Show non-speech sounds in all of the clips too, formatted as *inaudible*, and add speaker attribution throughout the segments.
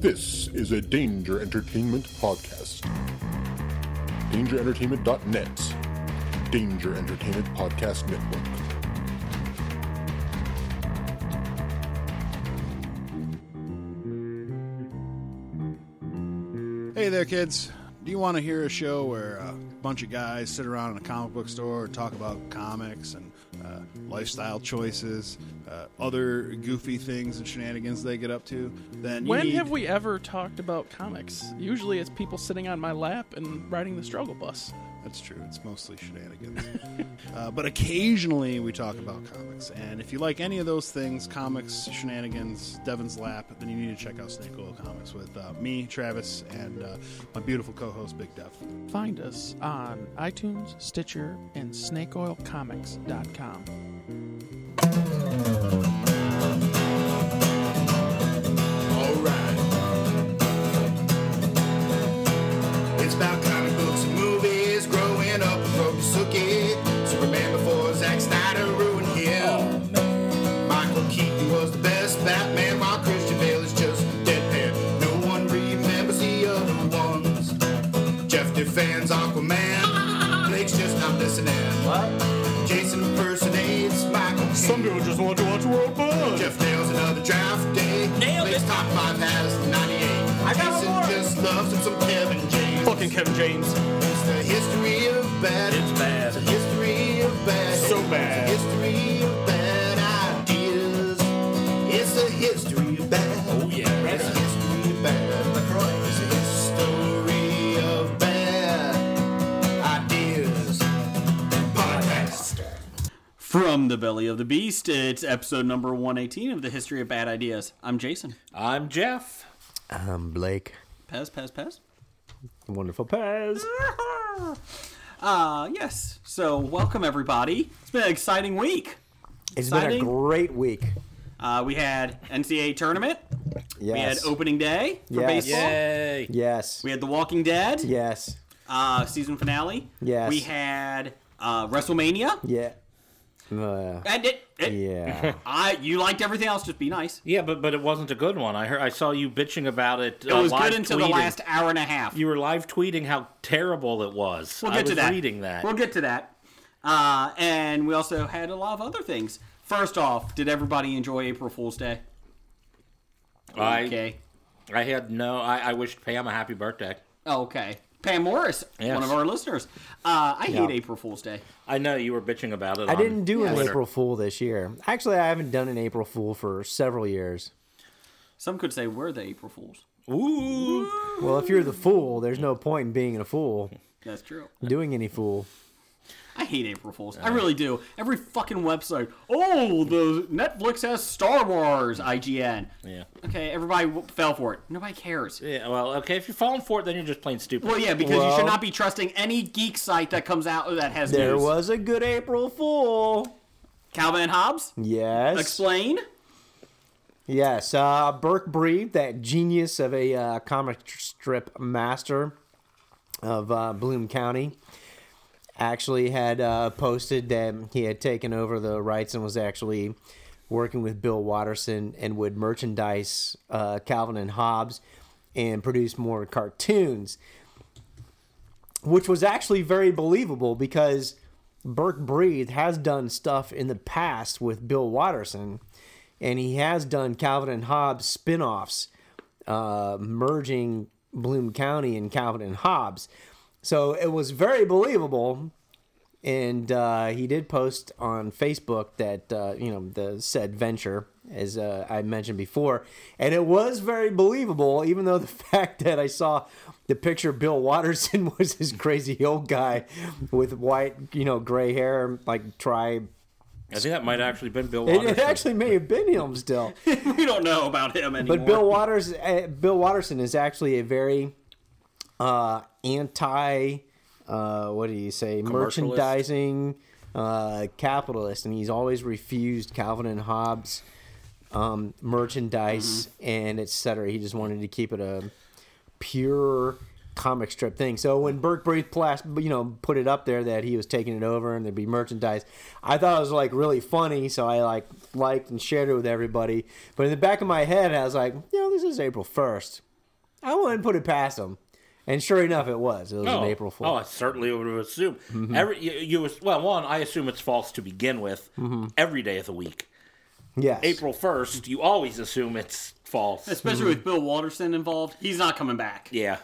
Speaker 1: This is a Danger Entertainment podcast. DangerEntertainment.net. Danger Entertainment Podcast Network.
Speaker 2: Hey there, kids. Do you want to hear a show where a bunch of guys sit around in a comic book store and talk about comics and uh, lifestyle choices, uh, other goofy things and shenanigans they get up to? Then you
Speaker 3: When
Speaker 2: need-
Speaker 3: have we ever talked about comics? Usually it's people sitting on my lap and riding the struggle bus.
Speaker 2: That's true. It's mostly shenanigans. *laughs* uh, but occasionally we talk about comics. And if you like any of those things comics, shenanigans, Devin's Lap then you need to check out Snake Oil Comics with uh, me, Travis, and uh, my beautiful co host, Big Dev.
Speaker 3: Find us on iTunes, Stitcher, and snakeoilcomics.com.
Speaker 4: All right. It's about comic books and movies. Growing up with Rokusuke. Superman before Zack Snyder ruined him. Michael Keaton was the best Batman, while Christian Bale is just deadpan. No one remembers the other ones. Jeff defends Aquaman. Blake's just not listening. What? Jason impersonates Michael. Keaton.
Speaker 5: just want to watch World Buzz.
Speaker 4: Jeff nails another draft day.
Speaker 5: Nailed
Speaker 4: Makes
Speaker 5: it.
Speaker 4: top five has 98.
Speaker 5: I got one
Speaker 4: Jason
Speaker 5: more.
Speaker 4: just loves him some Kevin James.
Speaker 5: Fucking Kevin James.
Speaker 4: It's the history of bad.
Speaker 5: It's bad.
Speaker 4: It's the history of bad.
Speaker 5: So bad.
Speaker 4: It's the history of bad ideas. It's the history of bad.
Speaker 5: Oh, yeah.
Speaker 4: It's the history of bad. It's the history of bad ideas. Podcast.
Speaker 6: From the belly of the beast, it's episode number 118 of the History of Bad Ideas. I'm Jason.
Speaker 5: I'm Jeff.
Speaker 7: Um, Blake.
Speaker 6: Pez, Pez, Pez.
Speaker 7: Wonderful Pez.
Speaker 6: Uh, yes. So, welcome everybody. It's been an exciting week.
Speaker 7: It's
Speaker 6: Exciting.
Speaker 7: been a great week.
Speaker 6: Uh, we had NCAA tournament. We had
Speaker 7: Yes.
Speaker 6: opening day for
Speaker 7: Yes.
Speaker 6: baseball.
Speaker 5: Yay.
Speaker 7: Yes.
Speaker 6: We had The Walking Dead
Speaker 7: yes.
Speaker 6: uh, season finale.
Speaker 7: Yes.
Speaker 6: We had uh, WrestleMania.
Speaker 7: Yeah. Uh,
Speaker 6: And it, it,
Speaker 7: yeah.
Speaker 6: I, you liked everything else. Just be nice.
Speaker 5: Yeah, but but it wasn't a good one. I heard I saw you bitching about it. uh,
Speaker 6: It was good until the last hour and a half.
Speaker 5: You were live tweeting how terrible it was.
Speaker 6: We'll
Speaker 5: I
Speaker 6: get
Speaker 5: was
Speaker 6: to that.
Speaker 5: Reading that.
Speaker 6: We'll get to that. Uh, and we also had a lot of other things. First off, did everybody enjoy April Fool's Day?
Speaker 5: I-
Speaker 6: Okay.
Speaker 5: I had no. I, I wished Pam a happy birthday.
Speaker 6: Oh, Okay. Pam Morris,
Speaker 5: Yes.
Speaker 6: one of our listeners. Uh, I hate
Speaker 7: Yeah.
Speaker 6: April Fool's Day.
Speaker 5: I know you were bitching about it.
Speaker 7: I
Speaker 5: on
Speaker 7: didn't do an
Speaker 5: Twitter.
Speaker 7: April Fool this year. Actually, I haven't done an April Fool for several years.
Speaker 6: Some could say we're the April Fools.
Speaker 5: Ooh.
Speaker 7: Well, if you're the fool, there's no point in being a fool,
Speaker 6: That's true.
Speaker 7: doing any fool.
Speaker 6: I hate April Fools. I really do. Every fucking website. Oh, the Netflix has Star Wars. IGN.
Speaker 5: Yeah.
Speaker 6: Okay, everybody w- fell for it. Nobody cares.
Speaker 5: Yeah. Well, okay. If you're falling for it, then you're just plain stupid.
Speaker 6: Well, yeah, because you
Speaker 7: Well-
Speaker 6: should not be trusting any geek site that comes out that has
Speaker 7: There
Speaker 6: news.
Speaker 7: was a good April Fool.
Speaker 6: Calvin and Hobbes.
Speaker 7: Yes.
Speaker 6: Explain. *laughs*
Speaker 7: Yes, uh, Burke Bree, that genius of a uh, comic strip master of uh, Bloom County, actually had uh, posted that he had taken over the rights and was actually working with Bill Watterson and would merchandise uh, Calvin and Hobbes and produce more cartoons, which was actually very believable because Burke Breathe has done stuff in the past with Bill Watterson, and he has done Calvin and Hobbes spin offs, uh, merging Bloom County and Calvin and Hobbes. So it was very believable. And uh, he did post on Facebook that, uh, you know, the said venture, as uh, I mentioned before. And it was very believable, even though the *laughs* fact that I saw the picture of Bill Watterson *laughs* was this crazy old guy with white, you know, gray hair, like tribe
Speaker 5: I think that might have actually been Bill.
Speaker 7: it,
Speaker 5: Watterson.
Speaker 7: it actually may have been him still,
Speaker 6: We don't know about him anymore.
Speaker 7: but Bill Waters, uh, Bill Watterson is actually a very uh, anti, uh, what do you say, merchandising uh, capitalist, and he's always refused Calvin and Hobbes um, merchandise
Speaker 8: Mm-hmm.
Speaker 7: and etc. He just wanted to keep it a pure comic strip thing. So when Burke Breathe Plus, you know, put it up there that he was taking it over and there'd be merchandise, I thought it was like really funny. So I like liked and shared it with everybody. But in the back of my head, I was like, you know, this is April first. I wouldn't put it past them. And sure enough, it was. It Mm-hmm. was an April Fool.
Speaker 8: Oh, I certainly would assume every you, you was- well. One, I assume it's false to begin with.
Speaker 7: Mm-hmm.
Speaker 8: Every day of the week,
Speaker 7: yes.
Speaker 8: Oh, April first, you always assume it's false.
Speaker 6: Especially with Bill Walterson involved, he's not coming back.
Speaker 8: Yeah.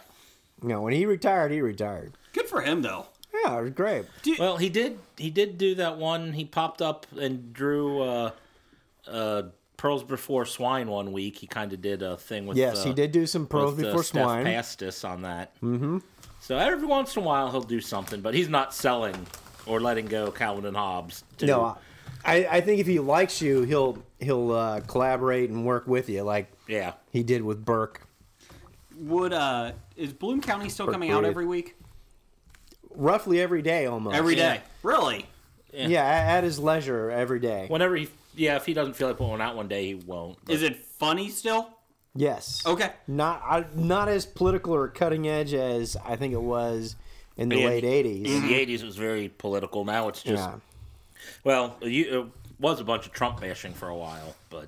Speaker 7: No, when he retired, he retired.
Speaker 6: Good for him though.
Speaker 7: Yeah, it was great.
Speaker 8: Well, he did. He did do that one. He popped up and drew uh, uh, pearls before swine one week. He kind of did a thing with.
Speaker 7: Yes,
Speaker 8: uh,
Speaker 7: he did do some pearls
Speaker 8: with, uh,
Speaker 7: before
Speaker 8: Steph
Speaker 7: swine.
Speaker 8: Pastis on that. Mm-hmm. So every once in a while he'll do something, but he's not selling or letting go Calvin and Hobbes. To,
Speaker 7: No, I, I think if he likes you, he'll he'll uh, collaborate and work with you, like
Speaker 8: yeah.
Speaker 7: he did with Burke.
Speaker 6: Would uh is Bloom County still coming out
Speaker 7: breathe.
Speaker 6: every week?
Speaker 7: Roughly every day, almost
Speaker 6: Every day.
Speaker 8: Yeah.
Speaker 6: Really?
Speaker 7: Yeah, a- at his leisure, every day.
Speaker 8: Whenever he, yeah, if he doesn't feel like putting one out one day, he won't. But-
Speaker 6: Is it funny still?
Speaker 7: Yes.
Speaker 6: Okay.
Speaker 7: Not I, not as political or cutting edge as I think it was in the
Speaker 8: Yeah.
Speaker 7: late '80s.
Speaker 6: Mm-hmm.
Speaker 8: in the '80s, it was very political. Now it's just
Speaker 7: Yeah.
Speaker 8: well, you, it was a bunch of Trump bashing for a while, but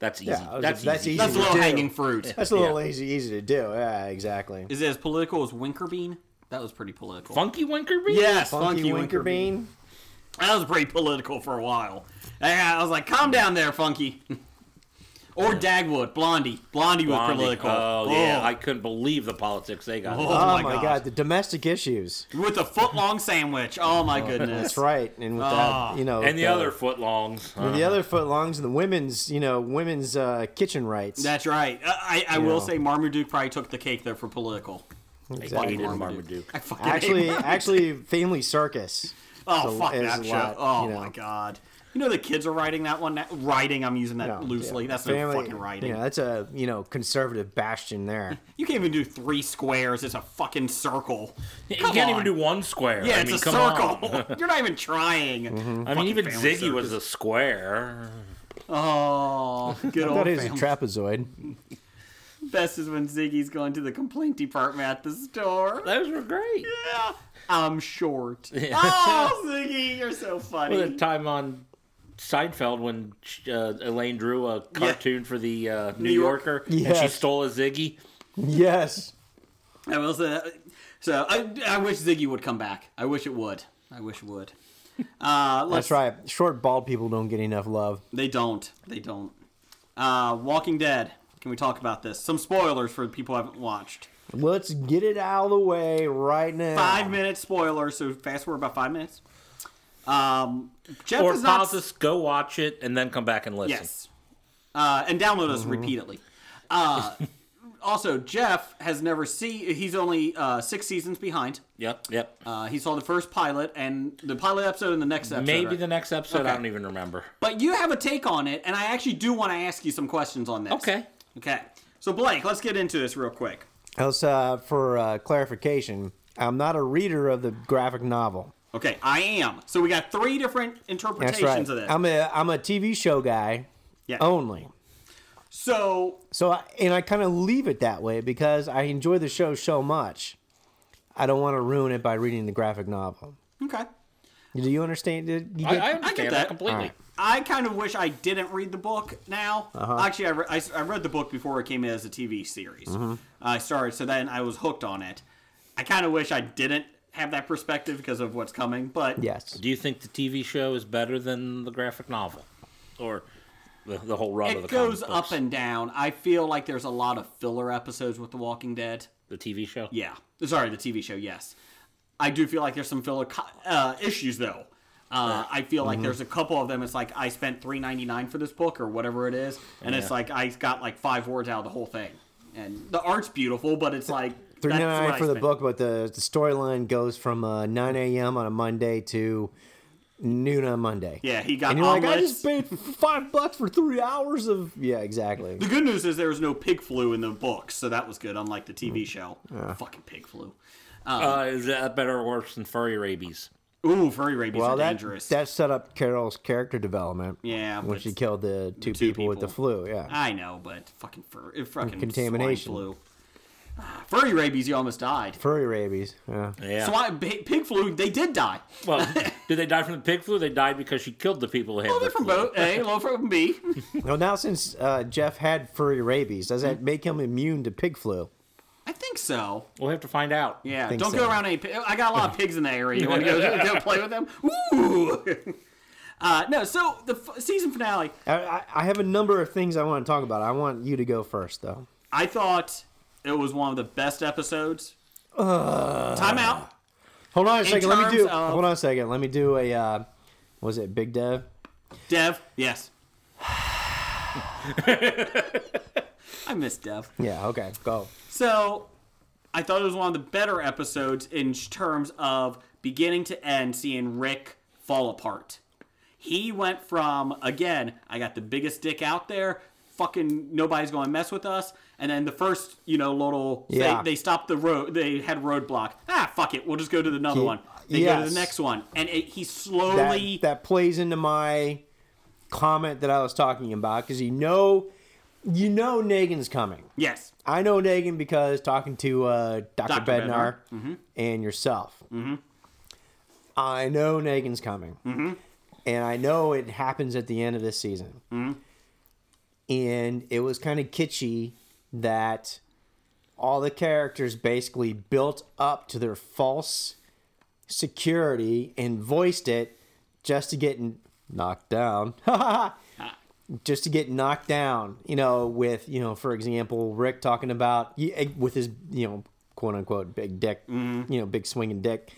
Speaker 8: that's easy.
Speaker 7: Yeah, I was-
Speaker 8: that's,
Speaker 7: that's
Speaker 8: easy.
Speaker 7: easy.
Speaker 6: That's
Speaker 7: That's
Speaker 6: a
Speaker 7: what
Speaker 6: little
Speaker 7: we do.
Speaker 6: hanging fruit.
Speaker 7: That's a little easy, easy to do. Yeah, exactly.
Speaker 6: Is it as political as Winkerbean? That was pretty political.
Speaker 8: Funky Winker Bean?
Speaker 6: yes,
Speaker 7: Funky,
Speaker 6: Funky,
Speaker 7: Winker
Speaker 6: Winkerbean.
Speaker 7: Bean.
Speaker 6: That was pretty political for a while. Yeah, I was like, calm down there, Funky. *laughs* or Dagwood, Blondie. Blondie was
Speaker 8: Blondie.
Speaker 6: political.
Speaker 8: Oh, yeah, I couldn't believe the politics they got.
Speaker 6: Oh, my,
Speaker 7: Oh, my
Speaker 6: gosh.
Speaker 7: God, the domestic issues.
Speaker 6: With a foot long sandwich. Oh my goodness.
Speaker 7: That's right. And with
Speaker 6: Ah.
Speaker 7: that, you know,
Speaker 8: And the
Speaker 7: uh,
Speaker 8: other footlongs.
Speaker 7: and the other footlongs and the women's, you know, women's uh, kitchen rights.
Speaker 6: That's right. Uh, I, I, I will
Speaker 7: Yeah.
Speaker 6: say Marmaduke probably took the cake there for political.
Speaker 8: I
Speaker 7: Exactly.
Speaker 8: hated
Speaker 6: Marmaduke.
Speaker 8: Marmaduke.
Speaker 6: I fucking *laughs*
Speaker 7: actually,
Speaker 6: hate Marmaduke.
Speaker 7: actually, Family Circus.
Speaker 6: oh
Speaker 7: so
Speaker 6: fuck
Speaker 7: there's
Speaker 6: that
Speaker 7: a
Speaker 6: show.
Speaker 7: lot,
Speaker 6: oh
Speaker 7: you know.
Speaker 6: my god. You know the kids are writing that one. Now? Writing, I'm using that
Speaker 7: No,
Speaker 6: loosely.
Speaker 7: yeah.
Speaker 6: That's
Speaker 7: Family-
Speaker 6: no fucking writing.
Speaker 7: Yeah, that's a you know conservative
Speaker 6: *laughs*
Speaker 7: bastion there.
Speaker 6: You can't even do three squares. It's a fucking circle.
Speaker 8: You
Speaker 6: Come
Speaker 8: can't
Speaker 6: on.
Speaker 8: even do one square.
Speaker 6: Yeah,
Speaker 8: I
Speaker 6: it's
Speaker 8: mean,
Speaker 6: a
Speaker 8: come
Speaker 6: circle.
Speaker 8: on. *laughs*
Speaker 6: You're not even trying.
Speaker 7: Mm-hmm.
Speaker 8: I mean, even
Speaker 6: family
Speaker 8: Ziggy was a square.
Speaker 6: Oh, good old
Speaker 7: *laughs* That is a
Speaker 6: family.
Speaker 7: trapezoid.
Speaker 6: Best is when Ziggy's going to the complaint department at the store.
Speaker 8: Those were great.
Speaker 6: Yeah, *laughs* I'm
Speaker 7: *laughs*
Speaker 6: short. Oh, Ziggy, you're so funny.
Speaker 8: Well, the time on Seinfeld when uh, Elaine drew a cartoon for the uh, New,
Speaker 6: York.
Speaker 8: Yorker and she
Speaker 7: Yes.
Speaker 8: stole a Ziggy.
Speaker 7: *laughs* Yes.
Speaker 6: I will say that. So I, I wish Ziggy would come back. I wish it would. I wish it would. Uh, let's,
Speaker 7: That's right. Short bald people don't get enough love.
Speaker 6: They don't. They don't. Uh, Walking Dead. Can we talk about this? Some spoilers for people who haven't watched.
Speaker 7: Let's get it out of the way right now.
Speaker 6: Five minute spoilers. So fast forward about five minutes. Um, Jeff
Speaker 8: Or
Speaker 6: is not.
Speaker 8: pause this, go watch it, and then come back and listen.
Speaker 6: yes. Uh, and download
Speaker 8: Mm-hmm.
Speaker 6: us repeatedly. Uh,
Speaker 8: *laughs*
Speaker 6: also, Jeff has never seen. He's only uh, six seasons behind.
Speaker 8: Yep, yep.
Speaker 6: Uh, he saw the first pilot and the pilot episode and the next episode.
Speaker 8: Maybe
Speaker 6: right?
Speaker 8: the next episode.
Speaker 6: Okay.
Speaker 8: I don't even remember.
Speaker 6: But you have a take on it, and I actually do want to ask you some questions on this.
Speaker 8: Okay.
Speaker 6: Okay. So Blake, let's get into this real quick.
Speaker 7: Also, uh, for uh, clarification, I'm not a reader of the graphic novel.
Speaker 6: Okay, I am. So we got three different
Speaker 7: That's
Speaker 6: interpretations
Speaker 7: right.
Speaker 6: of this.
Speaker 7: I'm a I'm a TV show guy
Speaker 6: yeah.
Speaker 7: only.
Speaker 6: So
Speaker 7: So I, and I kind of leave it that way because I enjoy the show so much. I don't want to ruin it by reading the graphic novel.
Speaker 6: okay,
Speaker 7: Do you understand? Did you
Speaker 8: I,
Speaker 7: get-
Speaker 8: I understand
Speaker 6: that.
Speaker 8: that completely.
Speaker 7: Alright.
Speaker 6: I kind of wish I didn't read the book now. Actually, I, re- I s- I read the book before it came in as a TV series. I started, so then I was hooked on it. I kind of wish I didn't have that perspective because of what's coming. But
Speaker 7: yes.
Speaker 8: Do you think the TV show is better than the graphic novel, or the, the whole run of
Speaker 6: it
Speaker 8: the
Speaker 6: goes
Speaker 8: comic
Speaker 6: up
Speaker 8: books?
Speaker 6: and down. I feel like there's a lot of filler episodes with The Walking Dead.
Speaker 8: the TV show?
Speaker 6: Yeah. Sorry, the TV show, yes. I do feel like there's some filler co- uh, issues, though. Uh, I feel
Speaker 7: Mm-hmm.
Speaker 6: like there's a couple of them. It's like I spent three ninety nine for this book or whatever it is, and it's like I got like five words out of the whole thing. And the art's beautiful, but it's
Speaker 7: *laughs*
Speaker 6: like that's
Speaker 7: Three ninety
Speaker 6: what
Speaker 7: nine
Speaker 6: I
Speaker 7: for the
Speaker 6: spent.
Speaker 7: book, but the, the storyline goes from uh, nine a.m. on a Monday to noon on Monday.
Speaker 6: Yeah, he got
Speaker 7: And you're like, I
Speaker 6: omelets.
Speaker 7: just paid five bucks for three hours of yeah, exactly.
Speaker 6: The good news is there was no pig flu in the book, so that was good. Unlike the
Speaker 7: Mm.
Speaker 6: TV show, fucking pig flu.
Speaker 8: Uh, is that better or worse than furry rabies?
Speaker 6: Ooh, furry rabies
Speaker 7: Well,
Speaker 6: are
Speaker 7: that
Speaker 6: dangerous.
Speaker 7: that set up Carol's character development.
Speaker 6: Yeah,
Speaker 7: when
Speaker 6: but-
Speaker 7: she killed the two,
Speaker 6: two
Speaker 7: people, with the
Speaker 6: people. Ah.
Speaker 7: flu. Yeah,
Speaker 6: I know, but fucking fur, it fucking
Speaker 7: Contamination.
Speaker 6: swine flu. Ah, Furry rabies, you almost died.
Speaker 7: furry rabies. Yeah,
Speaker 8: Yeah.
Speaker 6: Swine, pi- pig flu, they did die. *laughs*
Speaker 8: well, did they die from the pig flu? They died because she killed the people who had
Speaker 6: A little
Speaker 8: the
Speaker 6: bit from
Speaker 8: flu.
Speaker 6: both
Speaker 7: *laughs*
Speaker 6: A, a little from B.
Speaker 7: Hmm? Well, now since uh, Jeff had furry rabies, does that make him immune to pig flu?
Speaker 6: think so.
Speaker 5: We'll have to find out.
Speaker 6: Yeah,
Speaker 7: Think
Speaker 6: don't
Speaker 7: so.
Speaker 6: go around any. pi- I got a lot of pigs in the area. You want
Speaker 7: *laughs*
Speaker 6: to go, go play with them? Ooh. *laughs* Uh, no, so the f- season finale.
Speaker 7: I, I, I have a number of things I want to talk about. I want you to go first, though.
Speaker 6: I thought it was one of the best episodes. Time out.
Speaker 7: Hold on a
Speaker 6: In
Speaker 7: second. Let me
Speaker 6: terms
Speaker 7: do.
Speaker 6: of-
Speaker 7: Hold on a second. Let me do a. Uh, was it Big Dev?
Speaker 6: Dev.
Speaker 7: *sighs*
Speaker 6: Yes. *laughs* I miss Dev.
Speaker 7: Yeah. Okay. Go.
Speaker 6: So I thought it was one of the better episodes in terms of beginning to end, seeing Rick fall apart. He went from, again, I got the biggest dick out there, fucking nobody's going to mess with us. And then the first, you know, little,
Speaker 7: Yeah.
Speaker 6: they, they stopped the road, they had roadblock. Ah, fuck it, we'll just go to the another
Speaker 7: He-
Speaker 6: one. They go to
Speaker 7: yes.
Speaker 6: the next one. And it, he
Speaker 7: That
Speaker 6: slowly,
Speaker 7: that plays into my comment that I was talking about because you know, you know Negan's coming.
Speaker 6: yes,
Speaker 7: I know Negan because talking to uh,
Speaker 6: Dr.
Speaker 7: Dr. Bednar and yourself. Mm-hmm. I know Negan's coming. Mm-hmm. And I know it happens at the end of this season. Mm-hmm. And it was kind of kitschy that all the characters basically built up to their false security and voiced it just to get n- knocked down. *laughs* Ah. just to get knocked down, you know, with, you know, for example, Rick talking about y- eh, with his, you know, quote unquote big dick, you know, big swinging dick.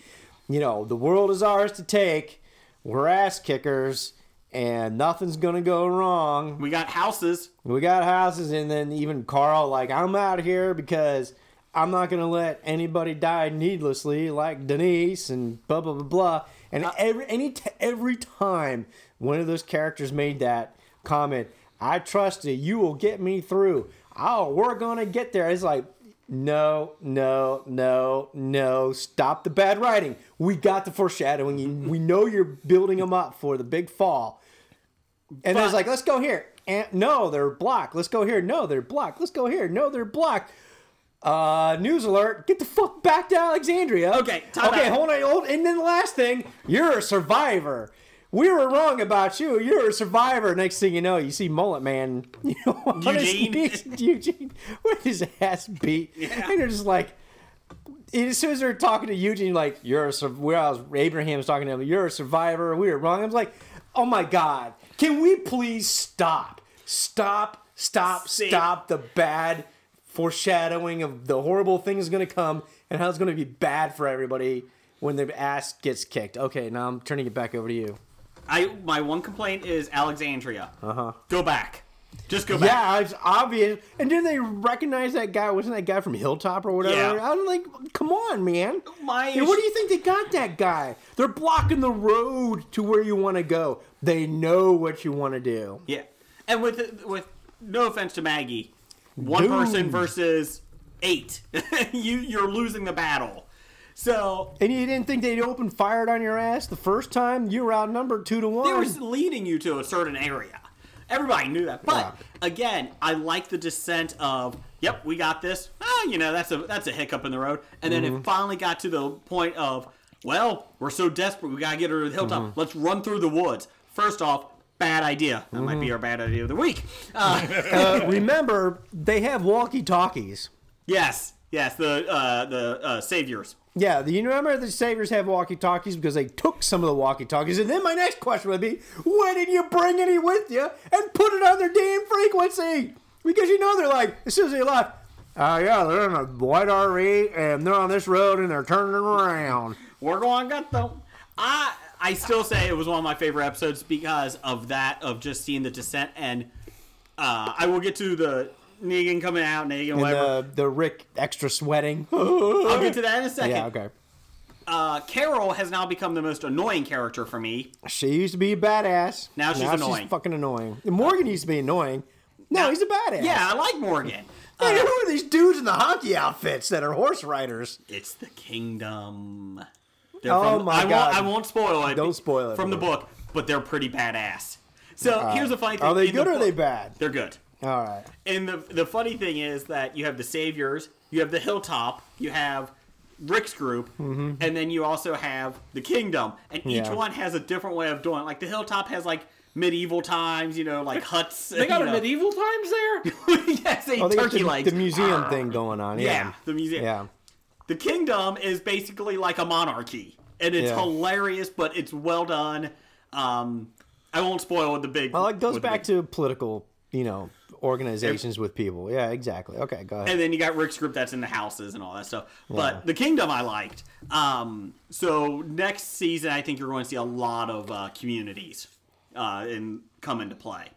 Speaker 7: You know, the world is ours to take. We're ass kickers and nothing's going to go wrong.
Speaker 6: we got houses.
Speaker 7: We got houses, and then even Carl, like, I'm out of here because I'm not going to let anybody die needlessly, like Denise and blah, blah, blah, blah. And every, any t- every time one of those characters made that comment, I trust you, you will get me through. Oh, we're going to get there. It's like, no, no, no, no. Stop the bad writing. We got the foreshadowing. You- we know you're building them up for the big fall. And it's
Speaker 6: But-
Speaker 7: like, let's go here. And no, they're blocked. Let's go here. No, they're blocked. Let's go here. No, they're blocked. Uh, news alert. Get the fuck back to Alexandria.
Speaker 6: Okay, time
Speaker 7: okay,
Speaker 6: out.
Speaker 7: hold on. Hold, and then the last thing, you're a survivor. We were wrong about you. You're a survivor. Next thing you know, you see Mullet Man. *laughs* You know, on his
Speaker 6: Eugene.
Speaker 7: knees, Eugene with his
Speaker 6: *laughs*
Speaker 7: ass beat. And they're just like, as soon as they're talking to Eugene, like you're a sur- where I was Abraham's talking to him, you're a survivor. We were wrong. I was like, oh my god, can we please stop, stop, stop, stop the bad foreshadowing of the horrible things going to come and how it's going to be bad for everybody when their ass gets kicked. Okay, now I'm turning it back over to you.
Speaker 6: I My one complaint is Alexandria. Uh huh. Go back. Just go back.
Speaker 7: Uh-huh. Yeah, it's obvious. And didn't they recognize that guy? Wasn't that guy from Hilltop or whatever?
Speaker 6: Yeah.
Speaker 7: I was like, come on, man.
Speaker 6: My
Speaker 7: Hey, what do you think they got that guy? They're blocking the road to where you want to go. They know what you want to do.
Speaker 6: Yeah, and with with no offense to Maggie, one
Speaker 7: Dude.
Speaker 6: person versus eight, *laughs* you you're losing the battle. So
Speaker 7: And you didn't think they'd open fired on your ass the first time? You were outnumbered two to one.
Speaker 6: they were leading you to a certain area. Everybody knew that, but again, I like the descent of "Yep, we got this." Ah, you know that's a that's a hiccup in the road, and then it finally got to the point of "Well, we're so desperate, we gotta get her to the hilltop. Let's run through the woods." First off, bad idea. That might be our bad idea of the week. Uh,
Speaker 7: Uh, remember, they have walkie talkies.
Speaker 6: Yes, yes, the uh, the uh, saviors.
Speaker 7: Yeah, do you remember the Sabres have walkie talkies because they took some of the walkie talkies. And then my next question would be why didn't you bring any with you and put it on their damn frequency? Because you know they're like, as soon as they left, uh, yeah, they're in a white RV and they're on this road and they're
Speaker 6: *laughs*
Speaker 7: turning around.
Speaker 6: We're going got them. I I still say it was one of my favorite episodes because of that of just seeing the descent and uh, I will get to the Negan coming out Negan
Speaker 7: And uh,
Speaker 6: whatever.
Speaker 7: the, the Rick extra sweating.
Speaker 6: uh, *laughs* I'll get to that in a second.
Speaker 7: *laughs* yeah, okay.
Speaker 6: uh, Carol has now become the most annoying character for me.
Speaker 7: She used to be a badass.
Speaker 6: Now she's annoying.
Speaker 7: fucking annoying. Morgan used to be annoying. Now Oh, he's a badass.
Speaker 6: Yeah, I like Morgan.
Speaker 7: *laughs*
Speaker 6: Uh,
Speaker 7: Hey, who are these dudes in the hockey outfits that are horse riders?
Speaker 6: It's the kingdom. They're
Speaker 7: Oh
Speaker 6: from,
Speaker 7: my
Speaker 6: I
Speaker 7: God.
Speaker 6: Won't, I won't spoil it.
Speaker 7: Don't spoil it,
Speaker 6: from the
Speaker 7: Lord.
Speaker 6: book, but they're pretty badass. So here's the funny thing:
Speaker 7: Are they
Speaker 6: in
Speaker 7: good
Speaker 6: the
Speaker 7: or are they
Speaker 6: book-
Speaker 7: bad?
Speaker 6: They're good.
Speaker 7: All right.
Speaker 6: And the the funny thing is that you have the Saviors, you have the Hilltop, you have Rick's group, and then you also have the Kingdom, and each
Speaker 7: Mm-hmm. Yeah.
Speaker 6: one has a different way of doing. it. Like the Hilltop has like medieval times, you know,
Speaker 7: *laughs*
Speaker 6: like huts.
Speaker 5: They got
Speaker 6: you
Speaker 5: a
Speaker 6: know.
Speaker 5: medieval times there.
Speaker 6: *laughs* yes, they
Speaker 7: Oh,
Speaker 6: eat
Speaker 7: they got
Speaker 6: turkey
Speaker 7: the,
Speaker 6: legs.
Speaker 7: the museum thing going on.
Speaker 6: yeah.
Speaker 7: Yeah.
Speaker 6: the museum.
Speaker 7: Yeah.
Speaker 6: The kingdom is basically like a monarchy, and it's
Speaker 7: Yeah.
Speaker 6: hilarious, but it's well done. Um, I won't spoil the big.
Speaker 7: Well, it goes
Speaker 6: with the
Speaker 7: back
Speaker 6: big-
Speaker 7: to political, you know, organizations with people. Yeah, exactly. Okay, go ahead.
Speaker 6: and then you got Rick's group that's in the houses and all that stuff. But the kingdom I liked. Um, so next season, I think you're going to see a lot of uh, communities uh, in, come into play.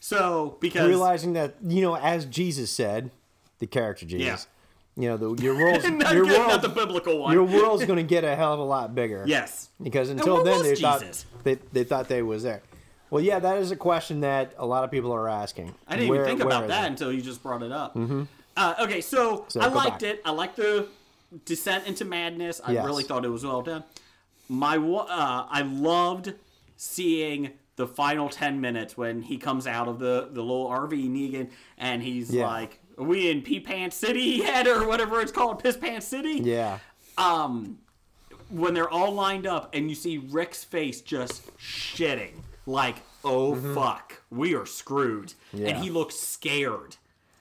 Speaker 6: So because *laughs*
Speaker 7: Realizing that, you know, as Jesus said, the character Jesus, you know, the, your world's
Speaker 6: *laughs* not,
Speaker 7: your
Speaker 6: good- not
Speaker 7: world,
Speaker 6: the biblical one.
Speaker 7: your
Speaker 6: *laughs*
Speaker 7: world's going to get a hell of a lot bigger.
Speaker 6: yes.
Speaker 7: Because until
Speaker 6: where
Speaker 7: then,
Speaker 6: was
Speaker 7: they
Speaker 6: Jesus?
Speaker 7: thought they, they thought they was there. Well, yeah, that is a question that a lot of people are asking.
Speaker 6: I didn't
Speaker 7: Where-
Speaker 6: even think
Speaker 7: where
Speaker 6: about
Speaker 7: is
Speaker 6: that
Speaker 7: it?
Speaker 6: until you just brought it up. Uh, okay, so,
Speaker 7: So,
Speaker 6: I
Speaker 7: go
Speaker 6: liked
Speaker 7: back.
Speaker 6: it. I liked the descent into madness. I
Speaker 7: Yes.
Speaker 6: really thought it was well done. My wa- uh, I loved seeing the final ten minutes when he comes out of the the little RV Negan and he's
Speaker 7: Yeah.
Speaker 6: like, "Are we in Pee Pants City yet, *laughs* or whatever it's called, Piss Pants City?"
Speaker 7: Yeah.
Speaker 6: um, when they're all lined up and you see Rick's face just shitting, like, oh fuck, we are screwed. And
Speaker 7: Mm-hmm. Yeah.
Speaker 6: he looks scared.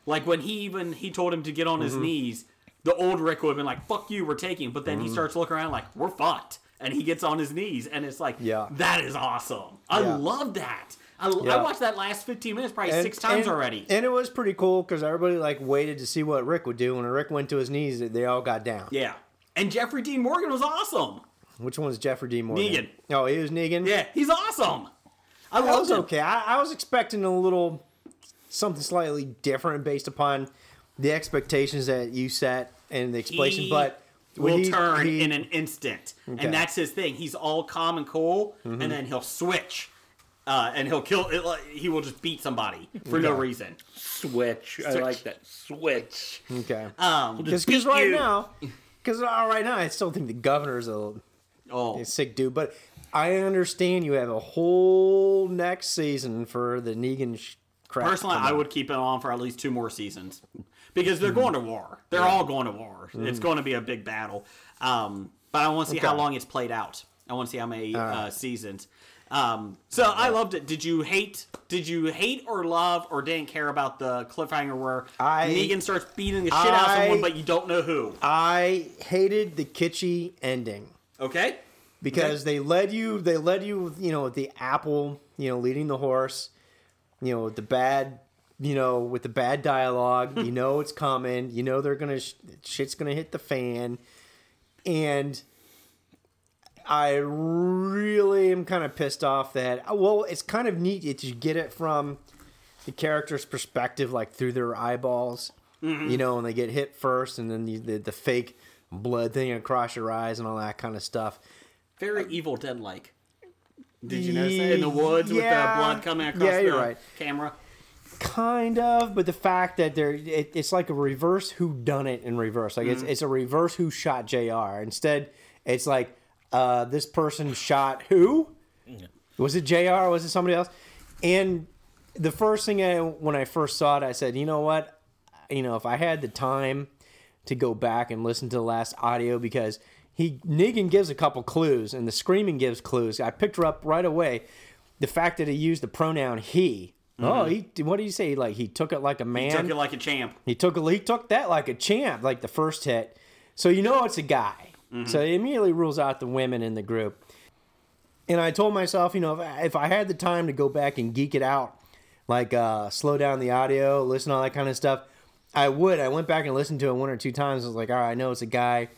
Speaker 6: Like when he even he told him to get on his
Speaker 7: Mm-hmm.
Speaker 6: knees, the old Rick would have been like, fuck you, we're taking. But then
Speaker 7: Mm-hmm.
Speaker 6: he starts looking around like, we're fucked. And he gets on his knees and it's like,
Speaker 7: Yeah.
Speaker 6: that is awesome. I
Speaker 7: Yeah.
Speaker 6: love that. I, I
Speaker 7: Yeah.
Speaker 6: watched that last 15 minutes probably
Speaker 7: And-
Speaker 6: six times
Speaker 7: and-
Speaker 6: already.
Speaker 7: And it was pretty cool because everybody like waited to see what Rick would do. When Rick went to his knees, they all got down.
Speaker 6: yeah. And Jeffrey Dean Morgan was awesome.
Speaker 7: Which one's Jeffrey D. Morgan?
Speaker 6: Negan.
Speaker 7: Oh, he was Negan.
Speaker 6: Yeah, he's awesome. I
Speaker 7: that
Speaker 6: love
Speaker 7: was
Speaker 6: him.
Speaker 7: okay. I, I was expecting a little something slightly different based upon the expectations that you set and the explanation.
Speaker 6: He
Speaker 7: but when
Speaker 6: will
Speaker 7: he-
Speaker 6: turn
Speaker 7: he-
Speaker 6: in an instant,
Speaker 7: Okay. Mm-hmm.
Speaker 6: and that's his thing. He's all calm and cool, and then he'll switch, uh, and he'll kill. It, like, he will just beat somebody for no reason.
Speaker 5: Switch. I like that. Switch.
Speaker 7: okay.
Speaker 6: Um,
Speaker 7: Because
Speaker 5: beat
Speaker 7: right
Speaker 5: you.
Speaker 7: now, because right now, I still think the governor's a,
Speaker 6: oh,
Speaker 7: a sick dude. But I understand you have a whole next season for the Negan sh- crap.
Speaker 6: personally, I would keep it on for at least two more seasons because they're going to war. They're all going to war. It's going to be a big battle. Um, but I want to see how
Speaker 7: Mm-hmm. Okay.
Speaker 6: long it's played out. I want to see how many uh, seasons. Um, so I loved it. Did you hate? Did you hate or love or didn't care about the cliffhanger where
Speaker 7: I-
Speaker 6: Negan starts beating the shit out of
Speaker 7: I-
Speaker 6: someone, but you don't know who?
Speaker 7: I hated the kitschy ending.
Speaker 6: Okay.
Speaker 7: because they led you they led you with, you know with the apple you know leading the horse you know with the bad you know with the bad dialogue you know it's coming you know they're gonna sh- shit's gonna hit the fan and i really am kind of pissed off that well it's kind of neat that you get it from the character's perspective like through their eyeballs you know and they get hit first and then the, the, the fake blood thing across your eyes and all that kind of stuff Uh,
Speaker 6: Very Evil Dead like. Did you notice that in the woods with the
Speaker 7: Yeah.
Speaker 6: blood coming across
Speaker 7: Yeah, you're
Speaker 6: the
Speaker 7: right.
Speaker 6: camera?
Speaker 7: kind of but the fact that they're it, it's like a reverse who done it in reverse like it's, it's a reverse who shot jr instead it's like uh this person shot who was it jr was it somebody else and the first thing I, when i first saw it i said you know what you know if i had the time to go back and listen to the last audio because he Negan gives a couple clues and the screaming gives clues. I picked her up right away. The fact that he used the pronoun he. Oh, he what did he say? Like he took it like a man.
Speaker 6: Mm-hmm. He took it like a champ.
Speaker 7: He took a he took that like a champ, like the first hit. So you know it's a guy.
Speaker 6: Mm-hmm.
Speaker 7: So he immediately rules out the women in the group. And I told myself, you know, if I, if I had the time to go back and geek it out, like uh, slow down the audio, listen to all that kind of stuff, I would. I went back and listened to it one or two times. I was like, all right, I know it's a guy.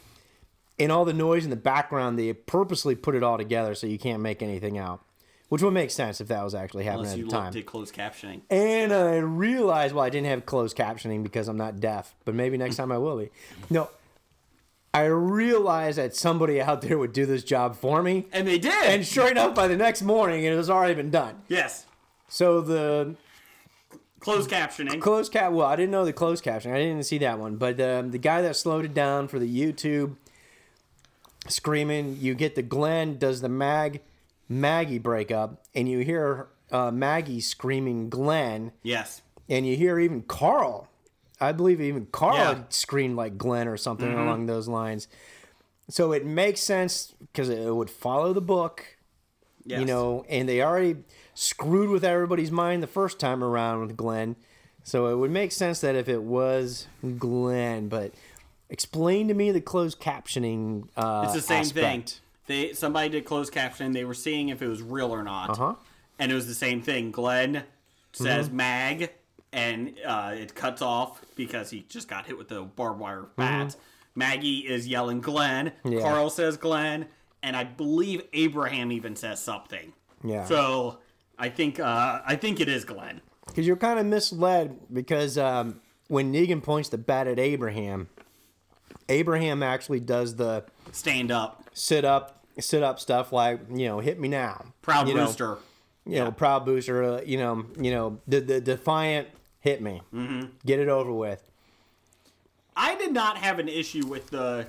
Speaker 7: And all the noise in the background, they purposely put it all together so you can't make anything out, which would make sense if that was actually happening
Speaker 6: Unless
Speaker 7: at
Speaker 6: you
Speaker 7: the time.
Speaker 6: did closed captioning.
Speaker 7: And I realized, well, I didn't have closed captioning because I'm not deaf, but maybe next time I will be. No, I realized that somebody out there would do this job for me.
Speaker 6: And they did.
Speaker 7: And sure enough, by the next morning, it has already been done.
Speaker 6: yes.
Speaker 7: So the
Speaker 6: Closed captioning.
Speaker 7: closed cap, well, I didn't know the closed captioning. I didn't see that one. But um, the guy that slowed it down for the YouTube screaming, you get the Glenn, does the Mag, Maggie break up, and you hear uh, Maggie screaming Glenn.
Speaker 6: yes.
Speaker 7: and you hear even Carl. I believe even Carl
Speaker 6: Yeah. Mm-hmm.
Speaker 7: had screamed like Glenn or something along those lines. So it makes sense because it would follow the book
Speaker 6: Yes.
Speaker 7: You know, and they already screwed with everybody's mind the first time around with Glenn. So it would make sense that if it was Glenn, but explain to me the closed captioning. Uh,
Speaker 6: It's the same thing.
Speaker 7: aspect.
Speaker 6: They somebody did closed caption. They were seeing if it was real or not,
Speaker 7: Uh-huh. Mm-hmm.
Speaker 6: and it was the same thing. Glenn says mag, and uh, it cuts off because he just got hit with the barbed wire bat. Maggie is yelling Glenn.
Speaker 7: Mm-hmm. Yeah.
Speaker 6: Carl says Glenn, and I believe Abraham even says something.
Speaker 7: Yeah.
Speaker 6: So I think uh, I think it is Glenn.
Speaker 7: Because you're kind of misled because um, when Negan points the bat at Abraham, Abraham actually does the
Speaker 6: Stand up,
Speaker 7: sit up, sit up stuff like you know, hit me now,
Speaker 6: proud
Speaker 7: you know,
Speaker 6: rooster.
Speaker 7: you know, proud booster, uh, you know, you know, the, the defiant hit me, mm-hmm. get it over with.
Speaker 6: I did not have an issue with the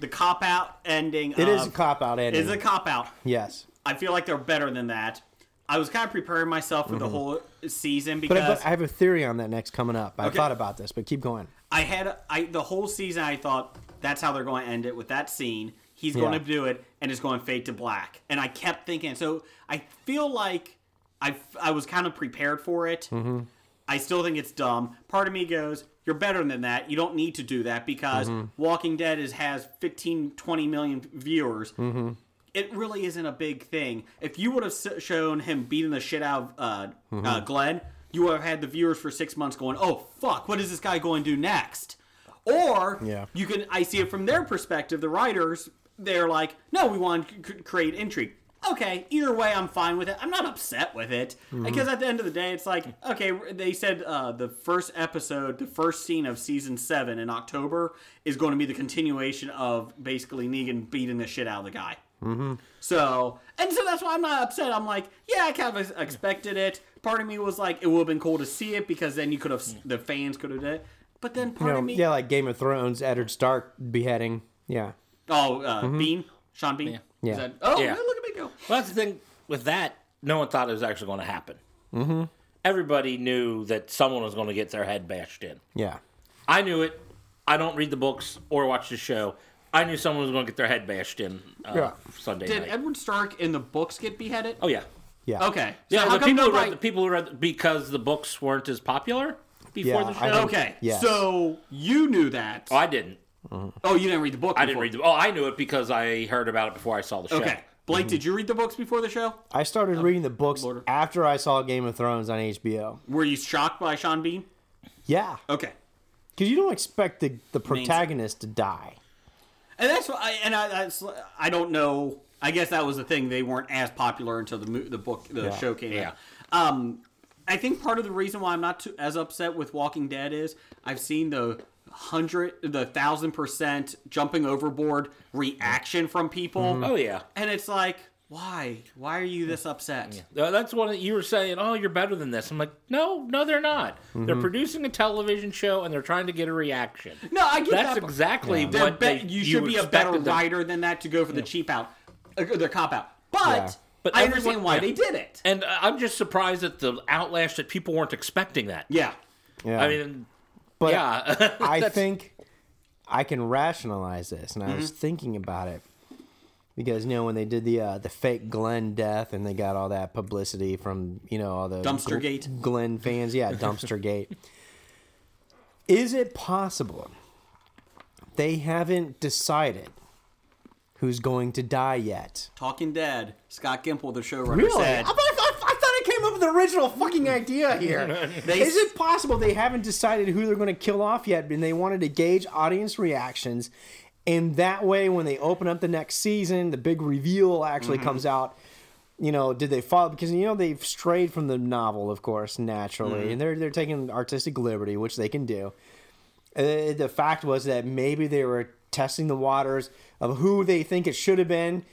Speaker 6: the cop out ending.
Speaker 7: It is
Speaker 6: of-
Speaker 7: a cop out ending.
Speaker 6: It's Um, a cop out.
Speaker 7: yes,
Speaker 6: I feel like they're better than that. I was kind of preparing myself for the whole season
Speaker 7: Mm-hmm. but,
Speaker 6: because
Speaker 7: I but I have a theory on that next coming up. I
Speaker 6: Okay.
Speaker 7: thought about this, but keep going.
Speaker 6: I had I the whole season I thought that's how they're going to end it with that scene. He's going
Speaker 7: Yeah.
Speaker 6: to do it and it's going to fade to black. And I kept thinking. So I feel like I I was kind of prepared for it. I still think it's dumb. Part of me goes, you're better than that. You don't need to do that because Walking Dead is has 15 20 million viewers. It really isn't a big thing. If you would have s- shown him beating the shit out of uh, uh, Glenn, you would have had the viewers for six months going, "Oh fuck, what is this guy going to do next?" Or
Speaker 7: Yeah.
Speaker 6: you can I see it from their perspective. The writers they're like, "No, we want to c- create intrigue." Okay, either way, I'm fine with it. I'm not upset with it because at the end of the day, it's like, okay, they said uh, the first episode, the first scene of season seven in October is going to be the continuation of basically Negan beating the shit out of the guy. So, and so that's why I'm not upset. I'm like, yeah, I kind of expected it. Part of me was like, it would have been cool to see it because then you could have, the fans could have done it. But then part
Speaker 7: You know,
Speaker 6: of me,
Speaker 7: yeah, like Game of Thrones, Eddard Stark beheading. Yeah,
Speaker 6: oh, uh, Bean, Sean Bean.
Speaker 7: Yeah.
Speaker 6: Is that- oh,
Speaker 5: Mm-hmm. Yeah.
Speaker 6: look at me go.
Speaker 5: Well, that's the thing with that. No one thought it was actually going to happen. Mm-hmm. Everybody knew that someone was going to get their head bashed in.
Speaker 7: yeah,
Speaker 5: I knew it. I don't read the books or watch the show. I knew someone was going to get their head bashed in uh,
Speaker 7: Yeah.
Speaker 5: Sunday
Speaker 6: Did
Speaker 5: night.
Speaker 6: Edward Stark in the books get beheaded?
Speaker 5: oh yeah,
Speaker 7: yeah.
Speaker 6: Okay. So
Speaker 5: yeah.
Speaker 6: how
Speaker 5: the
Speaker 6: come
Speaker 5: people who
Speaker 6: nobody?
Speaker 5: read the people who read because the books weren't as popular before
Speaker 7: Yeah,
Speaker 5: the
Speaker 7: I
Speaker 5: show.
Speaker 7: think-
Speaker 6: okay.
Speaker 7: Yes.
Speaker 6: So you knew that.
Speaker 5: Oh, I didn't.
Speaker 6: oh, you didn't read the book.
Speaker 5: I didn't read the. Oh, I knew it because I heard about it before I saw the show. Mm-hmm.
Speaker 6: Okay. Blake, did you read the books before the show?
Speaker 7: I started reading the books
Speaker 6: Lord.
Speaker 7: after I saw Game of Thrones on HBO.
Speaker 6: Were you shocked by Sean Bean?
Speaker 7: Yeah,
Speaker 6: Okay.
Speaker 7: because you don't expect the, the protagonist to die.
Speaker 6: And that's why, I- and I, that's, I don't know. I guess that was the thing. They weren't as popular until the mo- the book, the
Speaker 7: Yeah.
Speaker 6: show came
Speaker 5: Yeah.
Speaker 6: out. Um, I think part of the reason why I'm not too, as upset with Walking Dead is I've seen the hundred, the thousand percent jumping overboard reaction from people,
Speaker 5: Oh yeah.
Speaker 6: and it's like, why? Why are you this upset?
Speaker 5: Uh, That's one that you were saying. Oh, you're better than this. I'm like, no, no, they're not.
Speaker 7: Mm-hmm.
Speaker 5: They're producing a television show and they're trying to get a reaction.
Speaker 6: No, I get
Speaker 5: that's
Speaker 6: that. but-
Speaker 5: exactly
Speaker 6: They're
Speaker 5: what
Speaker 6: be-
Speaker 5: they,
Speaker 6: you should be a better
Speaker 5: expected them-
Speaker 6: writer than that to go for the cheap out, uh, the cop out. But,
Speaker 7: Yeah.
Speaker 5: But
Speaker 6: I
Speaker 5: everyone-
Speaker 6: understand why
Speaker 5: yeah.
Speaker 6: they did it.
Speaker 5: And uh, I'm just surprised at the outlash that people weren't expecting that.
Speaker 6: Yeah.
Speaker 7: Yeah.
Speaker 5: I mean,
Speaker 7: But
Speaker 5: yeah. *laughs*
Speaker 7: I think I can rationalize this, and I
Speaker 6: Mm-hmm.
Speaker 7: was thinking about it because you know when they did the uh, the fake Glenn death, and they got all that publicity from you know all the
Speaker 6: Dumpster gate.
Speaker 7: Glenn
Speaker 6: *laughs*
Speaker 7: fans, yeah, dumpster gate. Is it possible they haven't decided who's going to die yet?
Speaker 6: Talking Dead, Scott Gimple, the showrunner,
Speaker 7: I,
Speaker 6: said,
Speaker 7: thought, I, thought I came up with the original fucking idea *laughs* here. Is it possible they haven't decided who they're going to kill off yet, and they wanted to gauge audience reactions? And that way, when they open up the next season, the big reveal actually comes out. You know, did they follow? Because you know they've strayed from the novel, of course, naturally, and they're they're taking artistic liberty, which they can do. Uh, the fact was that maybe they were testing the waters of who they think it should have been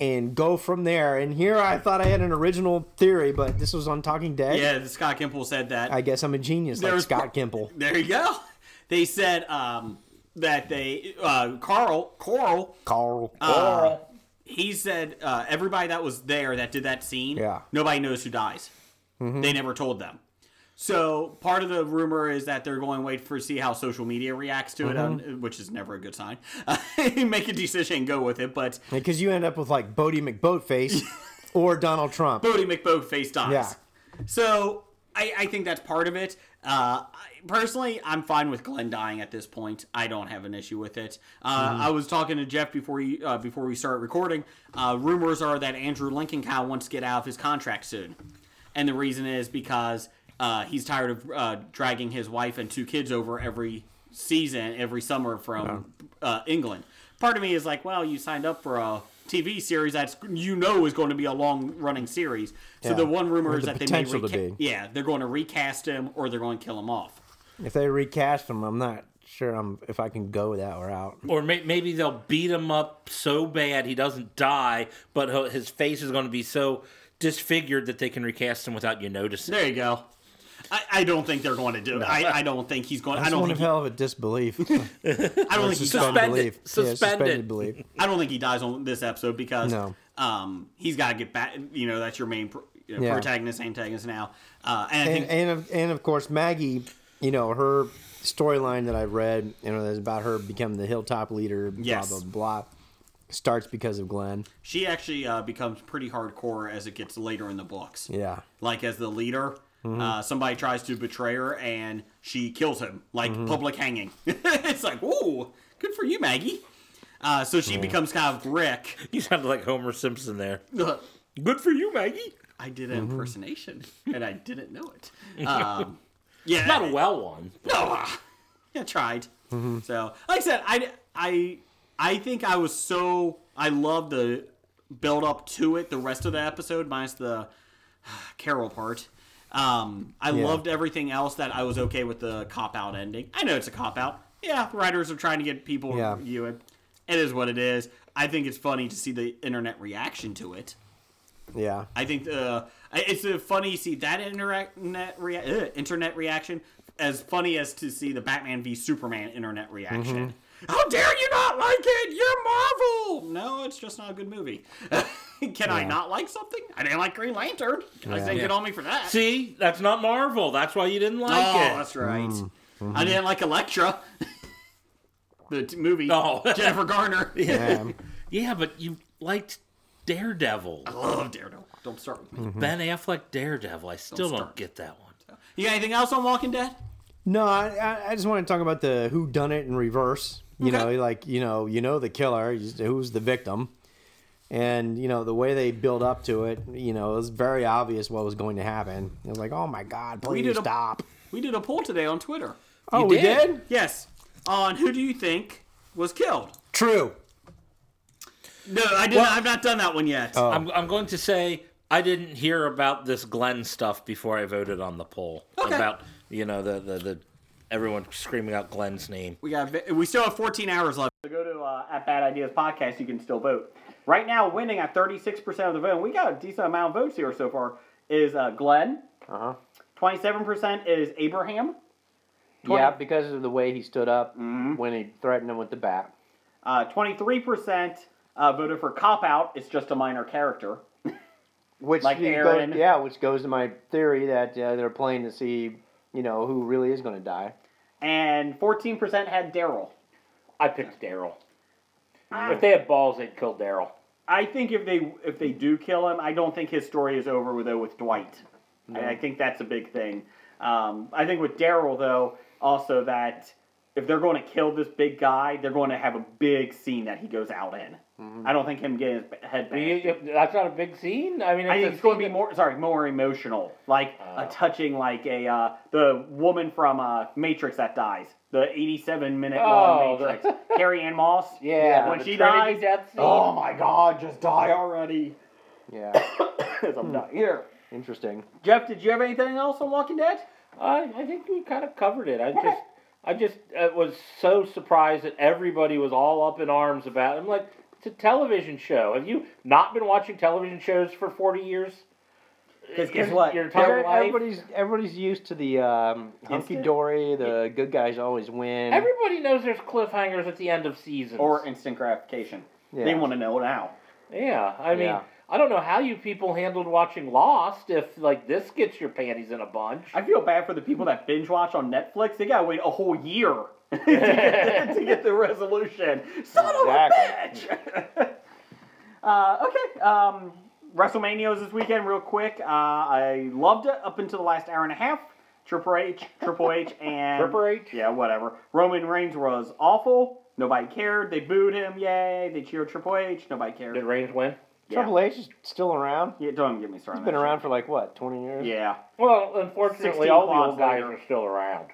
Speaker 7: and go from there. And here I thought I had an original theory, but this was on Talking Dead.
Speaker 6: yeah, Scott Gimple said that.
Speaker 7: I guess I'm a genius like
Speaker 6: There's-
Speaker 7: Scott Gimple.
Speaker 6: there you go. *laughs* They said um, that they, uh, Carl, Coral,
Speaker 7: Carl.
Speaker 6: he said uh, everybody that was there that did that scene,
Speaker 7: Yeah. Mm-hmm.
Speaker 6: nobody knows who dies. They never told them. So part of the rumor is that they're going to wait for see how social media reacts to it,
Speaker 7: Mm-hmm.
Speaker 6: on, which is never a good *laughs* sign. Make a decision and go with it, but
Speaker 7: Because you end up with like Bodie McBoatface or Donald Trump.
Speaker 6: Bodie McBoatface dies.
Speaker 7: Yeah.
Speaker 6: So I, I think that's part of it. Uh, I, personally, I'm fine with Glenn dying at this point. I don't have an issue with it. Uh, I was talking to Jeff before he, uh, before we start recording. Uh, rumors are that Andrew Lincoln Cow wants to get out of his contract soon, and the reason is because uh, he's tired of uh, dragging his wife and two kids over every season, every summer from uh, England. Part of me is like, well, you signed up for a TV series that's you know is going to be a long running series. So
Speaker 7: Yeah.
Speaker 6: the one rumor
Speaker 7: Or
Speaker 6: is
Speaker 7: the
Speaker 6: that they may
Speaker 7: potential to
Speaker 6: reca-
Speaker 7: be.
Speaker 6: yeah they're going to recast him or they're going to kill him off.
Speaker 7: If they recast him, I'm not sure I'm, if I can go that route.
Speaker 5: Or may- maybe they'll beat him up so bad he doesn't die, but he'll- his face is going to be so disfigured that they can recast him without you noticing. *laughs*
Speaker 6: There you go. I, I don't think they're going to do it. I, I don't think he's going. I,
Speaker 7: That's
Speaker 6: don't
Speaker 7: one
Speaker 6: think.
Speaker 7: of
Speaker 6: He,
Speaker 7: hell of
Speaker 6: *laughs*
Speaker 7: a disbelief.
Speaker 6: I don't think he's.
Speaker 5: Suspended.
Speaker 7: Suspended belief. Yeah,
Speaker 5: Suspended.
Speaker 7: suspended belief.
Speaker 6: I don't think he dies on this episode because
Speaker 7: No.
Speaker 6: um he's got to get back. You know that's your main pro, you know,
Speaker 7: Yeah.
Speaker 6: protagonist antagonist now. Uh, and I
Speaker 7: and
Speaker 6: think
Speaker 7: and of, and of course Maggie, you know her storyline that I read, you know, that's about her becoming the hilltop leader, blah
Speaker 6: Yes.
Speaker 7: blah blah, starts because of Glenn.
Speaker 6: she actually uh, becomes pretty hardcore as it gets later in the books.
Speaker 7: Yeah,
Speaker 6: like as the leader. Uh, somebody tries to betray her and she kills him, like public hanging. *laughs* it's like, whoa, good for you, Maggie. Uh, so she becomes kind of Rick.
Speaker 5: You sounded like Homer Simpson there.
Speaker 6: Ugh,
Speaker 5: Good for you, Maggie.
Speaker 6: I did an impersonation and I didn't know it. Um, yeah,
Speaker 5: Not a well one.
Speaker 6: ah, yeah, tried. So, like I said, I, I, I think I was so I love the build up to it. The rest of the episode, minus the *sighs* Carol part, um, I loved everything else. That I was okay with the cop out ending. I know it's a cop out. Yeah, the writers are trying to get people
Speaker 7: Yeah.
Speaker 6: to review it. It is what it is. I think it's funny to see the internet reaction to it. *laughs*
Speaker 7: yeah.
Speaker 6: I think uh, I- it's uh, funny to see that internet rea- uh, internet reaction as funny as to see the Batman v Superman internet reaction.
Speaker 5: Mm-hmm.
Speaker 6: How dare you not like it? You're Marvel. No, it's just not a good movie. *laughs* Can I not like something? I didn't like Green Lantern. I didn't get on me for that.
Speaker 5: See, that's not Marvel. That's why you didn't like
Speaker 6: oh,
Speaker 5: it. Mm-hmm.
Speaker 6: that's right. I didn't like Elektra. *laughs* the t- movie.
Speaker 5: Oh. *laughs*
Speaker 6: Jennifer Garner. *laughs*
Speaker 7: Um,
Speaker 5: Yeah, but you liked Daredevil.
Speaker 6: I love Daredevil. Don't start with me.
Speaker 5: Ben Affleck Daredevil. I still don't,
Speaker 6: Mm-hmm. start.
Speaker 5: get that one.
Speaker 6: You got anything else on Walking Dead?
Speaker 7: no, I, I- I just want to talk about the who done it in reverse. You
Speaker 6: Okay.
Speaker 7: know, like you know, you know the killer, you just- who's the victim, and you know the way they build up to it. You know, it was very obvious what was going to happen. It was like, oh my god, please
Speaker 6: did a-
Speaker 7: stop.
Speaker 6: We did a poll today on Twitter.
Speaker 7: oh, we
Speaker 5: did?
Speaker 7: did.
Speaker 6: Yes. On who do you think was killed?
Speaker 7: True.
Speaker 6: No, I did. not, I've not done that one yet.
Speaker 8: Uh,
Speaker 5: I'm, I'm going to say I didn't hear about this Glenn stuff before I voted on the poll
Speaker 6: Okay.
Speaker 5: about you know the, the the everyone screaming out Glenn's name.
Speaker 6: we got. We still have 14 hours left. So go to uh, at Bad Ideas Podcast. You can still vote. Right now, winning at 36 percent of the vote. and We got a decent amount of votes here so far. Is uh, Glenn? Uh huh. 27 percent is Abraham.
Speaker 9: Yeah, because of the way he stood up when he threatened him with the bat.
Speaker 6: Uh, 23 percent uh, voted for cop out. It's just a minor character.
Speaker 9: Which
Speaker 6: Like
Speaker 9: you go-
Speaker 6: Aaron.
Speaker 9: yeah, which goes to my theory that uh, they're playing to see, you know, who really is going to die.
Speaker 6: And 14 percent had Daryl.
Speaker 8: I picked Daryl. If they had balls, they'd kill Daryl.
Speaker 6: I think if they if they do kill him, I don't think his story is over with though with Dwight. And I think that's a big thing. Um, I think with Daryl though, also that if they're going to kill this big guy, they're going to have a big scene that he goes out in.
Speaker 8: Mm-hmm.
Speaker 6: I don't think him getting his head
Speaker 8: You-
Speaker 6: bashed.
Speaker 8: you- that's not a big scene. I mean, it's,
Speaker 6: I think
Speaker 8: a
Speaker 6: it's going to
Speaker 8: scene
Speaker 6: be more sorry more emotional, like a touching, like a uh, the woman from uh, Matrix that dies, the eighty-seven minute long
Speaker 8: Oh, the-
Speaker 6: Matrix, Carrie Ann Moss.
Speaker 8: that- yeah,
Speaker 6: when
Speaker 8: the
Speaker 6: she
Speaker 8: Trinity
Speaker 6: dies,
Speaker 8: death scene.
Speaker 6: oh my God, just die already!
Speaker 9: *coughs* Yeah,
Speaker 6: Because I'm not here.
Speaker 9: interesting.
Speaker 6: Jeff, did you have anything else on Walking Dead?
Speaker 8: I, I think we kind of covered it. I just, I just uh, was so surprised that everybody was all up in arms about. It. I'm like, it's a television show. Have you not been watching television shows for 40 years?
Speaker 6: Because guess
Speaker 8: Your-
Speaker 6: what?
Speaker 8: Your entire life.
Speaker 9: Everybody's everybody's used to the um, hunky dory. The good guys always win.
Speaker 8: Everybody knows there's cliffhangers at the end of seasons.
Speaker 6: Mm. Or instant gratification. They
Speaker 9: Yeah.
Speaker 6: want to know now.
Speaker 8: yeah, I mean,
Speaker 9: Yeah.
Speaker 8: I don't know how you people handled watching Lost if like this gets your panties in a bunch.
Speaker 6: I feel bad for the people that binge watch on Netflix. They gotta wait a whole year *laughs* to, get, to get the resolution. Son of a *laughs*
Speaker 9: Exactly.
Speaker 6: bitch. uh, okay. Um, WrestleMania was this weekend, real quick. Uh, I loved it up until the last hour and a half. Triple H, Triple H, and
Speaker 8: Triple H.
Speaker 6: yeah, whatever. Roman Reigns was awful. Nobody cared. They booed him. Yay! They cheered Triple H. Nobody cared.
Speaker 8: Did Reigns win?
Speaker 6: Yeah,
Speaker 9: Triple H is still around.
Speaker 6: yeah don't get me started. on
Speaker 9: He's been
Speaker 6: that
Speaker 9: around for like what, twenty
Speaker 6: shit.
Speaker 9: years?
Speaker 6: Yeah.
Speaker 8: Well, unfortunately,
Speaker 6: 16
Speaker 8: all the
Speaker 6: quads
Speaker 8: old guys
Speaker 6: later.
Speaker 8: are still around.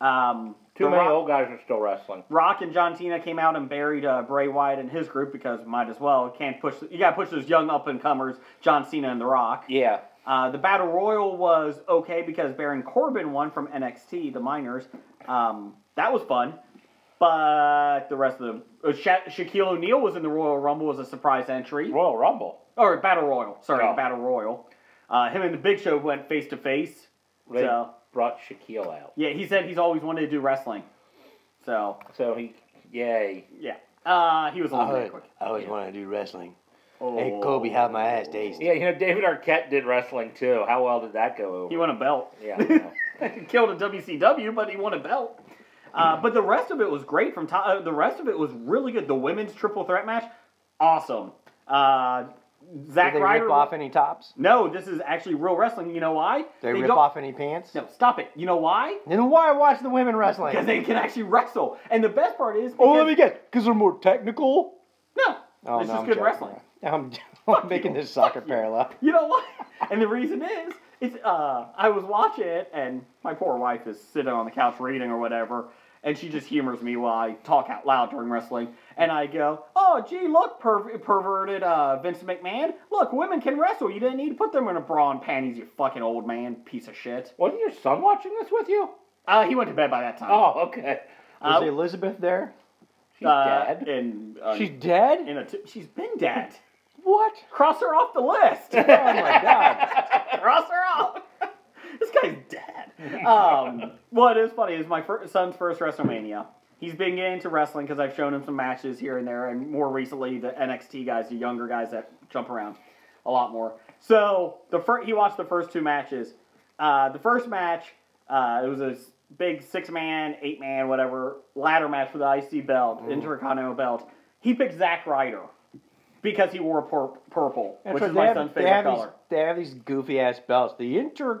Speaker 6: Um,
Speaker 8: Too
Speaker 6: The
Speaker 8: many
Speaker 6: Rock-
Speaker 8: old guys are still wrestling.
Speaker 6: Rock and John Cena came out and buried uh, Bray Wyatt and his group because might as well can't push. You gotta push those young up and comers, John Cena and The Rock.
Speaker 8: Yeah.
Speaker 6: Uh, the Battle Royal was okay because Baron Corbin won from NXT, the minors. Um, that was fun, but the rest of the uh, Sha- Shaquille O'Neal was in the Royal Rumble was a surprise entry
Speaker 8: Royal Rumble.
Speaker 6: or Battle Royal. Sorry,
Speaker 8: Oh.
Speaker 6: Battle Royal. Uh, him and the Big Show went face to face.
Speaker 8: They
Speaker 6: So
Speaker 8: brought Shaquille out.
Speaker 6: yeah, he said he's always wanted to do wrestling. So
Speaker 8: So he, yay.
Speaker 6: yeah, uh, he was a
Speaker 7: I,
Speaker 6: little bit
Speaker 7: heard,
Speaker 6: quick.
Speaker 7: I always wanted to do wrestling.
Speaker 6: Oh.
Speaker 7: Hey, Kobe, how my ass taste?
Speaker 8: Yeah, you know, David Arquette did wrestling too. How well did that go over?
Speaker 6: He won a belt.
Speaker 8: yeah.
Speaker 6: *laughs*
Speaker 8: I know.
Speaker 6: Killed a WCW, but he won a belt. Uh, but the rest of it was great. From top, uh, the rest of it was really good. The women's triple threat match, awesome. Uh, Zack
Speaker 9: Did they
Speaker 6: Ryder.
Speaker 9: rip off any tops?
Speaker 6: no, this is actually real wrestling. You know why?
Speaker 9: Did they, rip
Speaker 6: don't-
Speaker 9: off any pants?
Speaker 6: No, stop it. You know why?
Speaker 9: Then why watch the women
Speaker 6: Because
Speaker 9: wrestling?
Speaker 6: they can actually wrestle. And the best part is.
Speaker 9: Oh, let
Speaker 6: because-
Speaker 9: me guess. Because they're more technical.
Speaker 6: No,
Speaker 9: Oh,
Speaker 6: this
Speaker 9: no,
Speaker 6: is
Speaker 9: I'm
Speaker 6: good
Speaker 9: joking.
Speaker 6: wrestling.
Speaker 9: *laughs* I'm, *laughs* I'm making this soccer parallel.
Speaker 6: You know what? *laughs* And the reason is, it's uh, I was watching it, and my poor wife is sitting on the couch reading or whatever, and she just humors me while I talk out loud during wrestling, and I go, "Oh, gee, look, per- perverted uh, Vince McMahon, look, women can wrestle. You didn't need to put them in a bra and panties, you fucking old man, piece of shit."
Speaker 8: Wasn't your son watching this with you?
Speaker 6: Uh, he went to bed by that time.
Speaker 8: Oh, okay.
Speaker 6: Uh,
Speaker 9: Is Elizabeth there?
Speaker 8: She's
Speaker 6: uh,
Speaker 8: dead.
Speaker 6: And uh,
Speaker 9: She's dead?
Speaker 6: in a t- she's been dead.
Speaker 9: What?
Speaker 6: Cross her off the list.
Speaker 9: Oh my *laughs* god.
Speaker 6: Cross her out. *laughs* this guy's dead. Um, what is funny is my fir- son's first WrestleMania. He's been getting into wrestling because I've shown him some matches here and there, and more recently the NXT guys, the younger guys that jump around a lot more. So the fir- he watched the first two matches. Uh, the first match, uh, it was a s- big six man, eight man, whatever ladder match for the IC
Speaker 9: Mm.
Speaker 6: belt, Intercontinental belt. He picked Zack Ryder because he wore pur- purple,
Speaker 9: That's
Speaker 6: which
Speaker 9: right,
Speaker 6: is
Speaker 9: they
Speaker 6: my
Speaker 9: have-
Speaker 6: son's
Speaker 9: they
Speaker 6: favorite
Speaker 9: have
Speaker 6: color.
Speaker 9: These, they have these goofy ass belts. The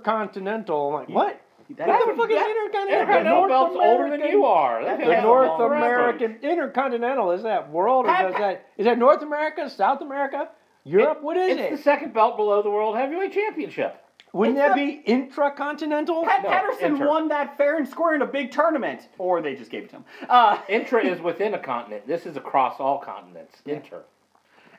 Speaker 9: Intercontinental. I'm like, what?
Speaker 6: That-
Speaker 9: what the fuck is Intercontinental?
Speaker 8: Everybody knows belt's older than you are. That
Speaker 9: The
Speaker 8: has a
Speaker 9: North
Speaker 8: long record.
Speaker 9: American Intercontinental is that world? Or is that is that North America? South America? Europe? what is
Speaker 8: It's the
Speaker 9: it?
Speaker 8: second belt below the World Heavyweight Championship.
Speaker 9: Wouldn't
Speaker 6: it's
Speaker 9: that
Speaker 6: the-
Speaker 9: be intracontinental?
Speaker 6: Pat
Speaker 8: No,
Speaker 6: Patterson
Speaker 8: enter.
Speaker 6: won that fair and square in a big tournament, or they just gave it to him. Uh,
Speaker 8: Intra is within a continent. This is across all continents. Inter.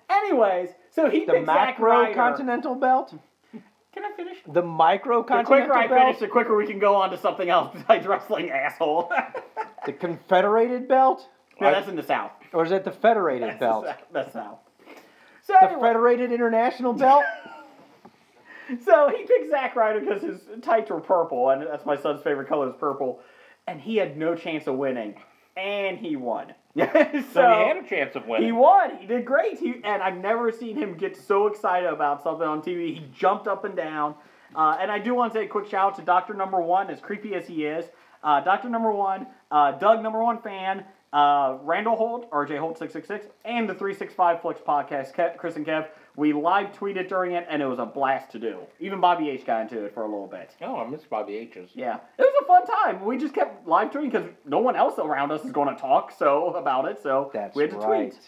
Speaker 6: anyways, so he
Speaker 9: The
Speaker 6: picked Zack
Speaker 9: macro
Speaker 6: Ryder.
Speaker 9: continental belt?
Speaker 6: Can I finish?
Speaker 9: The micro
Speaker 6: The quicker I
Speaker 9: continental
Speaker 6: finish,
Speaker 9: belt?
Speaker 6: the quicker we can go on to something else besides wrestling, asshole. *laughs*
Speaker 9: The confederated belt?
Speaker 6: no, that's in the south.
Speaker 9: Or is that the federated belt?
Speaker 6: That's *laughs* south. So
Speaker 9: The
Speaker 6: anyway,
Speaker 9: federated international
Speaker 6: *laughs*
Speaker 9: belt?
Speaker 6: So he picked Zack Ryder because his tights were purple, and that's my son's favorite color is purple. And he had no chance of winning, and he won. *laughs* so,
Speaker 8: So he had a chance of winning.
Speaker 6: He won. He did great. He and I've never seen him get so excited about something on TV. He jumped up and down. Uh, and I do want to say a quick shout out to Doctor Number One, as creepy as he is. Uh, Doctor Number One, uh, Doug Number One fan, uh, Randall Holt, RJ Holt six six six, and the Three Six Five Flicks podcast, Ke- Chris and Kev. We live tweeted during it, and it was a blast to do. Even Bobby H got into it for a little bit.
Speaker 8: oh, I missed Bobby H's.
Speaker 6: Yeah, it was a fun time. We just kept live tweeting because no one else around us is going to talk so about it. So
Speaker 7: That's
Speaker 6: we had to
Speaker 7: right.
Speaker 6: tweet.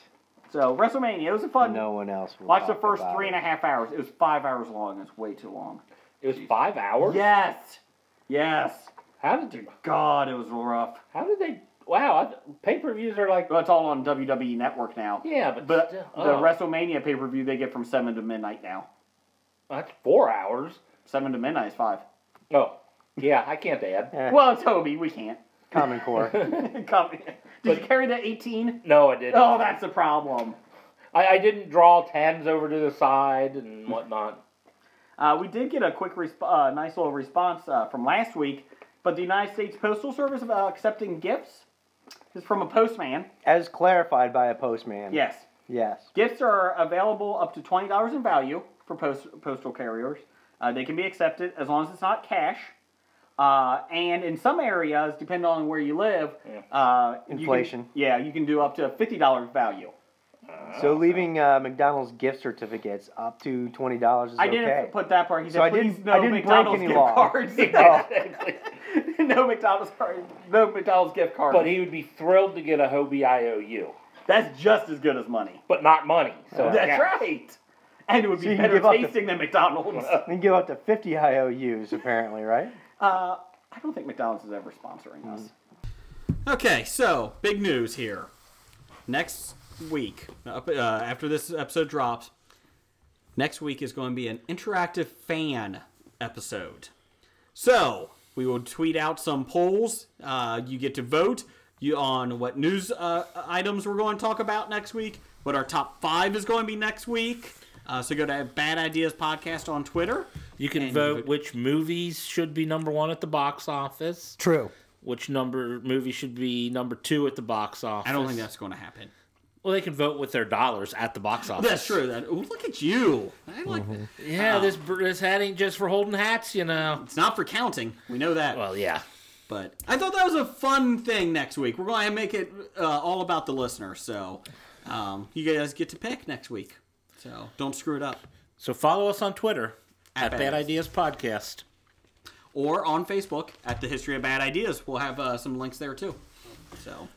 Speaker 6: So WrestleMania, it was a fun.
Speaker 7: No one else will
Speaker 6: Watch the
Speaker 7: talk
Speaker 6: first
Speaker 7: about
Speaker 6: three and
Speaker 7: it.
Speaker 6: a half hours. It was five hours long. It's way too long.
Speaker 8: It was five hours.
Speaker 6: Yes, yes.
Speaker 8: How did they?
Speaker 6: God, it was rough.
Speaker 8: How did they? Wow. I, pay-per-views are like.
Speaker 6: Well, it's all on WWE Network now.
Speaker 8: Yeah, but,
Speaker 6: But
Speaker 8: still-
Speaker 6: the
Speaker 8: oh,
Speaker 6: WrestleMania pay per view they get from seven to midnight now.
Speaker 8: That's four hours.
Speaker 6: Seven to midnight is five.
Speaker 8: Oh, yeah. I can't add.
Speaker 6: Well, Toby, we can't.
Speaker 7: Common
Speaker 6: *laughs*
Speaker 7: Core.
Speaker 6: Come- Did you carry the eighteen?
Speaker 8: No, I didn't.
Speaker 6: Oh, that's a problem.
Speaker 8: I, I didn't draw tens over to the side and whatnot.
Speaker 6: *laughs* Uh, we did get a quick, resp- uh, nice little response uh, from last week, but the United States Postal Service about accepting gifts is from a postman.
Speaker 7: As clarified by a postman.
Speaker 6: Yes,
Speaker 7: Yes.
Speaker 6: gifts are available up to twenty dollars in value for post- postal carriers. Uh, they can be accepted as long as it's not cash. Uh, and in some areas, depending on where you live, uh, you can-
Speaker 7: Inflation.
Speaker 6: yeah, you can do up to fifty dollars value.
Speaker 7: So leaving uh, McDonald's gift certificates up to twenty dollars is
Speaker 6: I
Speaker 7: okay.
Speaker 6: didn't put that part. He said,
Speaker 7: So I
Speaker 6: "Please
Speaker 7: didn't-
Speaker 6: no
Speaker 7: I didn't break
Speaker 6: McDonald's
Speaker 7: any
Speaker 6: gift
Speaker 7: law."
Speaker 6: cards." *laughs*
Speaker 7: *laughs*
Speaker 6: no McDonald's card. No McDonald's gift cards.
Speaker 8: *laughs* But he would be thrilled to get a Hobie IOU,
Speaker 6: That's just as good as money.
Speaker 8: but not money. So
Speaker 6: That's
Speaker 8: yeah.
Speaker 6: right. And it would
Speaker 7: So
Speaker 6: be
Speaker 7: you can
Speaker 6: better
Speaker 7: give up the-
Speaker 6: tasting than McDonald's.
Speaker 7: You can give up to fifty IOUs apparently, right?
Speaker 6: Uh, I don't think McDonald's is ever sponsoring us. Okay, so big news here. Next week, up- uh, after this episode drops, next week is going to be an interactive fan episode. So we will tweet out some polls. Uh, you get to vote you on what news uh, items we're going to talk about next week. What our top five is going to be next week. Uh, so go to Bad Ideas Podcast on Twitter.
Speaker 5: You can
Speaker 6: And you
Speaker 5: vote
Speaker 6: would-
Speaker 5: which movies should be number one at the box office,
Speaker 7: True.
Speaker 5: which number movie should be number two at the box office.
Speaker 6: I don't think that's going to happen.
Speaker 5: Well, they can vote with their dollars at the box office.
Speaker 6: That's true. That ooh, look at you. I like
Speaker 7: Mm-hmm.
Speaker 6: that.
Speaker 5: Yeah, this this hat ain't just for holding hats, you know.
Speaker 6: It's not for counting. We know that.
Speaker 5: Well, yeah.
Speaker 6: but I thought that was a fun thing. Next week we're going to make it uh, all about the listener. So um, you guys get to pick next week. So don't screw it up.
Speaker 5: So follow us on Twitter
Speaker 6: At
Speaker 5: at,
Speaker 6: Bad
Speaker 5: Bad Ideas Podcast.
Speaker 6: or on Facebook at the History of Bad Ideas. We'll have uh, some links there too. So,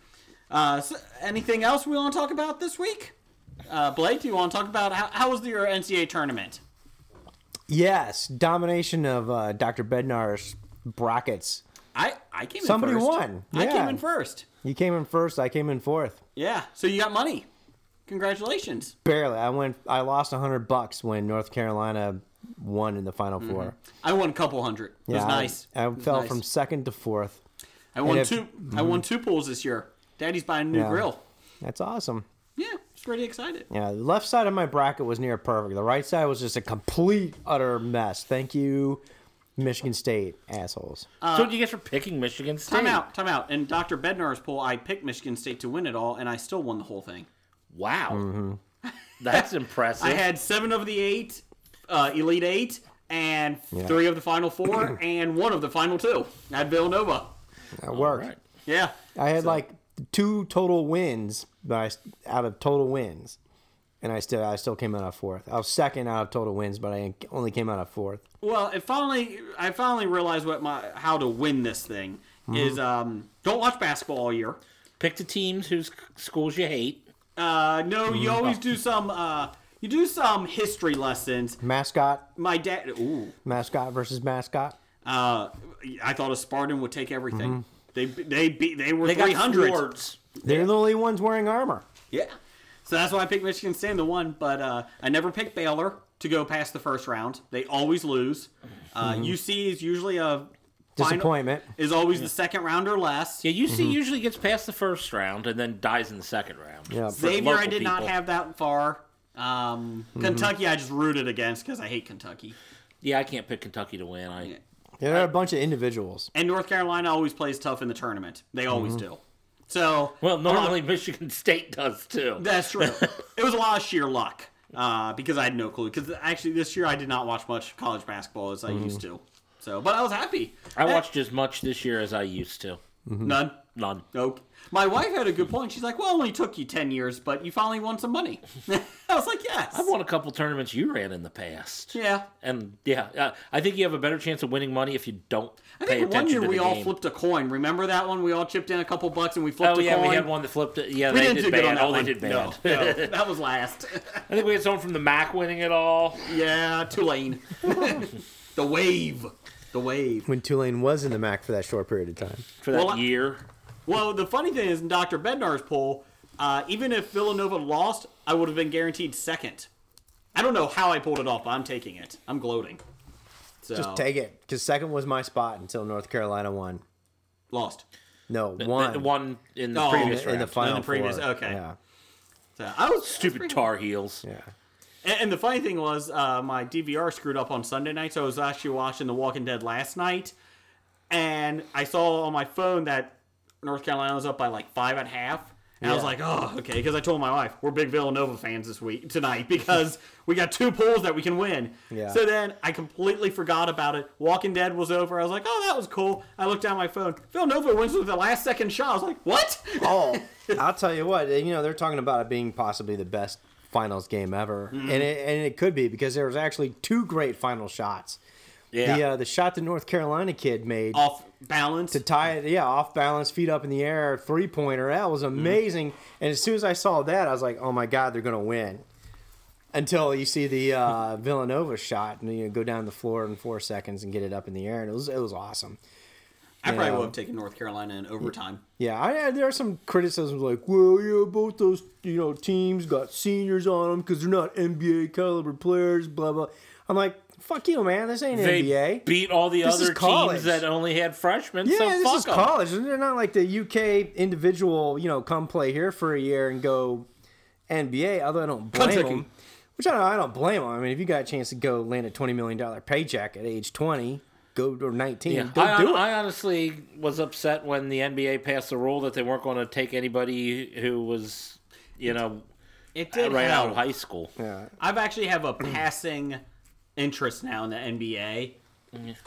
Speaker 6: uh, so anything else we want to talk about this week? Uh, Blake, do you want to talk about how, how was your NCAA tournament?
Speaker 7: Yes, domination of uh, Dr. Bednar's brackets.
Speaker 6: I I came.
Speaker 7: Somebody
Speaker 6: in first.
Speaker 7: won.
Speaker 6: I came
Speaker 7: Yeah.
Speaker 6: in first.
Speaker 7: You came in first. I came in fourth.
Speaker 6: Yeah. So you got money. Congratulations.
Speaker 7: Barely. I went. I lost hundred bucks when North Carolina won in the Final 4
Speaker 6: I won a couple hundred. Mm-hmm. It was nice.
Speaker 7: I, I
Speaker 6: It was
Speaker 7: fell
Speaker 6: nice.
Speaker 7: from second to fourth.
Speaker 6: I won
Speaker 7: and if-
Speaker 6: two. I won two pools this year. Daddy's buying a new
Speaker 7: Yeah.
Speaker 6: grill.
Speaker 7: That's awesome.
Speaker 6: Yeah, just pretty excited.
Speaker 7: Yeah, the left side of my bracket was near perfect. The right side was just a complete utter mess. Thank you, Michigan State assholes.
Speaker 5: so what do you guys for picking Michigan State?
Speaker 6: Time out, time out. In Dr. Bednar's pool, I picked Michigan State to win it all, and I still won the whole thing.
Speaker 5: Wow. *laughs* That's impressive.
Speaker 6: I had seven of the eight, uh, Elite Eight, and three of the Final
Speaker 7: *coughs*
Speaker 6: Four, and one of the Final Two at Villanova.
Speaker 7: That worked.
Speaker 5: right.
Speaker 6: Yeah.
Speaker 7: I had like two total wins, but I s- out of total wins, and I still I still came out of fourth. I was second out of total wins, but I only came out of fourth.
Speaker 6: Well, it finally, I finally realized what my how to win this thing
Speaker 7: Mm-hmm.
Speaker 6: is. Um, don't watch basketball all year.
Speaker 5: Pick the teams whose schools you hate.
Speaker 6: Uh, no, you always do some. Uh, you do some history lessons.
Speaker 7: Mascot,
Speaker 6: My dad. Ooh.
Speaker 7: mascot versus mascot.
Speaker 6: Uh, I thought a Spartan would take everything. They they beat they were
Speaker 5: Mm-hmm. They
Speaker 6: three
Speaker 5: got
Speaker 6: hundred.
Speaker 5: swords.
Speaker 7: They're the only ones wearing armor.
Speaker 6: Yeah. So that's why I picked Michigan State in the one, but uh, I never picked Baylor to go past the first round. They always lose. Uh,
Speaker 5: Mm-hmm.
Speaker 6: UC is usually a final-
Speaker 7: Disappointment.
Speaker 6: is always the second round or less.
Speaker 5: Yeah, UC usually gets past the first round and then dies in the second round.
Speaker 7: Yeah.
Speaker 6: Xavier, I
Speaker 5: local
Speaker 6: did not
Speaker 5: people. Mm-hmm.
Speaker 6: have that far. Um, Kentucky, I just rooted against because I hate Kentucky.
Speaker 5: Yeah, I can't pick Kentucky to win. I
Speaker 7: There are a bunch of individuals.
Speaker 6: And North Carolina always plays tough in the tournament. They always do. So
Speaker 5: Mm-hmm. well, normally Michigan *laughs* State does too.
Speaker 6: That's
Speaker 5: *laughs*
Speaker 6: true. it was a lot of sheer luck uh, because I had no clue. Because actually, this year I did not watch much college basketball as I
Speaker 5: Mm-hmm.
Speaker 6: used to. So, but I was happy.
Speaker 5: I watched as much this year as I used to.
Speaker 6: None.
Speaker 5: None.
Speaker 6: Nope. My wife had a good point. She's like, "Well, it only took you ten years, but you finally won some money." *laughs* I was like, "Yes."
Speaker 5: I've won a couple tournaments you ran in the past.
Speaker 6: Yeah.
Speaker 5: And yeah, uh, I think you have a better chance of winning money if you don't
Speaker 6: I
Speaker 5: pay
Speaker 6: think
Speaker 5: attention
Speaker 6: one year
Speaker 5: to the
Speaker 6: we all
Speaker 5: game.
Speaker 6: flipped a coin. Remember that one? We all chipped in a couple bucks and we flipped
Speaker 5: Oh
Speaker 6: a
Speaker 5: yeah,
Speaker 6: coin.
Speaker 5: we had one that flipped it. Yeah,
Speaker 6: We
Speaker 5: they
Speaker 6: didn't
Speaker 5: did
Speaker 6: do
Speaker 5: bad.
Speaker 6: good on that
Speaker 5: oh,
Speaker 6: one.
Speaker 5: they did
Speaker 6: No,
Speaker 5: bad.
Speaker 6: no,
Speaker 5: *laughs*
Speaker 6: that was last.
Speaker 5: I think we had someone from the Mac winning it all.
Speaker 6: yeah, Tulane. *laughs* the wave. The wave.
Speaker 7: When Tulane was in the MAC for that short period of time.
Speaker 5: for that
Speaker 6: Well, I-
Speaker 5: year.
Speaker 6: Well, the funny thing is, in Dr. Bednar's poll, uh, even if Villanova lost, I would have been guaranteed second. I don't know how I pulled it off, but I'm taking it. I'm gloating. So,
Speaker 7: Just take it, because second was my spot until North Carolina won.
Speaker 6: Lost.
Speaker 7: No,
Speaker 5: One,
Speaker 7: won
Speaker 5: one in the
Speaker 6: Oh,
Speaker 5: previous
Speaker 7: in
Speaker 5: round.
Speaker 7: the final
Speaker 6: In the previous-
Speaker 7: four.
Speaker 6: okay.
Speaker 7: Yeah,
Speaker 6: So I was
Speaker 5: Stupid Tar Heels.
Speaker 7: yeah.
Speaker 6: And, and the funny thing was, uh, my DVR screwed up on Sunday night, so I was actually watching The Walking Dead last night, and I saw on my phone that North Carolina was up by like five and a half, And I was like, oh, okay, because I told my wife we're big Villanova fans this week tonight *laughs* because we got two pools that we can win.
Speaker 7: Yeah.
Speaker 6: So then I completely forgot about it. Walking Dead was over. I was like, oh, that was cool. I looked down my phone. Villanova wins with the last second shot. I was like, what?
Speaker 7: *laughs*
Speaker 6: *laughs*
Speaker 7: Oh, I'll tell you what. You know, they're talking about it being possibly the best finals game ever, and it, and it could be because there was actually two great final shots.
Speaker 5: Yeah.
Speaker 7: The uh, the shot the North Carolina kid made
Speaker 6: Off balance.
Speaker 7: to tie it, yeah, off balance, feet up in the air, three pointer. That was amazing. And as soon as I saw that, I was like, oh my god, they're gonna win. Until you see the uh, Villanova shot and you know, go down the floor in four seconds and get it up in the air, and it was it was awesome.
Speaker 6: I probably
Speaker 7: Yeah.
Speaker 6: would have taken North Carolina in overtime.
Speaker 7: Yeah, I, I- there are some criticisms like, well, yeah, both those you know teams got seniors on them because they're not NBA caliber players, blah blah. I'm like, fuck you, man, this ain't
Speaker 5: They
Speaker 7: NBA.
Speaker 5: beat all the
Speaker 7: This is
Speaker 5: other
Speaker 7: college.
Speaker 5: teams that only had freshmen.
Speaker 7: yeah,
Speaker 5: so
Speaker 7: this
Speaker 5: fuck
Speaker 7: is
Speaker 5: 'em.
Speaker 7: college. They're not like the UK individual, you know, come play here for a year and go NBA. Although I don't blame
Speaker 6: Kentucky.
Speaker 7: them, which I don't, I don't blame them. I mean, if you got a chance to go land a twenty million dollar paycheck at age twenty, go or nineteen,
Speaker 5: Yeah,
Speaker 7: go
Speaker 5: I,
Speaker 7: do it.
Speaker 5: I honestly was upset when the NBA passed the rule that they weren't going to take anybody who was, you know,
Speaker 6: It
Speaker 5: right out of high school.
Speaker 6: I've actually have a passing interest now in the NBA.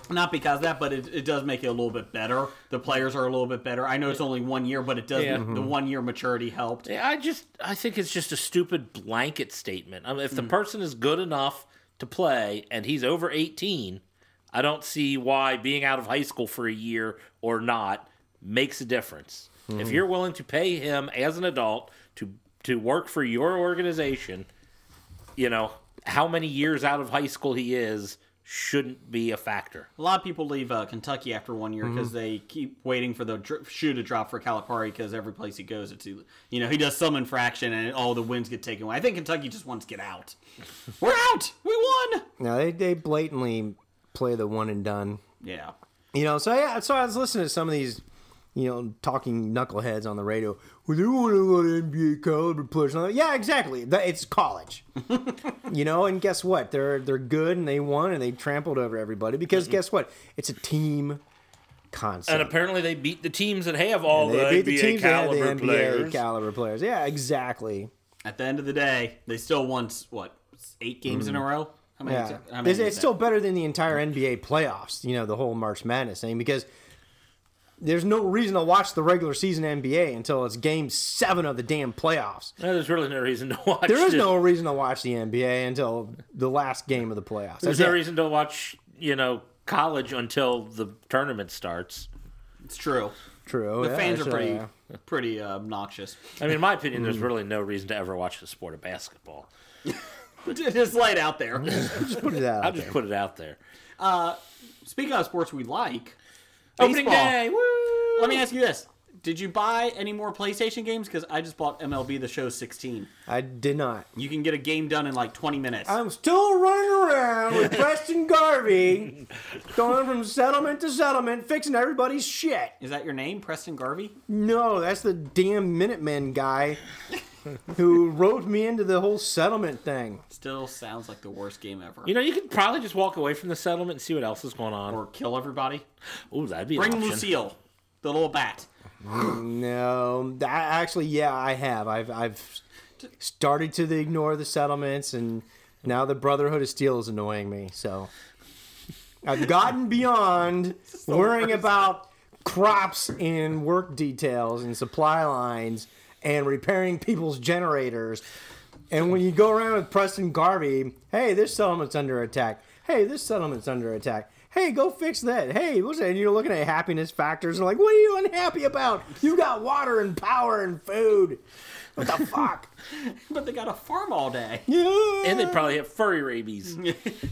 Speaker 6: Not because of that, but it, it does make it a little bit better. The players are a little bit better. I know it's only one year, but it does.
Speaker 5: Yeah.
Speaker 6: The
Speaker 7: Mm-hmm.
Speaker 6: one year maturity helped.
Speaker 5: Yeah, I just I think it's just a stupid blanket statement. I mean,
Speaker 7: Hmm.
Speaker 5: if the person is good enough to play and he's over 18, I don't see why being out of high school for a year or not makes a difference. If
Speaker 7: Hmm.
Speaker 5: you're willing to pay him as an adult to to work for your organization, you know, how many years out of high school he is shouldn't be a factor.
Speaker 6: A lot of people leave uh, Kentucky after one year
Speaker 7: Mm-hmm.
Speaker 6: because they keep waiting for the dr- shoe to drop for Calipari because every place he goes, it's either- you know he does some infraction and all the wins get taken away. I think Kentucky just wants to get out. We're out. We won.
Speaker 7: No, they they blatantly play the one and done.
Speaker 6: Yeah.
Speaker 7: You know, so yeah, so I was listening to some of these, you know, talking knuckleheads on the radio. Well, they want a lot of NBA caliber players. And I'm like, yeah, exactly. That- It's
Speaker 5: *laughs*
Speaker 7: college, you know. And guess what? They're they're good and they won and they trampled over everybody because guess what? It's a team concept.
Speaker 5: And apparently they beat the teams that have all
Speaker 7: And
Speaker 5: the
Speaker 7: they
Speaker 5: NBA caliber players.
Speaker 7: caliber players. Yeah, exactly.
Speaker 6: At the end of the day, they still won s- what eight games in a row. How many?
Speaker 7: Mm-hmm. Yeah,
Speaker 6: how many
Speaker 7: it's,
Speaker 6: is
Speaker 7: it's
Speaker 6: that?
Speaker 7: still better than the entire NBA playoffs. You know, the whole March Madness thing because there's no reason to watch the regular season NBA until it's Game Seven of the damn playoffs.
Speaker 5: No, there's really no reason to *laughs* watch.
Speaker 7: There is
Speaker 5: this.
Speaker 7: no reason to watch the NBA until the last game of the playoffs.
Speaker 5: There's
Speaker 7: That's
Speaker 5: no
Speaker 7: it.
Speaker 5: reason to watch, you know, college until the tournament starts.
Speaker 6: It's true.
Speaker 7: True.
Speaker 6: The
Speaker 7: yeah,
Speaker 6: fans are
Speaker 7: sure,
Speaker 6: pretty
Speaker 7: yeah.
Speaker 6: pretty uh, obnoxious. *laughs*
Speaker 5: I mean, in my opinion,
Speaker 7: Mm-hmm.
Speaker 5: there's really no reason to ever watch the sport of basketball.
Speaker 6: Just lay it out there.
Speaker 7: Just put it
Speaker 5: *laughs*
Speaker 7: out.
Speaker 5: I'll just put it out there.
Speaker 6: Speaking of sports we like,
Speaker 5: Opening
Speaker 6: baseball.
Speaker 5: day, woo!
Speaker 6: Let me ask you this: Did you buy any more PlayStation games? Because I just bought MLB The Show 16.
Speaker 7: I did not.
Speaker 6: You can get a game done in like 20 minutes.
Speaker 7: I'm still running around with Preston Garvey, going from settlement to settlement, fixing everybody's shit.
Speaker 6: Is that your name, Preston Garvey?
Speaker 7: No, that's the damn Minutemen guy who roped me into the whole settlement thing.
Speaker 6: Still sounds like the worst game ever.
Speaker 5: You know, you could probably just walk away from the settlement and see what else is going on.
Speaker 6: or kill everybody.
Speaker 5: Oh, that'd be an
Speaker 6: Bring
Speaker 5: option.
Speaker 6: Lucille, the little bat.
Speaker 7: No, I, actually, yeah, I have. I've I've started to ignore the settlements, and now the Brotherhood of Steel is annoying me. So I've gotten beyond worrying about crops and work details and supply lines and repairing people's generators. And when you go around with Preston Garvey, hey, this settlement's under attack. Hey, this settlement's under attack. Hey, go fix that. Hey, what's that? And you're looking at happiness factors and like, what are you unhappy about? You got water and power and food. What
Speaker 6: *laughs*
Speaker 7: the fuck?
Speaker 6: But they got to farm all day. *laughs*
Speaker 7: Yeah.
Speaker 5: And they probably have furry
Speaker 7: Mm-hmm.
Speaker 5: rabies.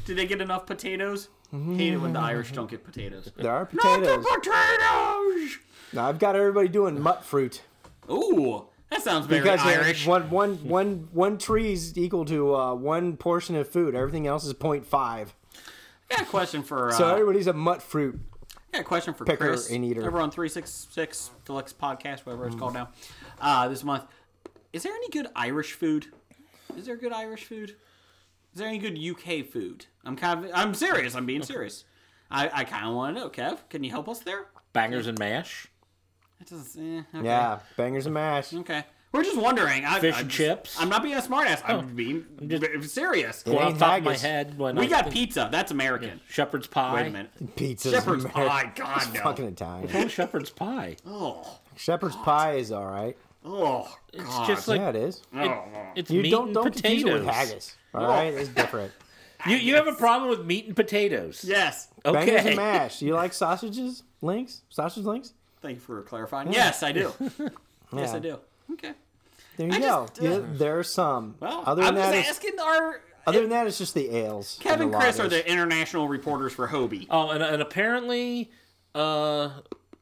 Speaker 6: Did they get enough potatoes? Hate it when the Irish don't get potatoes.
Speaker 7: There are potatoes.
Speaker 6: Potatoes.
Speaker 7: Now, I've got everybody doing mutt fruit.
Speaker 6: Ooh, that sounds very
Speaker 7: Because uh,
Speaker 6: Irish.
Speaker 7: one, one, one, one tree is equal to uh, one portion of food. Everything else is 0.5.
Speaker 6: I got a question for. Uh,
Speaker 7: So everybody's a mutt fruit.
Speaker 6: I got a question for
Speaker 7: Picker
Speaker 6: Chris.
Speaker 7: and eater. Mm.
Speaker 6: Over on three six six Deluxe Podcast, whatever it's called now. Uh, this month, is there any good Irish food? Is there good Irish food? Is there any good UK food? I'm kind of. I'm serious. I'm being
Speaker 7: *laughs*
Speaker 6: serious. I, I kind of want to know, Kev. Can you help us there?
Speaker 5: Bangers and mash.
Speaker 6: That doesn't. Eh, okay.
Speaker 7: Yeah, bangers and mash.
Speaker 6: Okay. We're just wondering. I,
Speaker 5: Fish
Speaker 6: I'm
Speaker 5: and
Speaker 6: just-
Speaker 5: chips? Oh.
Speaker 6: I'm not being a smartass. I'm being v- serious.
Speaker 5: Well, off
Speaker 7: ain't
Speaker 5: the top of my
Speaker 7: haggis.
Speaker 5: head, when
Speaker 6: we
Speaker 5: I
Speaker 6: got
Speaker 5: think-
Speaker 6: pizza. That's American.
Speaker 5: shepherd's pie.
Speaker 6: Wait a minute.
Speaker 7: Pizza's
Speaker 6: Shepherd's
Speaker 7: American.
Speaker 6: pie. God
Speaker 7: It's
Speaker 6: no.
Speaker 7: fucking Italian.
Speaker 5: Oh, shepherd's pie.
Speaker 6: Oh,
Speaker 7: Shepherd's pie is all right.
Speaker 6: oh,
Speaker 5: It's
Speaker 6: God.
Speaker 5: just like
Speaker 7: yeah, it is.
Speaker 5: it's
Speaker 7: You
Speaker 5: meat
Speaker 7: don't
Speaker 5: and
Speaker 7: don't confuse it
Speaker 5: potatoes.
Speaker 7: with haggis. All right, it's different.
Speaker 5: You you have a problem with meat and potatoes.
Speaker 6: yes.
Speaker 7: Bangers
Speaker 5: *laughs* Okay.
Speaker 7: and mash. You like sausages? Links? Sausage links?
Speaker 6: Thank you for clarifying. Yes, I do. Yes,
Speaker 7: Yeah.
Speaker 6: I do. Okay.
Speaker 7: There you
Speaker 6: I
Speaker 7: go.
Speaker 6: just- uh,
Speaker 7: Yeah, there are some.
Speaker 6: Well,
Speaker 7: other
Speaker 6: I'm
Speaker 7: than
Speaker 6: just
Speaker 7: that, it's,
Speaker 6: asking. Are
Speaker 7: other than that, it's just the ales. and
Speaker 6: Kevin
Speaker 7: the
Speaker 6: Chris are
Speaker 7: lagers.
Speaker 6: the international reporters for Hobie?
Speaker 5: Oh, and, and apparently, uh,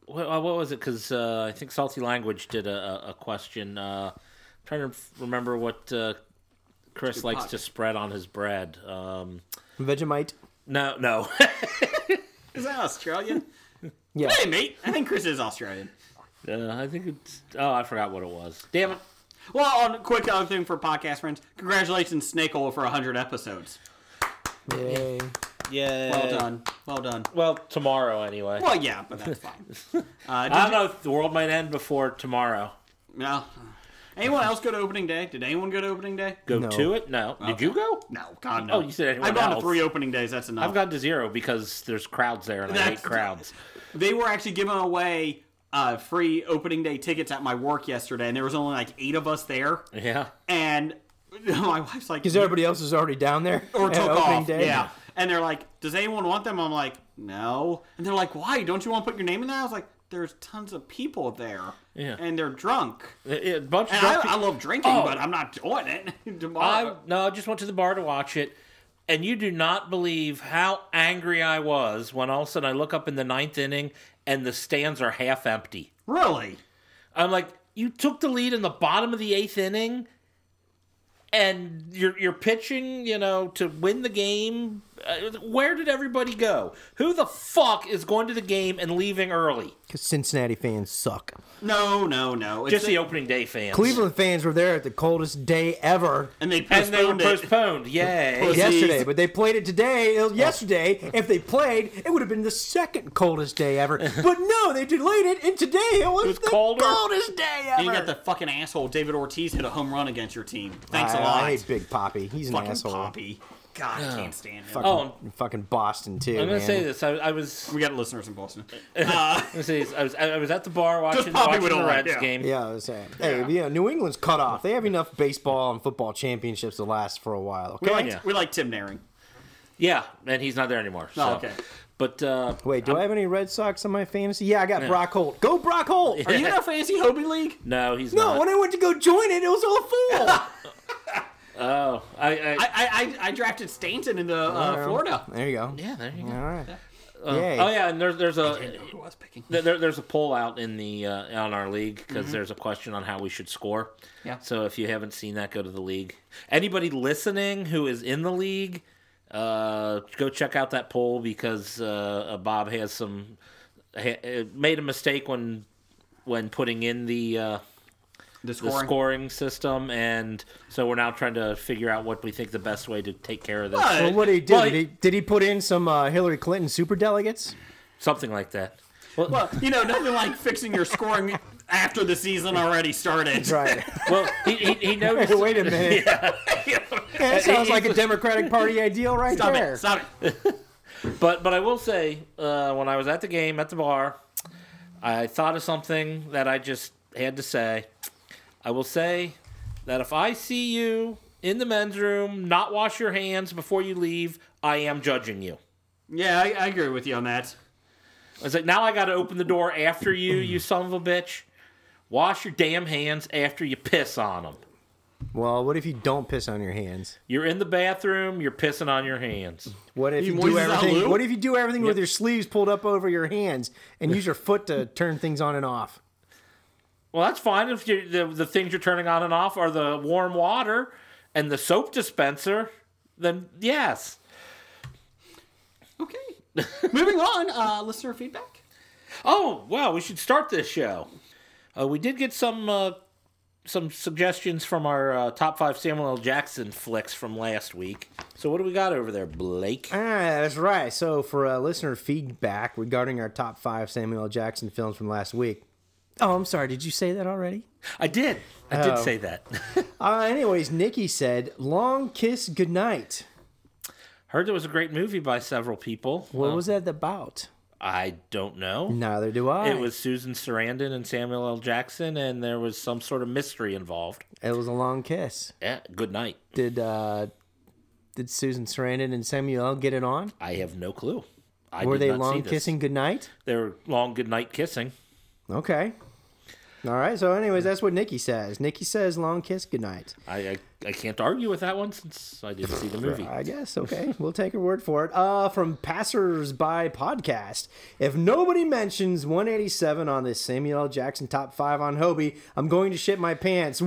Speaker 5: what, what was it? Because uh, I think Salty Language did a, a- a question. Uh, trying to f- remember what uh, Chris likes to spread on his bread. Um,
Speaker 7: Vegemite?
Speaker 5: no, no. *laughs*
Speaker 6: Is that Australian?
Speaker 7: Yeah.
Speaker 6: Hey, mate. I think Chris is Australian.
Speaker 5: uh, I think it's. Oh, I forgot what it was. Damn it.
Speaker 6: Well, on a quick other thing for podcast friends, congratulations, Snake Oil, for 100 episodes.
Speaker 7: Yay.
Speaker 5: Yeah.
Speaker 6: Well done. Well done.
Speaker 5: Well, tomorrow anyway.
Speaker 6: Well, yeah, but that's fine.
Speaker 7: *laughs*
Speaker 6: Uh,
Speaker 5: I
Speaker 6: did
Speaker 5: don't know if the world might end before tomorrow.
Speaker 6: you, no. Anyone else go to opening day? Did anyone go to opening day?
Speaker 5: Go
Speaker 7: No.
Speaker 5: to it? No. Did you go?
Speaker 6: No, God no.
Speaker 5: Oh, you said anyone
Speaker 6: I've gone to
Speaker 5: else.
Speaker 6: three opening days. That's enough.
Speaker 5: I've gone to zero because there's crowds there and I hate
Speaker 6: That's-
Speaker 5: crowds.
Speaker 6: They were actually giving away uh, free opening day tickets at my work yesterday, and there was only like eight of us there.
Speaker 5: Yeah.
Speaker 6: And *laughs* my wife's like,
Speaker 7: Because everybody else is already down there.
Speaker 6: or
Speaker 7: at
Speaker 6: took
Speaker 7: opening
Speaker 6: off. Yeah. And they're like, does anyone want them? I'm like, no. And they're like, why? Don't you want to put your name in that? I was like, there's tons of people there.
Speaker 5: Yeah.
Speaker 6: And they're drunk.
Speaker 5: A a bunch of
Speaker 6: And
Speaker 5: drunk
Speaker 6: I, I
Speaker 5: people-
Speaker 6: love drinking,
Speaker 5: Oh.
Speaker 6: but I'm not doing it *laughs*
Speaker 5: I
Speaker 6: tomorrow.
Speaker 5: no, I just went to the bar to watch it, and you do not believe how angry I was when all of a sudden I look up in the ninth inning and the stands are half empty.
Speaker 6: really?
Speaker 5: I'm like, you took the lead in the bottom of the eighth inning, and you're you're pitching, you know, to win the game. Uh, where did everybody go? Who the fuck is going to the game and leaving early?
Speaker 7: Because Cincinnati fans suck.
Speaker 6: No, no, no. It's
Speaker 5: Just the opening day fans.
Speaker 7: Cleveland fans were there at the coldest day ever
Speaker 6: and they
Speaker 5: and
Speaker 6: postponed
Speaker 5: they were
Speaker 6: it.
Speaker 5: postponed. Yay.
Speaker 6: Pussy.
Speaker 7: yesterday, but they played it today. uh, Yesterday, if they played, it would have been the second coldest day ever. But no, they delayed it, and today it was,
Speaker 5: was
Speaker 7: the
Speaker 5: colder.
Speaker 7: coldest day ever.
Speaker 6: And you got the fucking asshole David Ortiz hit a home run against your team. Thanks a
Speaker 7: I-
Speaker 6: lot.
Speaker 7: I hate Big Poppy. He's an
Speaker 6: fucking
Speaker 7: asshole.
Speaker 6: Poppy. God, I can't stand him.
Speaker 7: Fucking,
Speaker 5: Oh,
Speaker 7: fucking Boston too.
Speaker 5: I'm gonna
Speaker 7: man.
Speaker 5: say this. I, I was
Speaker 6: We got listeners in
Speaker 5: *laughs*
Speaker 6: Boston.
Speaker 5: I was, I was, I was at the bar watching,
Speaker 6: Poppy
Speaker 5: watching
Speaker 6: we
Speaker 5: the
Speaker 6: don't like,
Speaker 5: Reds
Speaker 6: yeah.
Speaker 5: game.
Speaker 7: Yeah, I was saying. Hey, yeah. New England's cut off. They have enough baseball and football championships to last for a while.
Speaker 6: We
Speaker 7: Okay.
Speaker 6: like,
Speaker 5: Yeah.
Speaker 6: we like Tim Naring.
Speaker 5: Yeah, and he's not there anymore. So.
Speaker 6: Oh, okay.
Speaker 5: But uh,
Speaker 7: Wait, do i have any Red Sox on my fantasy? Yeah, I got Brock Holt. Go Brock Holt.
Speaker 6: Are you in a fancy Hobie League?
Speaker 5: no, he's
Speaker 7: No,
Speaker 5: not.
Speaker 7: when I went to go join it, it was all full.
Speaker 5: Oh, I, I,
Speaker 6: I, I, I, I drafted Stainton in the uh, Florida.
Speaker 7: There you go.
Speaker 5: yeah, there you go.
Speaker 7: All right. Yay.
Speaker 5: Oh yeah, and there's there's
Speaker 6: I
Speaker 5: a
Speaker 6: know who I was picking. Mm-hmm.
Speaker 5: there, there- there's a poll out in the uh, on our league because there's a question on how we should score.
Speaker 6: Yeah.
Speaker 5: So if you haven't seen that, go to the league. Anybody listening who is in the league, uh, go check out that poll because uh, uh, Bob has some ha- uh, made a mistake when when putting in the. Uh,
Speaker 6: The
Speaker 5: the
Speaker 6: scoring.
Speaker 5: scoring system, and so we're now trying to figure out what we think the best way to take care of this,
Speaker 6: But-
Speaker 7: Uh, Well, what did he do?
Speaker 5: Well,
Speaker 7: did, he, did he put in some uh, Hillary Clinton super delegates?
Speaker 5: something like that. Well,
Speaker 6: Well, you know, nothing like fixing your scoring after the season already
Speaker 5: *laughs*
Speaker 6: started.
Speaker 7: *laughs* Right.
Speaker 5: well, he,
Speaker 7: *laughs*
Speaker 5: he, he
Speaker 7: Hey,
Speaker 5: noticed.
Speaker 7: wait a minute. Yeah, that sounds like a Democratic Party ideal right
Speaker 6: Stop
Speaker 7: there.
Speaker 6: it. Stop it.
Speaker 5: But but I will say, uh, when I was at the game at the bar, I thought of something that I just had to say. I will say that if I see you in the men's room, not wash your hands before you leave, I am judging you.
Speaker 6: Yeah, I, I agree with you on that. *laughs*
Speaker 5: I was like, now I got to open the door after you, you son of a bitch. Wash your damn hands after you piss on them.
Speaker 7: Well, what if you don't piss on your hands?
Speaker 5: You're in the bathroom, you're pissing on your hands.
Speaker 7: What if you, do
Speaker 6: moisten that
Speaker 7: everything?
Speaker 6: lube?
Speaker 7: What if you do everything with your sleeves pulled up over your hands and use your foot to turn things on and off?
Speaker 5: Well, that's fine if you the, the things you're turning on and off are the warm water and the soap dispenser, then yes.
Speaker 6: Okay. *laughs* Moving on. Uh, listener feedback.
Speaker 5: Oh, well, we should start this show. Uh, we did get some uh, some suggestions from our uh, top 5 Samuel L. Jackson flicks from last week. So what do we got over there, Blake?
Speaker 7: Ah, that's right. So, for uh, listener feedback regarding our top five Samuel L. Jackson films from last week, Oh, I'm sorry. Did you say that already?
Speaker 5: I did. I did say that. *laughs*
Speaker 7: Uh, anyways, Nikki said, "Long kiss, goodnight."
Speaker 5: Heard there was a great movie by several people.
Speaker 7: What was that about?
Speaker 5: I don't know.
Speaker 7: Neither do I.
Speaker 5: It was Susan Sarandon and Samuel L. Jackson, and there was some sort of mystery involved.
Speaker 7: It was a long kiss.
Speaker 5: Yeah, good night.
Speaker 7: Did uh, did Susan Sarandon and Samuel L. get it on?
Speaker 5: I have no clue. I
Speaker 7: Were
Speaker 5: did
Speaker 7: they
Speaker 5: not see
Speaker 7: long
Speaker 5: this.
Speaker 7: kissing goodnight?
Speaker 5: They were long good night kissing.
Speaker 7: Okay. All right. So, anyways, that's what Nikki says. Nikki says, "Long kiss, goodnight."
Speaker 5: I, I I can't argue with that one since I didn't see the movie.
Speaker 7: I guess. Okay. *laughs* we'll take her word for it. Uh, from Passersby Podcast. If nobody mentions 187 on this Samuel L. Jackson top five on Hobie, I'm going to shit my pants.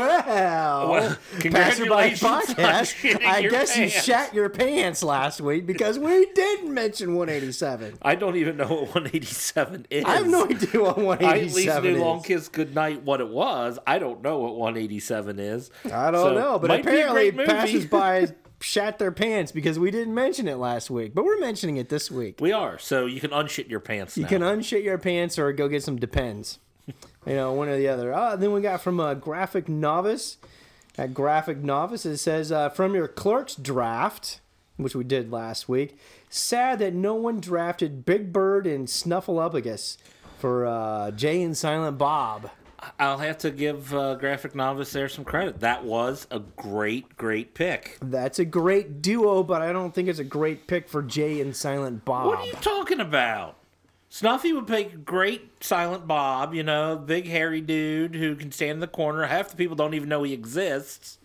Speaker 7: Well,
Speaker 5: Well, congratulations on *laughs* shitting
Speaker 7: I
Speaker 5: your
Speaker 7: guess you
Speaker 5: pants.
Speaker 7: shat your pants last week because we didn't mention 187.
Speaker 5: I don't even know what 187 is.
Speaker 7: I have no idea what
Speaker 5: I at
Speaker 7: 187
Speaker 5: least knew
Speaker 7: is.
Speaker 5: Long Kiss Goodnight what it was. I don't know what 187 is.
Speaker 7: I don't
Speaker 5: So,
Speaker 7: know, but
Speaker 5: might be a
Speaker 7: apparently
Speaker 5: great movie. *laughs*
Speaker 7: passersby shat their pants because we didn't mention it last week, but we're mentioning it this week.
Speaker 5: We are. So you can unshit your pants
Speaker 7: You
Speaker 5: now.
Speaker 7: can unshit your pants or go get some Depends. *laughs* You know, one or the other. Uh, then we got from a graphic novice. At graphic novice, it says uh, from your clerk's draft, which we did last week. Sad that no one drafted Big Bird and Snuffleupagus for uh, Jay and Silent Bob.
Speaker 5: I'll have to give uh, Graphic Novice there some credit. That was a great, great pick.
Speaker 7: That's a great duo, but I don't think it's a great pick for Jay and Silent Bob.
Speaker 5: What are you talking about? Snuffy would pick a great Silent Bob, you know, big hairy dude who can stand in the corner. Half the people don't even know he exists.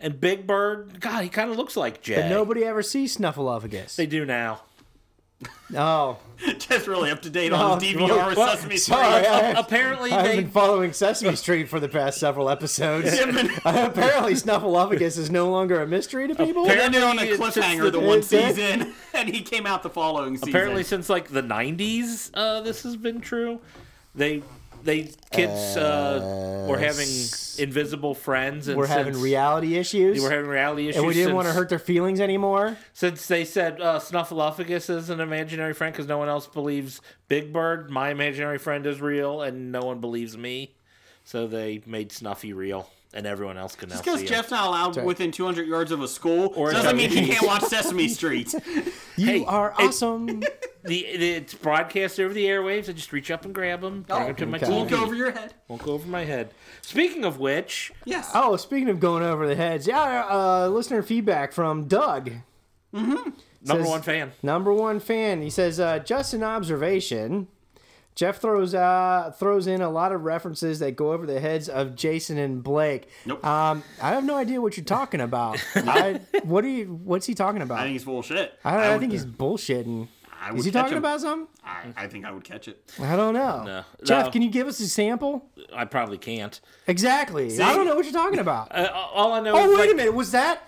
Speaker 5: And Big Bird, God, he kind of looks like Jay.
Speaker 7: But nobody ever sees Snuffleupagus.
Speaker 5: they do now.
Speaker 7: Oh,
Speaker 6: Just really up to date
Speaker 7: No,
Speaker 6: on his DVR with
Speaker 5: well, uh,
Speaker 6: Sesame Street.
Speaker 7: sorry. I,
Speaker 5: Apparently,
Speaker 7: I've
Speaker 5: they
Speaker 7: been following Sesame Street for the past several episodes. *laughs* Apparently, Snuffleupagus is no longer a mystery to people.
Speaker 5: Apparently-
Speaker 6: And they're on a
Speaker 5: It's just
Speaker 6: cliffhanger
Speaker 5: the-
Speaker 6: the, one
Speaker 7: it's it.
Speaker 6: season, *laughs* and he came out the following season.
Speaker 5: apparently since like the 90s uh, this has been true they they kids uh, were having invisible friends and
Speaker 7: We're having
Speaker 5: since-
Speaker 7: reality
Speaker 5: they
Speaker 7: issues,
Speaker 5: were having reality issues
Speaker 7: and we didn't
Speaker 5: since,
Speaker 7: want to hurt their feelings anymore.
Speaker 5: since they said uh, snuffleupagus is an imaginary friend because no one else believes big bird my imaginary friend is real and no one believes me so they made snuffy real and everyone else can now
Speaker 6: Just because
Speaker 5: see him.
Speaker 6: Jeff's not allowed within 200 yards of a school
Speaker 5: Or
Speaker 6: doesn't mean he
Speaker 5: Wendy's.
Speaker 6: can't watch Sesame Street.
Speaker 7: You
Speaker 5: Hey,
Speaker 7: are
Speaker 5: it- *laughs*
Speaker 7: awesome.
Speaker 5: the, it's broadcast over the airwaves i just reach up and grab them bring them to my
Speaker 7: okay.
Speaker 5: TV.
Speaker 6: Won't go over your head.
Speaker 5: won't go over my head speaking of which
Speaker 6: Yes.
Speaker 7: oh, speaking of going over the heads, yeah, uh, listener feedback from Doug.
Speaker 5: number
Speaker 7: Says-
Speaker 5: one fan
Speaker 7: Number one fan. He says, uh, just an observation. Jeff throws uh, throws in a lot of references that go over the heads of Jason and Blake.
Speaker 6: Nope.
Speaker 7: Um, I have no idea what you're talking about.
Speaker 6: *laughs*
Speaker 7: I, what are you? What's he talking about?
Speaker 6: I think it's bullshit.
Speaker 7: I, don't- I
Speaker 6: would-
Speaker 7: think he's bullshitting.
Speaker 6: I would
Speaker 7: Is he
Speaker 6: catch
Speaker 7: talking
Speaker 6: him.
Speaker 7: about something?
Speaker 6: I, I think I would catch it.
Speaker 7: I don't know.
Speaker 5: No.
Speaker 7: Jeff,
Speaker 5: No.
Speaker 7: can you give us a sample?
Speaker 5: I probably can't.
Speaker 7: Exactly. I don't know what you're talking about.
Speaker 5: Uh, all *laughs* I know.
Speaker 7: oh,
Speaker 5: is
Speaker 7: wait
Speaker 5: like,
Speaker 7: a minute. Was that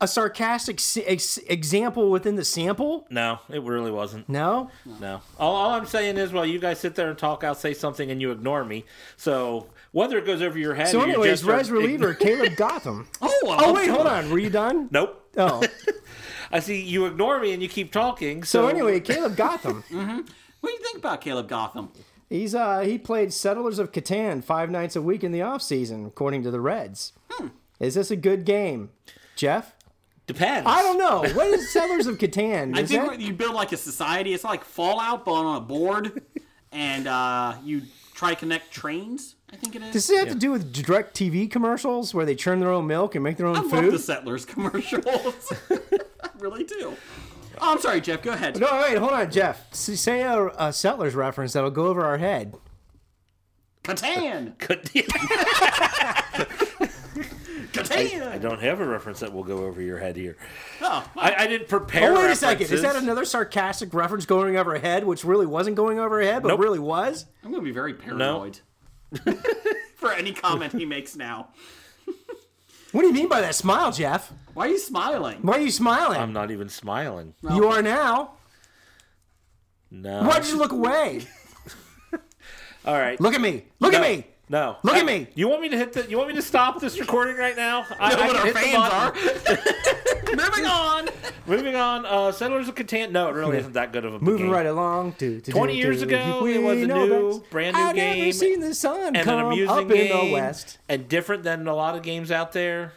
Speaker 7: a sarcastic s- ex- example within the sample?
Speaker 5: No, it really wasn't.
Speaker 7: No.
Speaker 5: No. All, all I'm saying is, while you guys sit there and talk, I'll say something and you ignore me. So whether it goes over your head.
Speaker 7: So,
Speaker 5: or you
Speaker 7: anyways,
Speaker 5: just are
Speaker 7: Res Reliever,
Speaker 5: ign-
Speaker 6: *laughs*
Speaker 7: Caleb Gotham. *laughs*
Speaker 6: Oh, I
Speaker 7: Oh
Speaker 6: love
Speaker 7: wait,
Speaker 6: to-
Speaker 7: hold on. Were you done?
Speaker 5: *laughs* Nope.
Speaker 6: *laughs*
Speaker 7: Oh,
Speaker 5: I see you ignore me and you keep talking. So,
Speaker 7: so
Speaker 6: uh,
Speaker 7: anyway, Caleb Gotham.
Speaker 6: What do you think about Caleb Gotham?
Speaker 7: He's uh he played Settlers of Catan five nights a week in the off season, according to the Reds. Is this a good game, Jeff?
Speaker 5: depends.
Speaker 7: I don't know. What is Settlers of
Speaker 6: *laughs*
Speaker 7: Catan?
Speaker 6: I
Speaker 7: Is
Speaker 6: think
Speaker 7: that-
Speaker 6: you build like a society. It's like Fallout, but on a board, and uh, you try to connect trains. I think it is.
Speaker 7: Does it have to do with direct TV commercials where they churn their own milk and make their own
Speaker 6: I love
Speaker 7: food?
Speaker 6: the
Speaker 7: *laughs*
Speaker 6: settlers commercials. *laughs* I really do. Oh, I'm sorry, Jeff. Go ahead.
Speaker 7: No, wait, hold on, Jeff. S- Say a, a Settlers reference that'll go over our head. *laughs*
Speaker 6: Catan.
Speaker 5: Could- I
Speaker 6: Catan.
Speaker 5: don't have a reference that will go over your head here.
Speaker 6: Oh, well,
Speaker 5: I, I didn't prepare.
Speaker 7: Oh, wait a
Speaker 5: references.
Speaker 7: second. Is that another sarcastic reference going over our head, which really wasn't going over our head, but
Speaker 5: Nope.
Speaker 7: really was?
Speaker 6: I'm gonna be very paranoid *laughs* for any comment he makes now.
Speaker 7: What do you mean by that smile, Jeff?
Speaker 6: Why are you smiling?
Speaker 7: Why are you smiling?
Speaker 5: I'm not even smiling.
Speaker 7: You are now.
Speaker 5: No.
Speaker 7: Why did you look away?
Speaker 5: All right.
Speaker 7: Look at me. Look
Speaker 5: No.
Speaker 7: at me.
Speaker 5: No.
Speaker 7: Look at
Speaker 5: I-
Speaker 7: me. *laughs*
Speaker 5: You want me to hit the? You want me to stop this recording right now? I,
Speaker 6: know
Speaker 5: I
Speaker 6: what
Speaker 5: can
Speaker 6: our
Speaker 5: hit the
Speaker 6: fans are.
Speaker 5: button. *laughs*
Speaker 6: Moving on.
Speaker 5: Moving on, uh, Settlers of Catan. No, it really isn't that good of a
Speaker 7: Moving
Speaker 5: game.
Speaker 7: right along to, to
Speaker 5: 20 years ago, it was a new- brand new
Speaker 7: I've
Speaker 5: game
Speaker 7: never seen the sun
Speaker 5: and
Speaker 7: come
Speaker 5: an amusing
Speaker 7: up
Speaker 5: game,
Speaker 7: in the west.
Speaker 5: and different than a lot of games out there.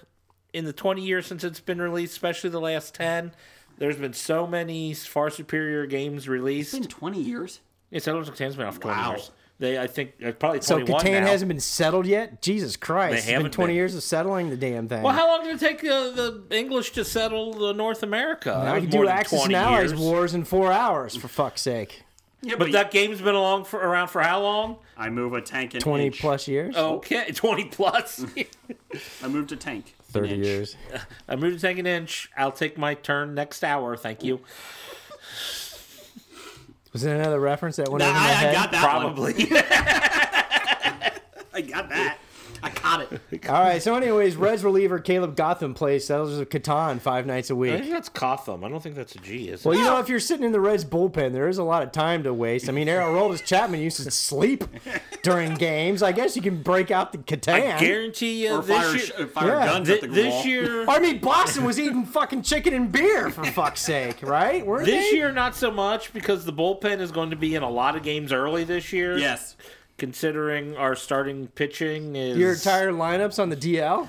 Speaker 5: In the 20 years since it's been released, especially the last 10, there's been so many far superior games released.
Speaker 6: It's been 20 years.
Speaker 5: yeah, Settlers of Catan's been out for 20
Speaker 6: Wow.
Speaker 5: years. They, I think, uh, probably
Speaker 7: So
Speaker 5: 21
Speaker 7: Catan
Speaker 5: now.
Speaker 7: hasn't been settled yet. Jesus Christ!
Speaker 5: They
Speaker 7: it's been
Speaker 5: haven't
Speaker 7: twenty
Speaker 5: been.
Speaker 7: years of settling the damn thing.
Speaker 5: Well, how long did it take uh, the English to settle the North America? That
Speaker 7: now
Speaker 5: was
Speaker 7: you
Speaker 5: more
Speaker 7: do
Speaker 5: than
Speaker 7: Axis
Speaker 5: 20
Speaker 7: and Allies
Speaker 5: years.
Speaker 7: wars in four hours for fuck's sake.
Speaker 6: Yeah,
Speaker 5: But that game's been along for around for how long?
Speaker 6: I move a tank an
Speaker 7: Twenty
Speaker 6: inch.
Speaker 7: plus years.
Speaker 5: Okay, 20 plus. *laughs*
Speaker 6: I moved a tank. an
Speaker 7: 30
Speaker 6: inch.
Speaker 7: years.
Speaker 5: I moved to take an inch. I'll take my turn next hour. Thank you.
Speaker 7: Was there another reference that went
Speaker 6: Nah,
Speaker 7: over my
Speaker 6: I, I
Speaker 7: head?
Speaker 6: got that. one. *laughs*
Speaker 5: Probably.
Speaker 6: I got that. I caught it.
Speaker 5: *laughs*
Speaker 7: All right. So, anyways, Reds reliever Caleb Gotham plays Settlers of Catan five nights a
Speaker 5: I
Speaker 7: week.
Speaker 5: think that's Cotham. I don't think that's a G, is it?
Speaker 7: Well, you know, if you're sitting in the Reds bullpen, there is a lot of time to waste. I mean, Aroldis Chapman used to sleep during games. I guess you can break out the Catan.
Speaker 5: I guarantee you
Speaker 6: Or
Speaker 5: this
Speaker 6: fire, sh- uh,
Speaker 5: year.
Speaker 6: fire
Speaker 7: Yeah.
Speaker 6: guns
Speaker 5: thi-
Speaker 6: at the wall.
Speaker 5: this year,
Speaker 7: I mean, Boston was eating fucking chicken and beer for fuck's sake, right? Were
Speaker 5: this
Speaker 7: they?
Speaker 5: year not so much because the bullpen is going to be in a lot of games early this year.
Speaker 6: Yes.
Speaker 5: considering our starting pitching is
Speaker 7: your entire lineups on the DL.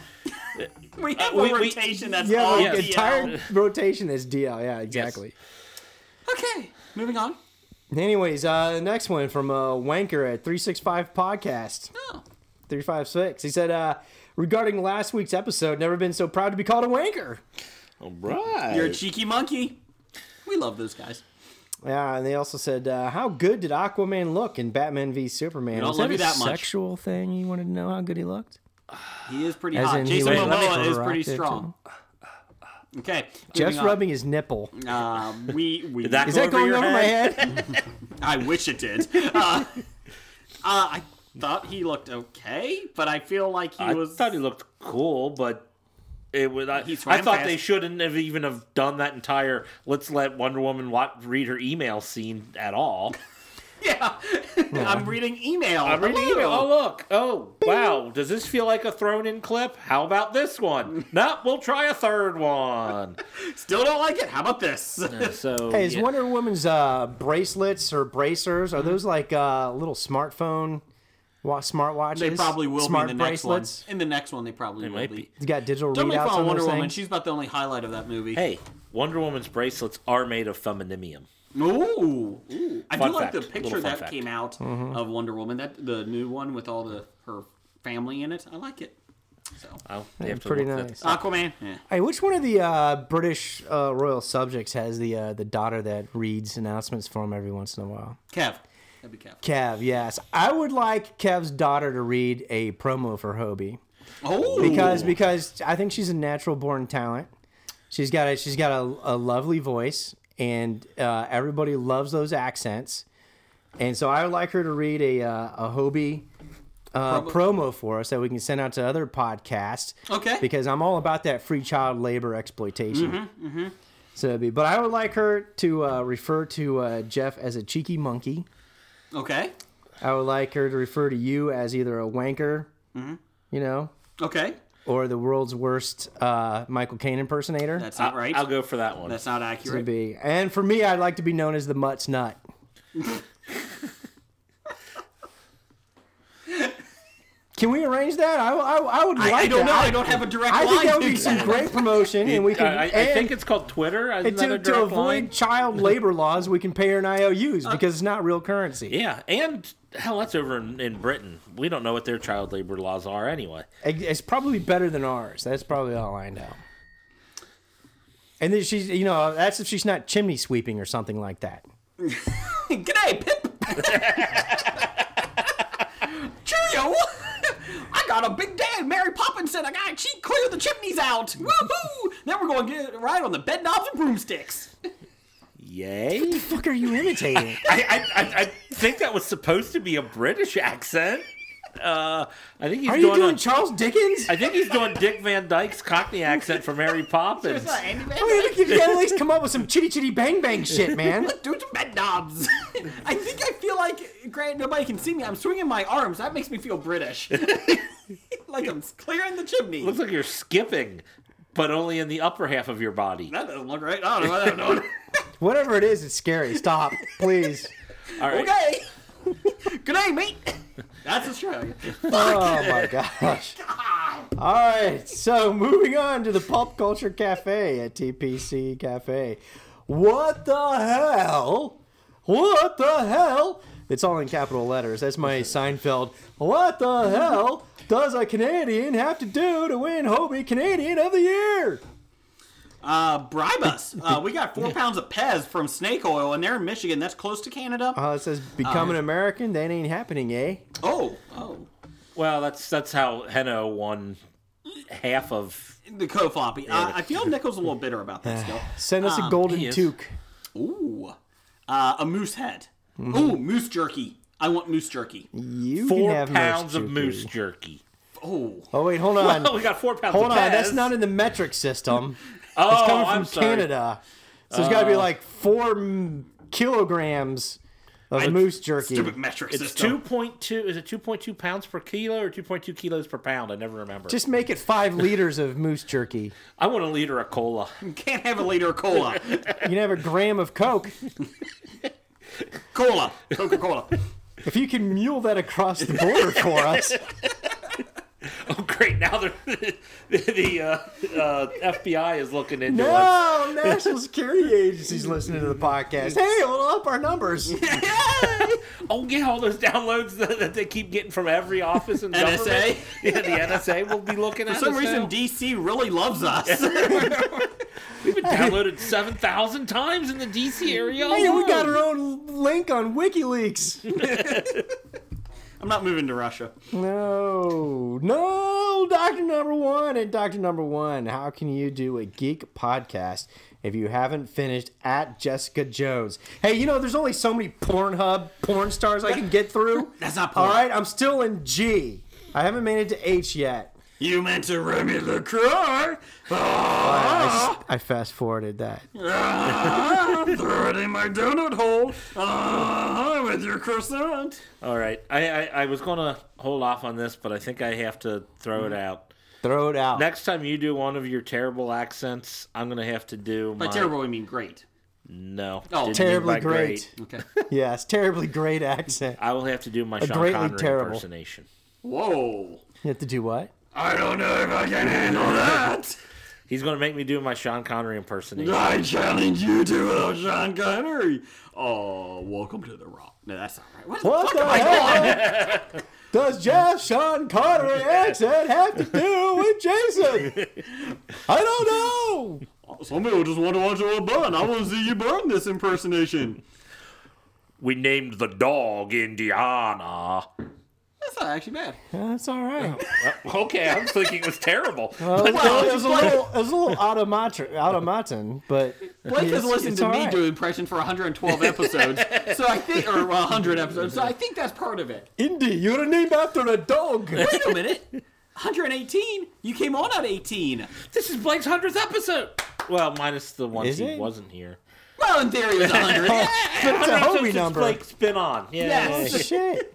Speaker 6: We have
Speaker 5: Uh, we-
Speaker 6: a
Speaker 5: we-
Speaker 6: rotation that's
Speaker 7: Yeah,
Speaker 6: all
Speaker 7: the
Speaker 5: yes.
Speaker 6: DL.
Speaker 7: entire rotation is DL. Yeah, exactly.
Speaker 6: Okay, moving on.
Speaker 7: Anyways, uh, the next one from uh, Wanker at 365 Podcast.
Speaker 6: Oh.
Speaker 7: 356. He said, uh, regarding last week's episode, never been so proud to be called a wanker.
Speaker 5: All right.
Speaker 6: You're a cheeky monkey. We love those guys.
Speaker 7: Yeah, and they also said, uh, how good did Aquaman look in Batman v Superman?
Speaker 6: don't
Speaker 7: Was
Speaker 6: love
Speaker 7: that
Speaker 6: you
Speaker 7: a
Speaker 6: that much.
Speaker 7: sexual thing? You wanted to know how good he looked?
Speaker 6: He is pretty
Speaker 7: As
Speaker 6: hot.
Speaker 7: in he
Speaker 6: Jason
Speaker 7: was
Speaker 6: Momoa is
Speaker 7: overactive,
Speaker 6: pretty
Speaker 7: too.
Speaker 6: strong. Okay,
Speaker 7: Jeff's
Speaker 6: moving on.
Speaker 7: rubbing his nipple.
Speaker 6: Uh, we we.
Speaker 5: Did that
Speaker 7: Is
Speaker 5: go
Speaker 7: that
Speaker 5: over
Speaker 7: going
Speaker 5: your
Speaker 7: over
Speaker 6: *laughs*
Speaker 7: my head?
Speaker 6: I wish it did.
Speaker 5: *laughs*
Speaker 6: Uh, uh, I thought he looked okay, but I feel like he
Speaker 5: I
Speaker 6: was.
Speaker 5: thought he looked cool, but it was. I,
Speaker 6: He
Speaker 5: I
Speaker 6: swam
Speaker 5: thought
Speaker 6: fast.
Speaker 5: they shouldn't have even have done that entire "let's let Wonder Woman wa- read her email" scene at all.
Speaker 6: *laughs* yeah, I'm reading email.
Speaker 5: I'm reading
Speaker 6: Hello.
Speaker 5: email. Oh look! Oh wow! Does this feel like a thrown-in clip? How about this *laughs* one? no, we'll try a third one.
Speaker 6: Still don't like it. How about this?
Speaker 5: So
Speaker 7: hey, is
Speaker 5: *laughs* yeah.
Speaker 7: Wonder Woman's uh, bracelets or bracers,
Speaker 6: Mm-hmm.
Speaker 7: are those like uh, little smartphone wa- smartwatches?
Speaker 6: They probably will
Speaker 7: Smart
Speaker 6: be in the
Speaker 7: bracelets?
Speaker 6: next one. In the next one, they probably will
Speaker 5: might
Speaker 6: be.
Speaker 5: be.
Speaker 7: You got digital
Speaker 6: Don't make
Speaker 7: readouts
Speaker 6: fun
Speaker 7: on
Speaker 6: of Wonder
Speaker 7: those
Speaker 6: Woman.
Speaker 7: things?
Speaker 6: She's about the only highlight of that movie.
Speaker 5: hey, Wonder Woman's bracelets are made of femininium.
Speaker 6: Ooh, Ooh. I
Speaker 5: Fun
Speaker 6: do like
Speaker 5: fact.
Speaker 6: the
Speaker 5: Little
Speaker 6: picture
Speaker 5: fun
Speaker 6: that
Speaker 5: fact. Mm-hmm.
Speaker 6: came out of Wonder Woman. That the new one with all the her family in it. I like it. So
Speaker 5: Oh, they have to
Speaker 7: pretty
Speaker 5: look
Speaker 7: nice.
Speaker 5: that-
Speaker 6: Aquaman. eh.
Speaker 7: Hey, which one of the uh, British uh, royal subjects has the uh, the daughter that reads announcements for him every once in a while?
Speaker 6: Kev. That'd be Kev.
Speaker 7: Kev, yes, I would like Kev's daughter to read a promo for Hobie
Speaker 6: Oh,
Speaker 7: because because I think she's a natural born talent. She's got a she's got a, a lovely voice, and uh, everybody loves those accents. And so I would like her to read a uh, a Hobie uh, promo. for us that we can send out to other podcasts.
Speaker 6: Okay.
Speaker 7: Because I'm all about that free child labor exploitation. So it'd be, but I would like her to uh, refer to uh, Jeff as a cheeky monkey.
Speaker 6: okay,
Speaker 7: I would like her to refer to you as either a wanker, you know,
Speaker 6: okay.
Speaker 7: or the world's worst uh, Michael Caine impersonator.
Speaker 6: That's not right.
Speaker 5: I'll go for that one.
Speaker 6: That's not
Speaker 7: would
Speaker 6: accurate.
Speaker 7: be. And for me, I'd like to be known as the Mutt's Nut. Can we arrange that? I, I, I would
Speaker 6: I,
Speaker 7: like
Speaker 6: I don't
Speaker 7: that.
Speaker 6: know. I don't have a direct
Speaker 7: I
Speaker 6: line.
Speaker 7: think that would
Speaker 6: to *laughs*
Speaker 7: be some
Speaker 6: that.
Speaker 7: great
Speaker 6: *laughs*
Speaker 7: promotion, and we can.
Speaker 5: I, I
Speaker 7: and
Speaker 5: think it's called Twitter. Isn't that a
Speaker 7: to, to
Speaker 5: direct
Speaker 7: avoid
Speaker 5: line?
Speaker 7: child labor laws, we can pay her in IOUs
Speaker 6: Uh,
Speaker 7: because it's not real currency.
Speaker 5: Yeah, and hell, that's over in, in Britain. We don't know what their child labor laws are anyway.
Speaker 7: It- It's probably better than ours. That's probably all I know. And then she's, you know, that's if she's not chimney sweeping or something like that.
Speaker 6: G'day, Pip. *laughs* Cheerio. *laughs* I got a big day. and Mary Poppins said I gotta cheat clear the chimneys out. Woohoo! Then we're going to get a ride on the bed knobs and broomsticks.
Speaker 5: *laughs* Yay!
Speaker 7: fuck are you *laughs* imitating?
Speaker 5: I, I, I, I think that was supposed to be a British accent. Uh, I think he's
Speaker 7: Are you
Speaker 5: doing.
Speaker 7: doing
Speaker 5: a,
Speaker 7: Charles Dickens?
Speaker 5: I think he's doing Dick Van Dyke's Cockney accent for Mary Poppins.
Speaker 7: I mean, Oh, look, you gotta at least come up with some chitty chitty bang bang shit, man.
Speaker 6: Dude, bed knobs. *laughs* I think I feel like, Grant, nobody can see me. I'm swinging my arms. That *laughs* makes me feel British. like I'm clearing the chimney.
Speaker 5: Looks like you're skipping. but only in the upper half of your body.
Speaker 6: That doesn't look right. I don't know. I don't know.
Speaker 7: *laughs* Whatever it is, it's scary. Stop, *laughs* please.
Speaker 5: All right.
Speaker 6: okay. Good night, mate. That's Australia.
Speaker 7: Oh my *laughs* gosh. All right, so moving on to the Pop Culture Cafe at TPC Cafe. What the hell? What the hell? It's all in capital letters. That's Mm-hmm. my Seinfeld. What the hell does a Canadian have to do to win Hobie Canadian of the Year?
Speaker 6: Uh, bribe us. Uh, we got four pounds of Pez from snake oil, and they're in Michigan. That's close to Canada.
Speaker 7: Oh, it
Speaker 5: Uh,
Speaker 7: says become an American. That ain't happening, eh?
Speaker 6: oh, oh.
Speaker 5: Well, that's that's how Heno won half of.
Speaker 6: The co-floppy. Uh, I feel Nichols a little bitter about that still.
Speaker 7: *sighs* Send us a golden
Speaker 5: Ah, he is.
Speaker 7: toque.
Speaker 6: Ooh, uh, a moose head. Ooh, moose jerky. I want moose jerky.
Speaker 7: You can
Speaker 5: Four
Speaker 7: have
Speaker 5: pounds of
Speaker 7: jerky.
Speaker 5: moose jerky.
Speaker 6: Oh,
Speaker 7: Oh wait, hold on.
Speaker 5: Oh, we got four pounds.
Speaker 7: Hold
Speaker 5: of
Speaker 7: on,
Speaker 5: Pez.
Speaker 7: that's not in the metric
Speaker 5: *laughs*
Speaker 7: system.
Speaker 5: Oh,
Speaker 7: it's coming from
Speaker 5: I'm sorry. Uh.
Speaker 7: Canada, so it's got to be like four mm, kilograms of moose jerky.
Speaker 6: stupid metric
Speaker 5: It's two
Speaker 6: system.
Speaker 5: point two. Is it two point two pounds per kilo or two point two kilos per pound? I never remember.
Speaker 7: Just make it five liters of moose jerky.
Speaker 5: I want a liter of cola. *laughs*
Speaker 6: Can't have a liter of cola.
Speaker 7: You can have a gram of Coke
Speaker 6: cola. Coca-Cola.
Speaker 7: if you can mule that across the border
Speaker 5: *laughs*
Speaker 7: for us.
Speaker 5: Oh, great! Now they're, the *laughs* uh, uh, FBI is looking into us.
Speaker 7: No, National Security Agency's listening to the podcast. Hey, we'll up our numbers.
Speaker 5: Oh yeah, all those downloads that, that they keep getting from every office and
Speaker 6: NSA?
Speaker 5: government. Yeah, the NSA will be looking at
Speaker 6: For
Speaker 5: *laughs*
Speaker 6: some
Speaker 5: us
Speaker 6: reason,
Speaker 5: now.
Speaker 6: DC really loves us.
Speaker 5: We've been downloaded seven thousand times in the DC area.
Speaker 7: Hey, we
Speaker 5: alone.
Speaker 7: got our own link on WikiLeaks.
Speaker 6: I'm not moving to Russia.
Speaker 7: No, no, Doctor Number One and Doctor Number One. How can you do a geek podcast if you haven't finished at Jessica Jones? Hey, you know there's only so many Pornhub porn stars I can get through.
Speaker 6: That's not porn.
Speaker 7: All right, I'm still in G. I haven't made it to H yet.
Speaker 6: You meant to run me the Ah. car.
Speaker 7: I, I fast forwarded that.
Speaker 6: Ah, Throw it in my donut hole. Ah, with your croissant.
Speaker 5: All right, I, I I was gonna hold off on this, but I think I have to throw it out.
Speaker 7: Throw it out.
Speaker 5: Next time you do one of your terrible accents, I'm gonna have to do my
Speaker 6: By terrible, I mean great.
Speaker 5: No,
Speaker 6: Oh.
Speaker 5: didn't mean
Speaker 7: terribly
Speaker 5: by
Speaker 7: great.
Speaker 6: Okay.
Speaker 7: Yes, terribly great accent.
Speaker 5: I will have to do my Sean
Speaker 7: greatly
Speaker 5: Connery
Speaker 7: terrible.
Speaker 5: impersonation.
Speaker 6: *laughs* Whoa.
Speaker 7: You have to do what?
Speaker 6: I don't know if I can handle that.
Speaker 5: He's gonna make me do my Sean Connery impersonation. *laughs*
Speaker 6: I challenge you to a Sean Connery. Oh, welcome to the Rock. No, that's not right. What,
Speaker 7: What
Speaker 6: the fuck
Speaker 7: the
Speaker 6: am I
Speaker 7: hell?
Speaker 6: doing?
Speaker 7: Does Jeff Sean Connery accent have to do with Jason? I don't know.
Speaker 6: Some people just want to watch you burn. I want to see you burn this impersonation.
Speaker 5: We named the dog Indiana.
Speaker 6: That's not actually bad.
Speaker 7: That's all right.
Speaker 5: *laughs* Okay, I'm thinking it was *laughs* terrible.
Speaker 7: Well, it was a little, it was a little automaton, automaton, but
Speaker 6: Blake has
Speaker 7: it's-
Speaker 6: listened
Speaker 7: it's
Speaker 6: to
Speaker 7: all
Speaker 6: me
Speaker 7: right.
Speaker 6: do impression for 112
Speaker 7: *laughs*
Speaker 6: episodes, so I think, or well, 100 episodes. So I think that's part of it.
Speaker 7: Indy, you're named after a dog.
Speaker 6: Wait a minute, 118? You came on at 18.
Speaker 5: This is Blake's hundredth episode. Well, minus the ones
Speaker 7: Is
Speaker 5: he
Speaker 7: it?
Speaker 5: wasn't here.
Speaker 6: Well, in theory, it was
Speaker 7: *laughs*
Speaker 6: 100. Yeah.
Speaker 7: It's a
Speaker 5: 100 episodes
Speaker 7: Hobie
Speaker 5: since
Speaker 7: number.
Speaker 5: Blake's been on. Yeah.
Speaker 7: Oh, shit.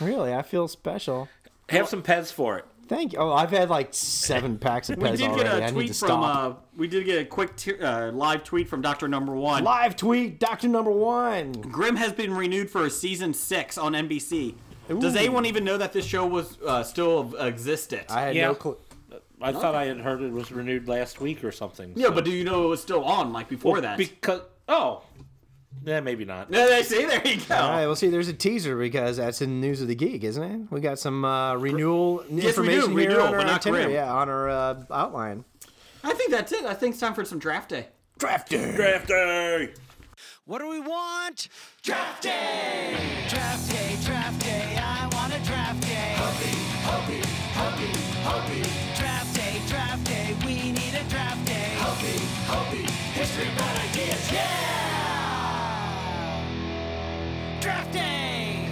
Speaker 7: Really, I feel special.
Speaker 5: Have some pets for it.
Speaker 7: Thank you. Oh, I've had like seven packs of
Speaker 6: We
Speaker 7: Pez
Speaker 6: did
Speaker 7: already.
Speaker 6: get
Speaker 7: I
Speaker 6: a
Speaker 7: need to
Speaker 6: tweet from.
Speaker 7: stop.
Speaker 6: Uh, we did get a quick t- uh, live tweet from Doctor Number One.
Speaker 7: Live tweet, Doctor Number One.
Speaker 6: Grimm has been renewed for a season six on NBC. Does anyone even know that this show was uh, still existed?
Speaker 7: I had
Speaker 5: Yeah.
Speaker 7: no clue.
Speaker 5: I thought I had heard it was renewed last week or something.
Speaker 6: yeah, but do you know it was still on like before that? *laughs*
Speaker 5: Because oh, yeah, maybe not.
Speaker 6: Yeah, they see, there you go.
Speaker 7: All right, well, see, there's a teaser because that's in news of the geek, isn't it? We got some uh, renewal information
Speaker 6: we do,
Speaker 7: here on our
Speaker 6: but not
Speaker 7: itinerary,
Speaker 6: grim.
Speaker 7: yeah, on our uh, outline.
Speaker 6: I think that's it. I think it's time for some draft day.
Speaker 7: Draft day.
Speaker 5: Draft day.
Speaker 10: What do we want? Draft day! Draft day, draft day, I want a draft day. Hubby, hubby, hubby, hubby. Draft day, draft day, we need a draft day. Hubby, hubby, history about ideas, yeah! Draft day!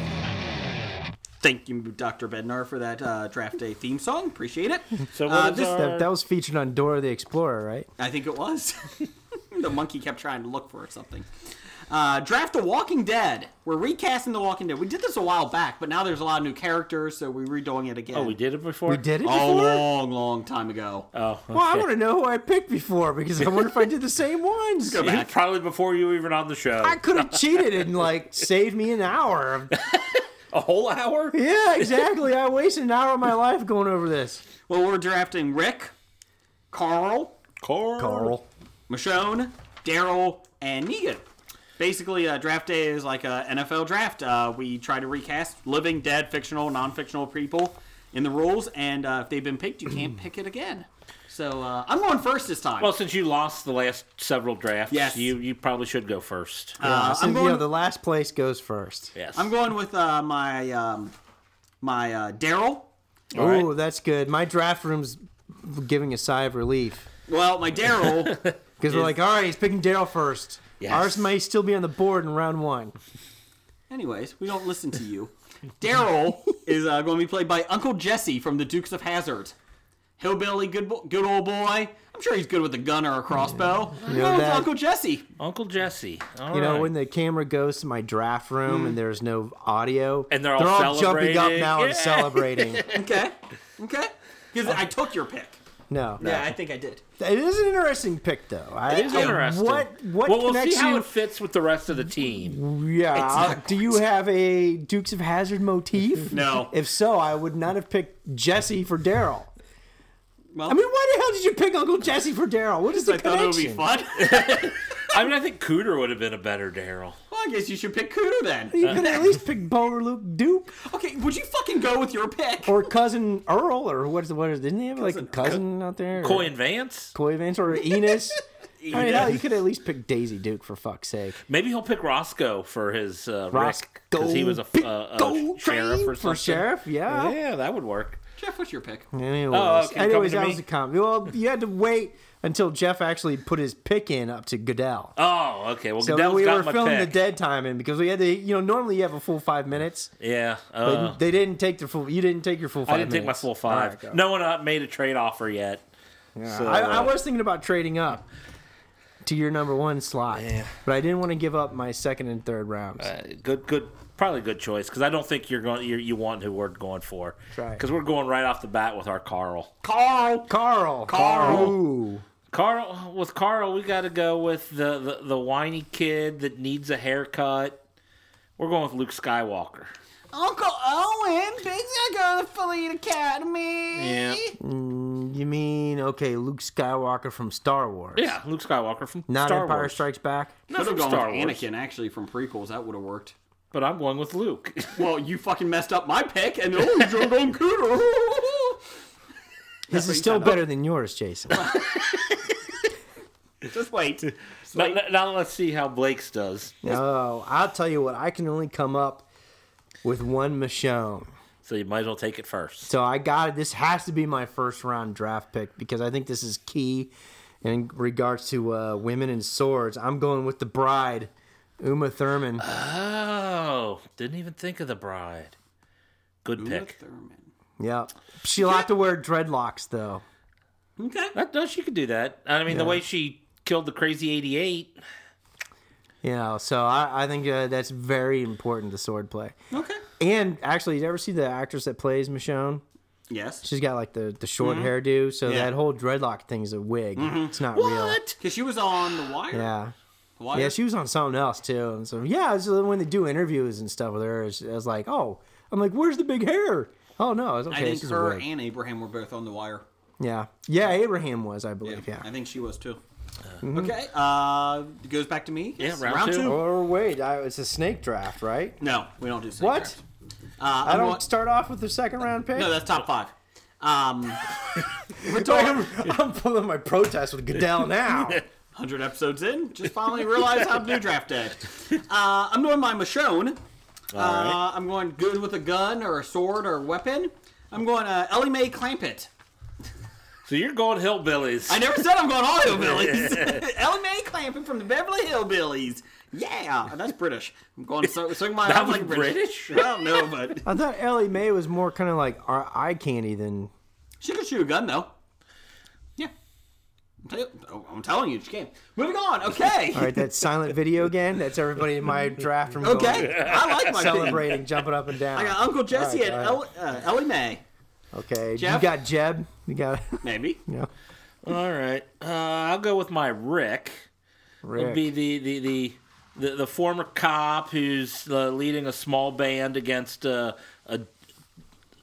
Speaker 6: Thank you, Dr. Bednar, for that uh, draft day theme song. Appreciate it.
Speaker 5: So what
Speaker 6: Uh,
Speaker 5: is
Speaker 6: this-
Speaker 5: our-
Speaker 7: That, that was featured on Dora the Explorer, right?
Speaker 6: *laughs* I think it was. the monkey kept trying to look for something. Uh, Draft The Walking Dead. We're recasting The Walking Dead. We did this a while back, but now there's a lot of new characters, so we're redoing it again.
Speaker 5: Oh, we did it before.
Speaker 7: We did it
Speaker 6: A
Speaker 7: before?
Speaker 6: long, long time ago.
Speaker 5: Oh, okay.
Speaker 7: Well, I want to know who I picked before because I wonder if I did the same ones.
Speaker 5: It was Probably before you were even on the show.
Speaker 7: *laughs* I could have cheated and like saved me an hour. of- *laughs*
Speaker 5: A whole hour?
Speaker 7: Yeah, exactly. I wasted an hour of my life going over this.
Speaker 6: Well, we're drafting Rick, Carl,
Speaker 5: Carl.
Speaker 7: Carl.
Speaker 6: Michonne, Daryl, and Negan. Basically, uh, draft day is like a NFL draft. Uh, we try to recast living, dead, fictional, non-fictional people in the rules, and uh, if they've been picked, you can't pick it again. So uh, I'm going first this time.
Speaker 5: Well, since you lost the last several drafts,
Speaker 6: Yes.
Speaker 5: you, you probably should go first.
Speaker 7: Yeah,
Speaker 6: uh,
Speaker 7: so,
Speaker 6: I'm
Speaker 7: you
Speaker 6: going.
Speaker 7: know, the last place goes first.
Speaker 5: yes.
Speaker 6: I'm going with uh, my um, my uh, Daryl.
Speaker 7: Oh, that's good. My draft room's giving a sigh of relief
Speaker 6: Well, my Daryl.
Speaker 7: because we're like, all right, he's picking Daryl first.
Speaker 5: Yes.
Speaker 7: Ours may still be on the board in round one.
Speaker 6: *laughs* anyways, we don't listen to you. *laughs* Daryl is uh, going to be played by Uncle Jesse from the Dukes of Hazard. Hillbilly, good bo- good old boy. I'm sure he's good with a gun or a crossbow.
Speaker 7: know
Speaker 6: Go with
Speaker 7: that-
Speaker 6: Uncle Jesse.
Speaker 5: Uncle Jesse. All
Speaker 7: You know,
Speaker 5: right.
Speaker 7: when the camera goes to my draft room and there's no audio,
Speaker 5: Hmm. And they're all
Speaker 7: jumping up
Speaker 5: celebrating.
Speaker 7: now and
Speaker 5: Yeah. *laughs*
Speaker 7: celebrating.
Speaker 6: Okay, okay. Because I took your pick.
Speaker 7: No,
Speaker 6: Yeah, I think I did.
Speaker 7: it is an interesting pick though. I,
Speaker 5: It is
Speaker 7: I-
Speaker 5: interesting.
Speaker 7: What what
Speaker 5: well, we'll
Speaker 7: connection?
Speaker 5: see how it fits with the rest of the team.
Speaker 7: yeah, Uh, do you have a Dukes of Hazard
Speaker 5: *laughs*
Speaker 7: motif?
Speaker 6: No.
Speaker 7: If so, I would not have picked Jesse for Daryl.
Speaker 6: Well,
Speaker 7: I mean, why the hell did you pick Uncle Jesse for Daryl? What is the
Speaker 6: I thought it would be
Speaker 7: connection?
Speaker 6: fun.
Speaker 5: I mean, I think Cooter would have been a better Daryl.
Speaker 6: *laughs* well, I guess you should pick Cooter then.
Speaker 7: You
Speaker 5: *laughs*
Speaker 7: could at least pick Bo or Luke Duke
Speaker 6: Okay, would you fucking go with your pick?
Speaker 7: or cousin Earl or what is what is? Didn't they have like a cousin out there? Or-
Speaker 5: Coy and Vance?
Speaker 7: Coy Vance or
Speaker 5: *laughs*
Speaker 7: Enos. I mean, hell, you could at least pick Daisy Duke for fuck's sake.
Speaker 5: Maybe he'll pick Roscoe for his uh, Rick
Speaker 7: Roscoe
Speaker 5: because he was a,
Speaker 7: Pick
Speaker 5: a, a
Speaker 7: Gold
Speaker 5: sheriff
Speaker 7: Train
Speaker 5: or something.
Speaker 7: for sheriff, yeah.
Speaker 5: Yeah, that would work.
Speaker 6: Jeff, what's your pick?
Speaker 7: Anyways,
Speaker 5: Oh, okay,
Speaker 7: anyways,
Speaker 5: coming to
Speaker 7: that
Speaker 5: me?
Speaker 7: was a comedy. Well, you had to wait until Jeff actually put his pick in up to Goodell.
Speaker 5: Oh, okay. Well,
Speaker 7: So
Speaker 5: Goodell's
Speaker 7: we
Speaker 5: got
Speaker 7: were
Speaker 5: my
Speaker 7: filming
Speaker 5: pick.
Speaker 7: the dead time in because we had to. You know, normally you have a full five minutes.
Speaker 5: Yeah.
Speaker 7: They,
Speaker 5: Uh,
Speaker 7: they didn't take their full. You didn't take your full. five
Speaker 5: I didn't take my
Speaker 7: minutes.
Speaker 5: full five.
Speaker 7: All right, go.
Speaker 5: no one uh, made a trade offer yet. So,
Speaker 7: I, I
Speaker 5: uh,
Speaker 7: was thinking about trading up to your number one slot, but I didn't want to give up my second and third rounds.
Speaker 5: uh, good, good, probably good choice because I don't think you're going. You're, you want who we're going for
Speaker 7: right.
Speaker 5: because we're going right off the bat with our Carl.
Speaker 6: Carl.
Speaker 7: Carl.
Speaker 6: Carl.
Speaker 7: Ooh.
Speaker 5: Carl with Carl, we got to go with the, the the whiny kid that needs a haircut. We're going with Luke Skywalker.
Speaker 6: Uncle Owen. Big go to Philly Academy.
Speaker 5: Yeah,
Speaker 7: You mean okay, Luke Skywalker from Star Wars?
Speaker 5: yeah, Luke Skywalker from
Speaker 7: Not
Speaker 5: Star
Speaker 7: Empire
Speaker 5: Wars.
Speaker 7: Strikes Back.
Speaker 5: No,
Speaker 6: Could have
Speaker 5: from
Speaker 6: gone
Speaker 5: Star
Speaker 6: with
Speaker 5: Wars.
Speaker 6: Anakin actually from prequels. That would have worked.
Speaker 5: But I'm going with *laughs* Luke.
Speaker 6: Well, you fucking messed up my pick, and oh, you're going Cooter. *laughs*
Speaker 7: This is still better than yours,
Speaker 5: *laughs*
Speaker 7: Jason.
Speaker 6: Just wait.
Speaker 5: now, now let's see how Blake's does.
Speaker 7: no, I'll tell you what. I can only come up with one Michonne,
Speaker 5: So you might as well take it first.
Speaker 7: so I got it. This has to be my first round draft pick because I think this is key in regards to uh, women and swords. I'm going with the bride, Uma Thurman.
Speaker 5: Oh, didn't even think of the bride. Good pick.
Speaker 7: Yep. She'll have to wear dreadlocks though.
Speaker 6: Okay.
Speaker 5: That does. She could do that. I mean, the way she killed the crazy eighty-eight.
Speaker 7: You know, so I, I think uh, that's very important to swordplay.
Speaker 6: Okay.
Speaker 7: And actually, you ever see the actress that plays Michonne?
Speaker 6: Yes.
Speaker 7: She's got like the, the short hairdo, so
Speaker 6: Mm-hmm. Yeah. Mm-hmm.
Speaker 7: that whole dreadlock thing's a wig. It's not real.
Speaker 6: Because she was on The Wire.
Speaker 7: Yeah.
Speaker 6: The Wire.
Speaker 7: Yeah, she was on something else too. And so, yeah, so when they do interviews and stuff with her, it's, it's like, oh, I'm like, where's the big hair? Oh, no, it's okay.
Speaker 6: I think
Speaker 7: it's just a
Speaker 6: her
Speaker 7: wig.
Speaker 6: and Abraham were both on The Wire.
Speaker 7: yeah. Yeah, Abraham was, I believe. Yeah.
Speaker 6: I think she was too. Okay. Uh, it goes back to me. Yes,
Speaker 5: round two.
Speaker 7: Or wait, I, it's a snake draft, right?
Speaker 6: No, we don't do snake
Speaker 7: What?
Speaker 6: draft. Uh,
Speaker 7: I
Speaker 6: I'm
Speaker 7: don't
Speaker 6: going-
Speaker 7: start off with the second round pick.
Speaker 6: No, that's top five. Um, we're talking
Speaker 7: I'm, I'm pulling my protest with Goodell now.
Speaker 6: 100 episodes in, just finally realized how to do draft day. Uh, I'm doing my Michonne. Uh, I'm going good with a gun or a sword or a weapon. I'm going uh, Ellie Mae Clampett.
Speaker 5: So you're going hillbillies.
Speaker 6: I never said I'm going all hillbillies.
Speaker 7: *laughs*
Speaker 6: *laughs* Ellie Mae Clampett from the Beverly Hillbillies. Yeah, that's British. I'm going to swing my
Speaker 5: That
Speaker 6: arms
Speaker 5: was
Speaker 6: like British.
Speaker 5: British?
Speaker 6: I don't know, but
Speaker 7: I thought Ellie Mae was more kind of like our eye candy than
Speaker 6: she could shoot a gun though. Yeah, I'm, tell- oh, I'm telling you, it's your game. Moving on. Okay.
Speaker 7: *laughs* All right, that's silent video again. That's everybody in my draft room.
Speaker 6: Okay.
Speaker 7: going,
Speaker 6: I like my team.
Speaker 7: Celebrating, jumping up and down.
Speaker 6: I got Uncle Jesse
Speaker 7: All right,
Speaker 6: and
Speaker 7: all
Speaker 6: El- uh, Ellie Mae.
Speaker 7: Okay,
Speaker 6: Jeff?
Speaker 7: you got Jeb. You got *laughs*
Speaker 6: Maybe.
Speaker 7: you know,
Speaker 5: All right. Uh, I'll go with my Rick. It'll
Speaker 7: Rick.
Speaker 5: be the the, the the the former cop who's uh, leading a small band against uh, a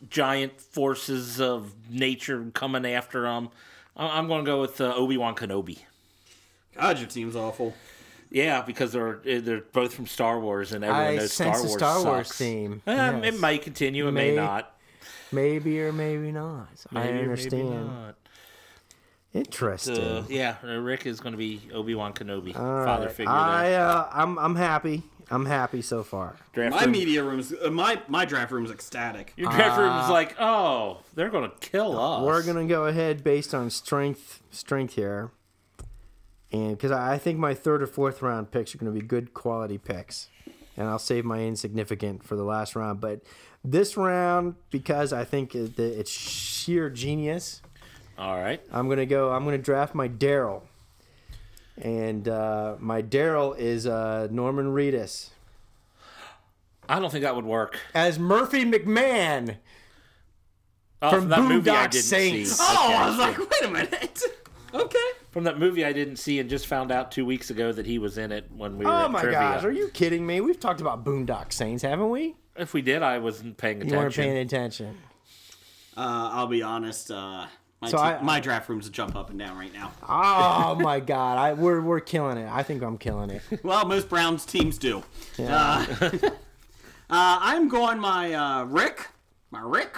Speaker 5: giant forces of nature coming after him. I- I'm going to go with uh, Obi Wan Kenobi.
Speaker 6: God, your team's awful.
Speaker 5: Yeah, because they're eh, they're both from Star Wars, and everyone
Speaker 7: I
Speaker 5: knows Star
Speaker 7: sense
Speaker 5: Wars.
Speaker 7: a Star Wars
Speaker 5: sucks.
Speaker 7: theme.
Speaker 5: Eh,
Speaker 7: Yes.
Speaker 5: It may continue. It may,
Speaker 7: May-
Speaker 5: not.
Speaker 7: Maybe or maybe not. I
Speaker 5: Maybe or maybe
Speaker 7: understand.
Speaker 5: not.
Speaker 7: Interesting.
Speaker 5: So, yeah, uh, Rick is going to be Obi Wan Kenobi,
Speaker 7: All
Speaker 5: father
Speaker 7: right.
Speaker 5: figure.
Speaker 7: I
Speaker 5: there.
Speaker 7: uh, I'm I'm happy. I'm happy so far.
Speaker 5: Draft
Speaker 6: My
Speaker 5: room-
Speaker 6: media room's uh, my my draft room's ecstatic.
Speaker 5: Your draft room is like, oh, they're going to kill us.
Speaker 7: Uh, We're gonna go ahead based on strength strength here, and because I I think my third or fourth round picks are gonna be good quality picks, and I'll save my insignificant for the last round. But this round, because I think it- that it's sheer genius,
Speaker 5: All right.
Speaker 7: I'm gonna go. I'm gonna draft my Daryl, and uh, my Daryl is uh, Norman Reedus
Speaker 5: I don't think that would work.
Speaker 7: as Murphy McMahon.
Speaker 5: Oh,
Speaker 7: From
Speaker 5: from, that movie I
Speaker 7: Boondock
Speaker 5: didn't
Speaker 7: Saints.
Speaker 5: see.
Speaker 6: Oh,
Speaker 5: Okay.
Speaker 6: I was like, wait a minute. okay.
Speaker 5: From that movie I didn't see and just found out two weeks ago that he was in it when we were
Speaker 7: Oh
Speaker 5: at
Speaker 7: my
Speaker 5: trivia.
Speaker 7: gosh, are you kidding me? We've talked about Boondock Saints, haven't we?
Speaker 5: If we did, I wasn't paying
Speaker 7: You weren't
Speaker 5: attention.
Speaker 7: paying attention.
Speaker 6: Uh, I'll be honest. Uh, my,
Speaker 7: So
Speaker 6: te-
Speaker 7: I-
Speaker 6: my draft room's a jump up and down right now. *laughs*
Speaker 7: Oh my god, I we're we're killing it. I think I'm killing it.
Speaker 6: Well, most Browns teams do. Uh, *laughs* uh, I'm going my uh, Rick. My Rick.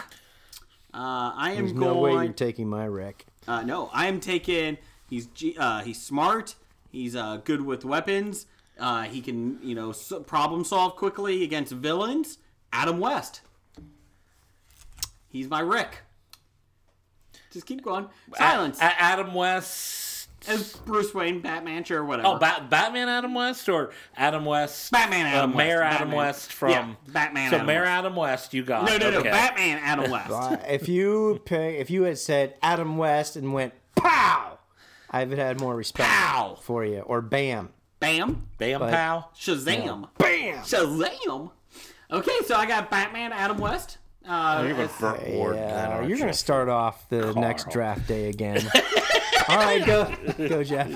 Speaker 6: Uh, I am
Speaker 7: There's
Speaker 6: going.
Speaker 7: no way you're taking my wreck.
Speaker 6: Uh, no, I am taking. He's G- uh, he's smart. He's uh, good with weapons. Uh, he can you know s problem solve quickly against villains. Adam West. He's my Rick. Just keep going. Silence.
Speaker 5: A- Adam West.
Speaker 6: As Bruce Wayne, Batman, sure, whatever.
Speaker 5: Oh, Ba- Batman Adam West or Adam West?
Speaker 6: Batman Adam
Speaker 5: uh, Mayor
Speaker 6: West.
Speaker 5: Adam
Speaker 6: Batman.
Speaker 5: West from.
Speaker 6: Yeah, Batman
Speaker 5: So
Speaker 6: Adam
Speaker 5: Mayor
Speaker 6: West.
Speaker 5: Adam West, you got.
Speaker 6: no, no, no.
Speaker 5: okay.
Speaker 6: Batman Adam West.
Speaker 7: Uh, if you pay, if you had said Adam West and went pow, I'd have had more respect
Speaker 6: Pow.
Speaker 7: for you. Or bam.
Speaker 6: Bam.
Speaker 5: Bam Pow.
Speaker 6: Shazam. Bam. Shazam. Okay, so I got Batman Adam West. Uh,
Speaker 5: You're
Speaker 6: as-
Speaker 5: Burt Ward. then,
Speaker 7: Yeah,
Speaker 5: aren't
Speaker 7: you're
Speaker 5: you?
Speaker 7: gonna start off the next draft day again. All right, go go Jeff.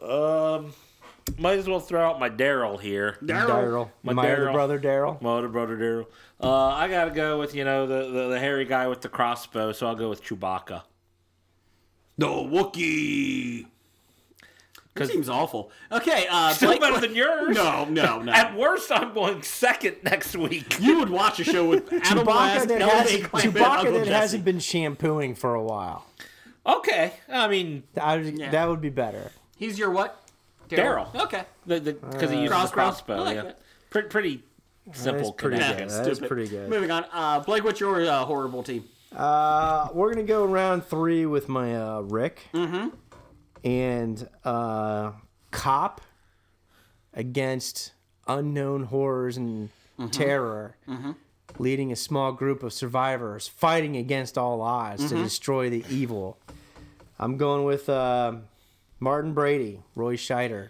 Speaker 5: Might as well throw out my Daryl here.
Speaker 7: Daryl,
Speaker 5: My
Speaker 7: my, other
Speaker 5: Daryl.
Speaker 7: brother Daryl.
Speaker 5: My older brother Daryl. Uh, I gotta go with you know the, the the hairy guy with the crossbow, so I'll go with Chewbacca.
Speaker 6: The Wookiee. That
Speaker 5: 'Cause-
Speaker 6: seems awful. Okay, uh,
Speaker 5: Still
Speaker 6: Blake-
Speaker 5: better than yours.
Speaker 6: No, no, no.
Speaker 5: At worst, I'm going second next week.
Speaker 6: you would watch a show
Speaker 7: *laughs*
Speaker 6: with Adam
Speaker 7: Chewbacca
Speaker 6: West,
Speaker 7: that,
Speaker 6: Ellie
Speaker 7: has,
Speaker 6: Mae Clement,
Speaker 7: Chewbacca
Speaker 6: Uncle
Speaker 7: that
Speaker 6: Jesse.
Speaker 7: hasn't been shampooing for a while.
Speaker 5: Okay, I mean
Speaker 7: I, That would be better.
Speaker 6: He's your what?
Speaker 5: Daryl.
Speaker 6: Okay.
Speaker 5: because the, 'cause
Speaker 7: Uh,
Speaker 5: he uses the
Speaker 6: Crossbow.
Speaker 5: crossbow.
Speaker 6: I like
Speaker 5: yeah,
Speaker 6: that.
Speaker 5: Pre- pretty simple
Speaker 7: pretty
Speaker 5: connection.
Speaker 7: good. That's pretty good.
Speaker 6: Moving on. Uh, Blake, what's your uh, horrible team?
Speaker 7: Uh, we're gonna go round three with my uh, Rick and uh, cop against unknown horrors and terror, leading a small group of survivors fighting against all odds to destroy the evil. I'm going with uh, Martin Brady, Roy Scheider,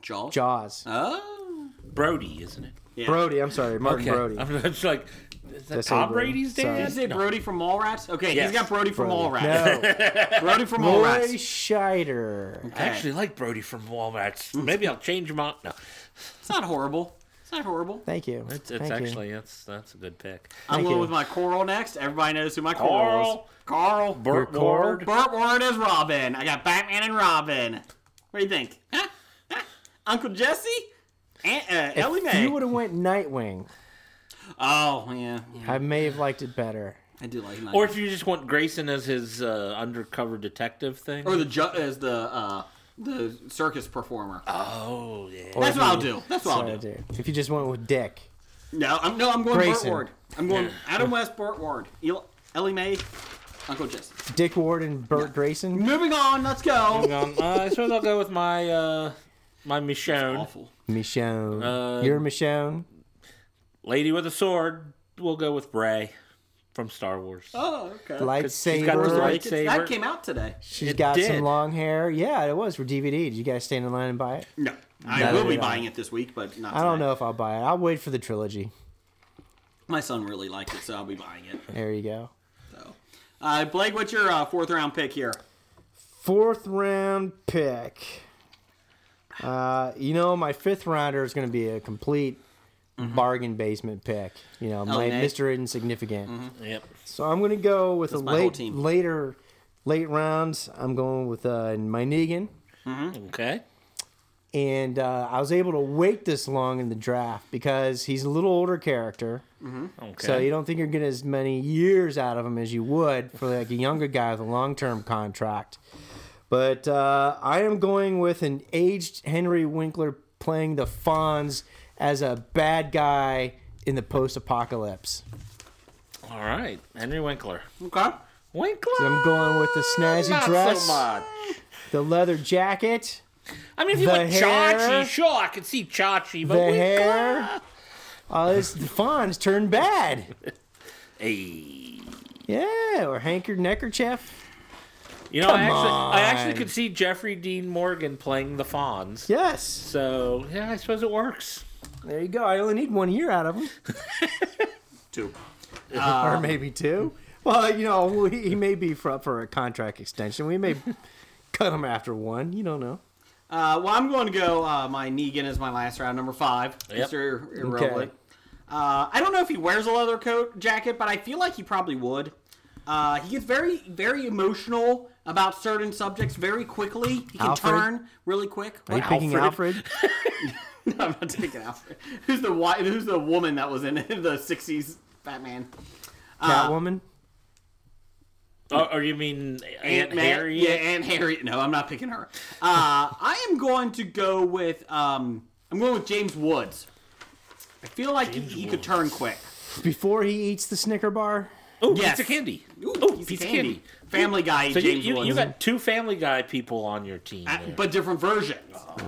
Speaker 6: Jaws.
Speaker 7: Jaws,
Speaker 6: Oh.
Speaker 5: Brody, isn't it?
Speaker 7: Brody. I'm sorry, Martin
Speaker 5: Okay.
Speaker 7: Brody.
Speaker 5: *laughs* I'm just like, is that
Speaker 7: That's
Speaker 5: Tom
Speaker 7: Brody.
Speaker 5: Brady's
Speaker 7: Sorry.
Speaker 5: dad?
Speaker 6: Is it Brody from Mallrats? Okay,
Speaker 5: Yes.
Speaker 6: he's got Brody from Mallrats.
Speaker 7: No,
Speaker 6: Brody from
Speaker 7: Roy
Speaker 6: Mallrats.
Speaker 7: Scheider.
Speaker 5: I actually like Brody from Walmart. Maybe I'll change him out. No,
Speaker 6: It's not horrible. It's not horrible.
Speaker 7: Thank you.
Speaker 5: it's, it's
Speaker 7: Thank you.
Speaker 5: actually that's that's a good pick.
Speaker 6: I'm
Speaker 7: Thank
Speaker 6: going
Speaker 7: you.
Speaker 6: with my Coral next. Everybody knows who my
Speaker 5: Carl.
Speaker 6: Coral is. Carl.
Speaker 5: Burt
Speaker 7: Carl?
Speaker 5: Ward.
Speaker 6: Oh, Burt Ward is Robin. I got Batman and Robin. What do you think? Huh? Huh? Uncle Jesse? Aunt, uh, Ellie
Speaker 7: If
Speaker 6: Mae?
Speaker 7: you would have went Nightwing,
Speaker 6: Oh, yeah. yeah.
Speaker 7: I may have liked it better.
Speaker 6: I do like that.
Speaker 5: Or if you just want Grayson as his uh, undercover detective thing.
Speaker 6: or the ju- as the uh, the circus performer.
Speaker 5: oh yeah.
Speaker 7: Or
Speaker 6: That's what
Speaker 7: if
Speaker 6: I'll
Speaker 7: you-
Speaker 6: do. That's
Speaker 7: that's
Speaker 6: what I'll
Speaker 7: what
Speaker 6: do.
Speaker 7: I'll do. If you just went with Dick,
Speaker 6: No, I'm no, I'm going
Speaker 7: Grayson.
Speaker 6: Burt Ward. I'm going Adam West, Burt Ward, El- Ellie Mae, Uncle Jesse.
Speaker 7: Dick Ward and Burt Grayson.
Speaker 6: Moving on. Let's go.
Speaker 5: Um, uh, I suppose I'll go with my uh, my Michonne,
Speaker 6: Awful.
Speaker 7: Michonne,
Speaker 5: Uh,
Speaker 7: you're Michonne.
Speaker 5: lady with a sword. We'll go with Bray from Star Wars.
Speaker 6: Oh, okay.
Speaker 5: uh, She's got the
Speaker 7: Lightsaber.
Speaker 6: Like it's-
Speaker 5: lightsaber.
Speaker 6: That came out today.
Speaker 7: She's
Speaker 5: It
Speaker 7: got
Speaker 5: did.
Speaker 7: some long hair. Yeah, it was for DVD. Did you guys stand in line and buy it?
Speaker 6: No, I
Speaker 7: Not
Speaker 6: will be
Speaker 7: at all.
Speaker 6: buying it this week, but not.
Speaker 7: I don't
Speaker 6: today.
Speaker 7: know if I'll buy it. I'll wait for the trilogy.
Speaker 6: My son really liked it, so I'll be buying it.
Speaker 7: There you go.
Speaker 6: So, uh, Blake, what's your uh, fourth round pick here?
Speaker 7: Fourth round pick. Uh, you know, my fifth rounder is going to be a complete
Speaker 5: Mm-hmm.
Speaker 7: bargain basement pick. You know, my
Speaker 6: Nate.
Speaker 7: Mr. Insignificant.
Speaker 5: Yep.
Speaker 7: So I'm going to go with a
Speaker 6: my whole
Speaker 7: late,
Speaker 6: team.
Speaker 7: later, late rounds. I'm going with uh, my Negan.
Speaker 5: Okay.
Speaker 7: and uh, I was able to wait this long in the draft because he's a little older character.
Speaker 5: Okay.
Speaker 7: So you don't think you're getting as many years out of him as you would for like a younger guy with a long-term contract. But uh, I am going with an aged Henry Winkler playing the Fonz as a bad guy in the post-apocalypse.
Speaker 5: All right. Henry Winkler.
Speaker 6: Okay.
Speaker 5: Winkler.
Speaker 7: I'm going with the snazzy
Speaker 5: Not
Speaker 7: dress,
Speaker 5: so much.
Speaker 7: the leather jacket,
Speaker 5: I mean, if you
Speaker 7: The
Speaker 5: went
Speaker 7: hair.
Speaker 5: Chachi, sure, I could see Chachi, but
Speaker 7: the
Speaker 5: Winkler.
Speaker 7: hair. Uh, this the Fonz turned bad.
Speaker 5: Hey.
Speaker 7: Yeah, or hankered neckerchief.
Speaker 5: You know,
Speaker 7: Come
Speaker 5: I actually, I actually
Speaker 7: on.
Speaker 5: could see Jeffrey Dean Morgan playing the Fonz.
Speaker 7: Yes.
Speaker 5: So yeah, I suppose it works.
Speaker 7: There you go. I only need one year out of *laughs* him,
Speaker 6: Two.
Speaker 7: or maybe two. Well, you know, we, he may be for, up for a contract extension. We may cut him after one. You don't know.
Speaker 6: Uh, well, I'm going to go. Uh, my Negan is my last round, number five.
Speaker 5: Yep.
Speaker 6: Mr. Irrelevant.
Speaker 7: Okay.
Speaker 6: Uh, I don't know if he wears a leather coat jacket, but I feel like he probably would. Uh, he gets very, very emotional about certain subjects very quickly. He can
Speaker 7: Alfred?
Speaker 6: turn really quick.
Speaker 7: Are you
Speaker 6: What, *laughs*
Speaker 7: picking Alfred? *laughs*
Speaker 6: no, I'm not taking Alfred. Who's the wi- Who's the woman that was in *laughs* the '60s Batman?
Speaker 7: Catwoman?
Speaker 5: Or, or Oh, you mean Aunt,
Speaker 6: Ma-
Speaker 5: Harriet?
Speaker 6: Yeah, Aunt Harriet. No, I'm not picking her. Uh, I am going to go with um, I'm going with James Woods. I feel like he, he could turn quick.
Speaker 7: Before he eats the Snicker bar?
Speaker 5: Oh,
Speaker 6: Yes.
Speaker 5: pizza candy.
Speaker 6: Ooh,
Speaker 5: Oh,
Speaker 6: he's
Speaker 5: pizza
Speaker 6: candy.
Speaker 5: candy.
Speaker 6: Family Guy.
Speaker 5: So you,
Speaker 6: James
Speaker 5: you,
Speaker 6: Woods.
Speaker 5: you got two Family Guy people on your team.
Speaker 6: Uh,
Speaker 5: there.
Speaker 6: but different versions.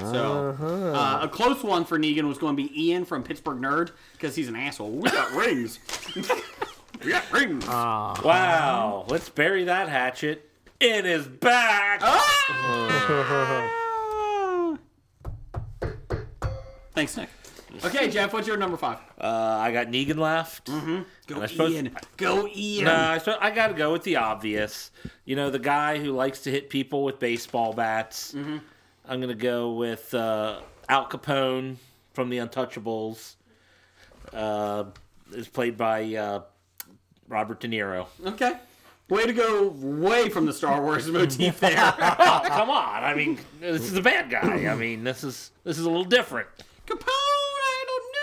Speaker 6: So uh, a close one for Negan was going to be Ian from Pittsburgh Nerd because he's an asshole. We got rings. *laughs* we got rings.
Speaker 5: wow, let's bury that hatchet in his back.
Speaker 6: Oh. Ah! Thanks, Nick. Okay, Jeff, what's your number five?
Speaker 5: Uh, I got Negan left.
Speaker 6: Mm-hmm. Go
Speaker 5: I suppose-
Speaker 6: Ian. Go Ian.
Speaker 5: Nah, so I got to go with the obvious. You know, the guy who likes to hit people with baseball bats.
Speaker 6: Mm-hmm.
Speaker 5: I'm gonna go with uh, Al Capone from The Untouchables. Uh, is played by uh, Robert De Niro. *laughs*
Speaker 6: Okay. Way to go way from the Star Wars motif there.
Speaker 5: Oh, come on! I mean, this is a bad guy. I mean, this is this is a little different.
Speaker 6: Capone, I don't know.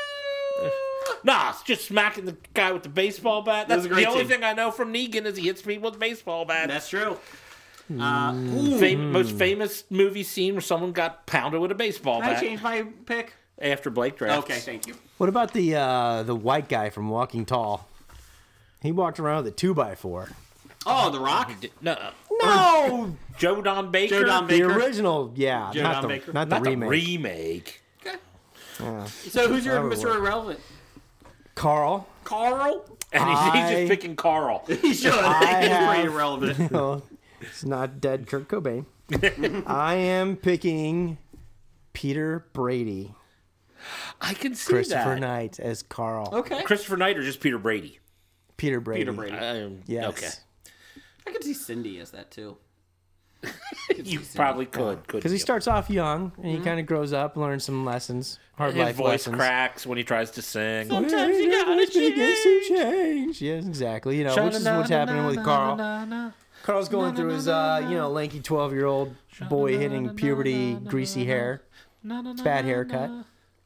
Speaker 5: Nah, it's just smacking the guy with the baseball bat.
Speaker 6: This is
Speaker 5: That's
Speaker 6: a
Speaker 5: the
Speaker 6: great
Speaker 5: only
Speaker 6: team.
Speaker 5: thing I know from Negan is he hits people with baseball bats.
Speaker 6: That's true. Uh, ooh,
Speaker 7: Hmm.
Speaker 5: Fam- most famous movie scene where someone got pounded with a baseball
Speaker 6: Can I
Speaker 5: bat
Speaker 6: change my pick?
Speaker 5: after Blake drafts.
Speaker 6: Okay, thank you.
Speaker 7: What about the uh, the white guy from Walking Tall? He walked around with a two by four.
Speaker 6: Oh, The Rock?
Speaker 5: No, uh,
Speaker 7: *laughs* No,
Speaker 5: Joe Don Baker.
Speaker 6: Joe Don
Speaker 7: the
Speaker 6: Baker?
Speaker 7: original, yeah,
Speaker 6: Joe
Speaker 7: not
Speaker 6: Don
Speaker 7: the
Speaker 6: Baker?
Speaker 7: not the
Speaker 5: Not
Speaker 7: remake.
Speaker 5: the remake. *laughs*
Speaker 6: Okay. So who's your
Speaker 7: That would
Speaker 6: Mr.
Speaker 7: work.
Speaker 6: Irrelevant?
Speaker 7: Carl,
Speaker 6: Carl? *laughs*
Speaker 5: And he's, he's
Speaker 7: I-
Speaker 5: just picking Carl.
Speaker 6: He should. He's
Speaker 7: *laughs* have-
Speaker 6: pretty irrelevant.
Speaker 7: No, it's not dead Kurt Cobain. I am picking Peter Brady,
Speaker 5: I can see
Speaker 7: Christopher
Speaker 5: that.
Speaker 7: Knight as Carl.
Speaker 6: Okay.
Speaker 5: Christopher Knight or just Peter Brady?
Speaker 7: Peter Brady.
Speaker 6: Peter Brady.
Speaker 5: Um,
Speaker 7: Yes.
Speaker 5: Okay.
Speaker 7: *laughs*
Speaker 6: I could see Cindy as that too.
Speaker 5: You probably could. Because
Speaker 7: Because he starts off young and he kind of grows up, learns some lessons, hard
Speaker 5: His
Speaker 7: life
Speaker 5: voice
Speaker 7: lessons.
Speaker 5: cracks when he tries to sing.
Speaker 7: Sometimes you gotta change. change. Yes, exactly. You know, which is what's happening with Carl. Carl's going through his, uh, you know, lanky twelve-year-old boy hitting puberty, greasy hair, it's bad haircut,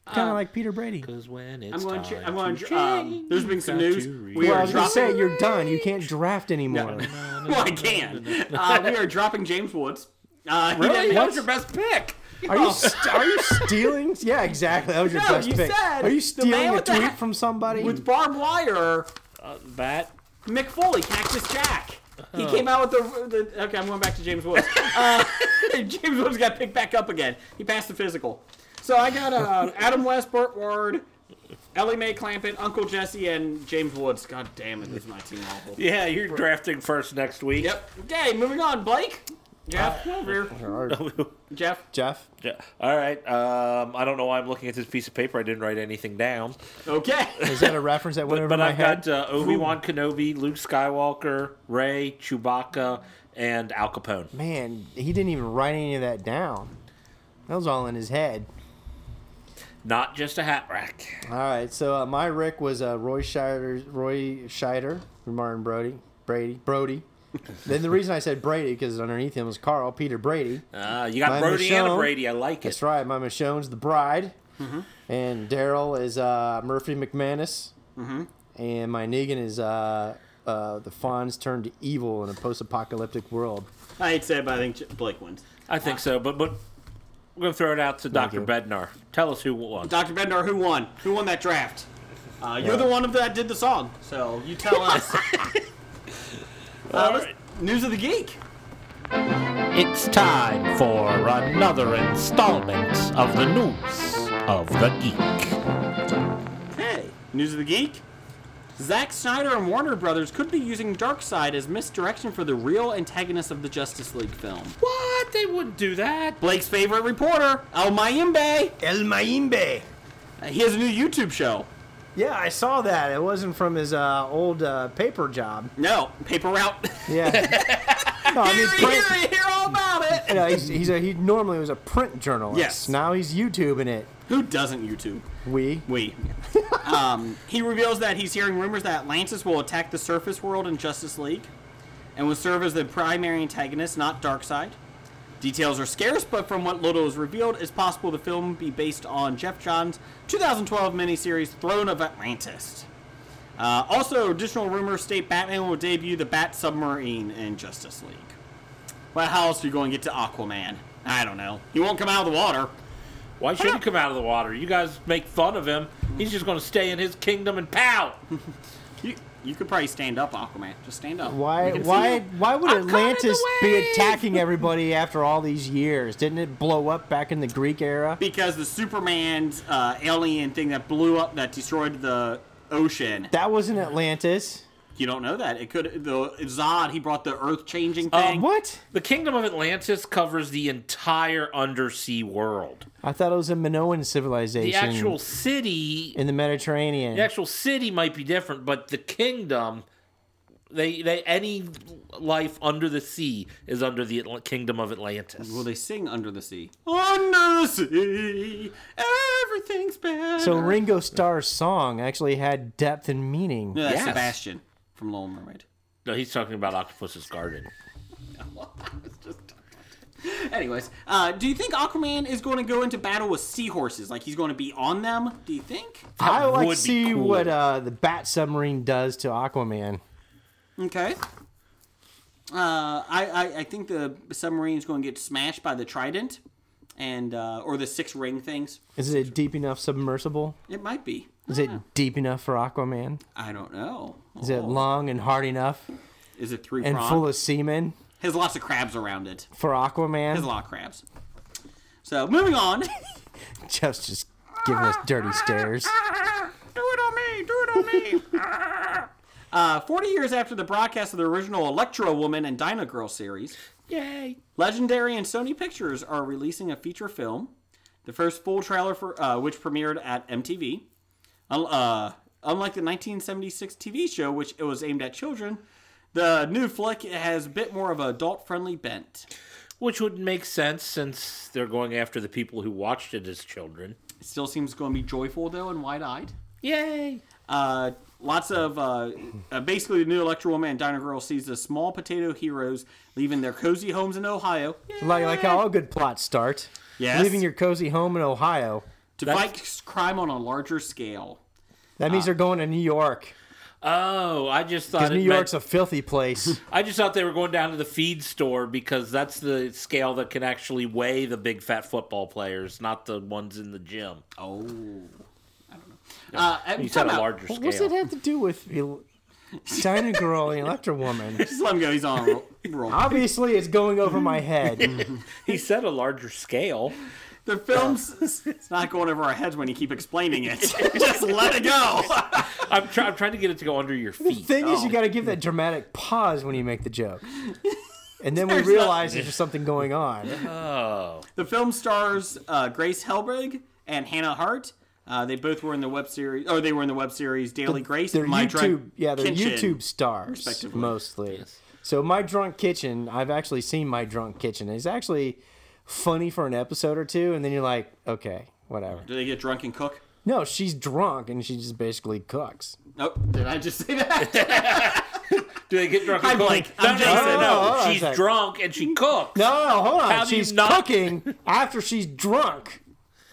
Speaker 7: kind of like Peter Brady.
Speaker 5: 'Cause when
Speaker 6: I'm
Speaker 5: it's
Speaker 6: going. To,
Speaker 5: time
Speaker 6: I'm going.
Speaker 5: to
Speaker 6: To, um, there's been some news. We
Speaker 7: Well, I
Speaker 6: are
Speaker 7: was gonna say
Speaker 6: dropping.
Speaker 7: you're done. You can't draft anymore.
Speaker 6: *laughs* Well, I can. Uh, we are dropping James Woods. Uh, *laughs* he didn't-
Speaker 5: That was your best pick.
Speaker 7: Are you st- are you stealing? Yeah, exactly. That was your
Speaker 6: No,
Speaker 7: best
Speaker 6: you
Speaker 7: pick.
Speaker 6: said
Speaker 7: are you
Speaker 6: the man
Speaker 7: stealing a
Speaker 6: with the
Speaker 7: tweet
Speaker 6: hat-
Speaker 7: from somebody?
Speaker 6: with barbed wire.
Speaker 5: Bat.
Speaker 6: Mick Foley, Cactus Jack. He came out with the, the. Okay, I'm going back to James Woods. uh, *laughs* James Woods got picked back up again. He passed the physical. So I got uh, Adam West, Burt Ward, Ellie Mae Clampett, Uncle Jesse, and James Woods. God damn it, this is my team awful.
Speaker 5: Yeah, you're drafting first next week.
Speaker 6: Yep. Okay, moving on. Blake, Jeff, over here. Jeff.
Speaker 7: Jeff?
Speaker 5: Yeah. All right. Um, I don't know why I'm looking at this piece of paper. I didn't write anything down.
Speaker 6: Okay.
Speaker 7: *laughs* Is that a reference that went over
Speaker 5: But
Speaker 7: my
Speaker 5: I've
Speaker 7: head?
Speaker 5: got uh, Obi Wan Kenobi, Luke Skywalker, Ray, Chewbacca, and Al Capone.
Speaker 7: Man, he didn't even write any of that down. That was all in his head.
Speaker 5: Not just a hat rack.
Speaker 7: All right, so uh, my Rick was uh, Roy Scheider, Roy Scheider, Martin Brody, Brady, Brody. then the reason I said Brady because underneath him was Carl Peter Brady.
Speaker 5: Uh, you got
Speaker 7: My
Speaker 5: Brody and
Speaker 7: Michonne.
Speaker 5: a Brady. I like it.
Speaker 7: That's right. My Michonne's the bride, and Daryl is uh, Murphy McManus, and my Negan is uh, uh, the Fonz turned to evil in a post-apocalyptic world.
Speaker 6: I hate to say it, but I think J- Blake wins.
Speaker 5: I think so. But but we're gonna throw it out to Doctor
Speaker 7: you.
Speaker 5: Bednar. Tell us who won.
Speaker 6: Dr. Bednar, who won? Who won that draft? Uh, you're the one that did the song, so you tell
Speaker 7: *laughs*
Speaker 6: us. Uh, let's- News of the Geek.
Speaker 5: It's time for another installment of the news of the geek.
Speaker 6: Hey, News of the Geek. Zack Snyder and Warner Brothers could be using Darkseid as misdirection for the real antagonist of the Justice League film.
Speaker 5: *laughs* What? They wouldn't do that.
Speaker 6: Blake's favorite reporter, El Mayimbe.
Speaker 7: El Maimbe.
Speaker 6: Uh, He has a new YouTube show.
Speaker 7: Yeah, I saw that. It wasn't from his uh, old uh, paper job.
Speaker 6: No, paper route.
Speaker 7: Yeah. no, *laughs* I mean,
Speaker 6: hear, it,
Speaker 7: print-
Speaker 6: hear, it, hear all about
Speaker 7: you
Speaker 6: it.
Speaker 7: know, uh, he's, he's a, he normally was a print journalist.
Speaker 6: Yes.
Speaker 7: Now he's YouTubing it.
Speaker 6: Who doesn't YouTube?
Speaker 7: We.
Speaker 6: We. um, he reveals that he's hearing rumors that Atlantis will attack the surface world in Justice League and will serve as the primary antagonist, not Darkseid. Details are scarce, but from what little is revealed, it's possible the film be based on Jeff John's 2012 miniseries Throne of Atlantis. Uh, also, additional rumors state Batman will debut the Bat Submarine in Justice League. Well, how else are you going to get to Aquaman? I don't know. He won't come out of the water.
Speaker 5: Why should he come out of the water? You guys make fun of him. He's just gonna stay in his kingdom and pout.
Speaker 6: You, you could probably stand up, Aquaman. Just stand up. We
Speaker 7: Why?
Speaker 6: can see
Speaker 7: Why?
Speaker 6: you.
Speaker 7: Why would
Speaker 5: I'm climbing
Speaker 7: Atlantis
Speaker 5: the
Speaker 7: be
Speaker 5: wave.
Speaker 7: attacking everybody after all these years? Didn't it blow up back in the Greek era?
Speaker 6: Because the Superman's uh, alien thing that blew up, that destroyed the ocean.
Speaker 7: That wasn't Atlantis.
Speaker 6: You don't know that. It could. The Zod. He brought the Earth-changing thing.
Speaker 7: Uh, What?
Speaker 5: The kingdom of Atlantis covers the entire undersea world.
Speaker 7: I thought it was a Minoan civilization
Speaker 5: The actual city,
Speaker 7: in the Mediterranean.
Speaker 5: the actual city might be different, but the kingdom, they they any life under the sea is under the Atl- kingdom of Atlantis.
Speaker 6: Well, they sing under the sea. Under the sea, everything's better.
Speaker 7: So Ringo Starr's song actually had depth and meaning.
Speaker 6: No, that's
Speaker 5: Yes.
Speaker 6: Sebastian from Little Mermaid.
Speaker 5: No, he's talking about Octopus's Garden.
Speaker 6: Anyways, uh, do you think Aquaman is going to go into battle with seahorses? Like he's going to be on them? Do you think?
Speaker 7: I would like
Speaker 5: would
Speaker 7: to
Speaker 5: be
Speaker 7: see
Speaker 5: cool.
Speaker 7: what uh, the Bat Submarine does to Aquaman.
Speaker 6: Okay. Uh, I, I I think the submarine is going to get smashed by the trident, and uh, or the six ring things.
Speaker 7: Is it deep enough submersible?
Speaker 6: It might be.
Speaker 7: Is it deep enough for Aquaman?
Speaker 6: I don't know.
Speaker 7: Is it
Speaker 6: Oh.
Speaker 7: long and hard enough
Speaker 6: Is it three
Speaker 7: and
Speaker 6: prong?
Speaker 7: full of semen
Speaker 6: Has lots of crabs around it.
Speaker 7: for
Speaker 6: Has a
Speaker 7: Aquaman?
Speaker 6: lot of crabs. So moving on. *laughs* Do
Speaker 7: Jeff's just giving us dirty
Speaker 6: *laughs*
Speaker 7: stares.
Speaker 6: it on me. Do it on me. *laughs* Uh, Forty years after the broadcast of the original Electro Woman and Dinah Girl series,
Speaker 5: Yay!
Speaker 6: Legendary and Sony Pictures are releasing a feature film, the first full trailer for uh, which premiered at MTV. Un- uh, unlike the 1976 TV show, which it was aimed at children, the new flick has a bit more of an adult-friendly bent.
Speaker 5: Which would make sense since they're going after the people who watched it as children.
Speaker 6: It still seems going to be joyful though and wide-eyed.
Speaker 5: Yay!
Speaker 6: Uh, lots of uh, uh, basically the new Electro Woman and Diner Girl sees the small potato heroes leaving their cozy homes in Ohio.
Speaker 7: Like, like how all good plots start.
Speaker 6: Yes.
Speaker 7: Leaving your cozy home in Ohio.
Speaker 6: to
Speaker 5: That's-
Speaker 6: fight crime on a larger scale.
Speaker 7: That
Speaker 6: Uh,
Speaker 7: means they're going to New York.
Speaker 5: Oh, I just thought
Speaker 7: Because
Speaker 5: it
Speaker 7: New
Speaker 5: meant-
Speaker 7: York's a
Speaker 6: *laughs*
Speaker 7: filthy place.
Speaker 5: I just thought they were going down to the feed store because that's the scale that can actually weigh the big fat football players, not the ones in the gym.
Speaker 6: Oh, I don't know. Uh, and
Speaker 5: You said a
Speaker 6: timeout.
Speaker 5: larger scale.
Speaker 7: what does it have to do with El- Dinah Girl and Electra Woman?
Speaker 6: Just let him go. He's on *laughs* a roll. *laughs*
Speaker 7: Obviously, it's going over my head.
Speaker 5: He said a larger scale.
Speaker 6: The film's *laughs* it's not going over our heads when you keep explaining
Speaker 5: *laughs*
Speaker 6: it. Just let it go.
Speaker 5: I'm, try- I'm trying to get it to go
Speaker 6: *laughs*
Speaker 5: under your feet.
Speaker 7: Thing is, you
Speaker 6: Oh.
Speaker 7: got to give that dramatic pause when you make the joke, and then we
Speaker 6: There's
Speaker 7: realize there's just something going on.
Speaker 6: The film stars uh, Grace Helbig and Hannah Hart. Uh, they both were in the web series, or they were in the web series Daily Grace.
Speaker 7: They're
Speaker 6: and My
Speaker 7: YouTube,
Speaker 6: Drunk
Speaker 7: yeah, they're
Speaker 6: Kitchen.
Speaker 7: YouTube stars
Speaker 6: respectively.
Speaker 7: mostly. So my drunk kitchen, I've actually seen my drunk kitchen. It's actually funny for an episode or two, and then you're like, okay, whatever.
Speaker 6: Do they get drunk and cook?
Speaker 7: No, she's drunk and she just basically cooks.
Speaker 6: Nope. Did I just say that?
Speaker 5: Do they get drunk?
Speaker 6: I'm
Speaker 5: And cook?
Speaker 6: like,
Speaker 5: no,
Speaker 6: I'm
Speaker 5: no,
Speaker 6: Jason.
Speaker 5: no,
Speaker 7: Oh,
Speaker 5: no,
Speaker 7: oh,
Speaker 5: She's
Speaker 7: okay.
Speaker 5: drunk and she cooks.
Speaker 7: No, no, no, hold on.
Speaker 5: How do you
Speaker 7: she's
Speaker 6: *laughs*
Speaker 5: not-
Speaker 7: cooking after she's drunk.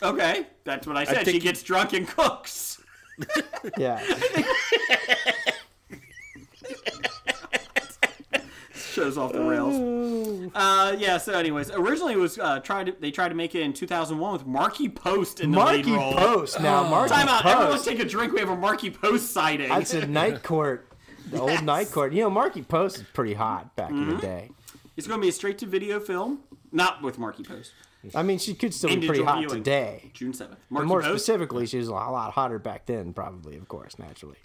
Speaker 6: okay, that's what I said.
Speaker 5: think
Speaker 6: she
Speaker 5: you-
Speaker 6: gets drunk and cooks. *laughs*
Speaker 7: Yeah,
Speaker 6: Shows off the rails. Uh, yeah. So, anyways, originally it was uh, tried. To, they tried to make it in 2001 with Marky Post in the
Speaker 7: Marky
Speaker 6: lead role.
Speaker 7: Post now.
Speaker 6: *gasps*
Speaker 7: Marky
Speaker 6: Time out. Everyone
Speaker 7: Post.
Speaker 6: take a drink. We have a Marky Post sighting.
Speaker 7: That's a night court. The old night court. You know, Marky Post is pretty hot back in
Speaker 6: Mm-hmm.
Speaker 7: the day.
Speaker 6: It's going to be a straight to video film, not with Marky Post.
Speaker 7: I mean, she could still be
Speaker 6: Individual
Speaker 7: pretty hot
Speaker 6: viewing.
Speaker 7: today.
Speaker 6: June 7th.
Speaker 7: And
Speaker 6: Marky
Speaker 7: more
Speaker 6: Post.
Speaker 7: specifically, she was a lot hotter back then, probably, of course, naturally.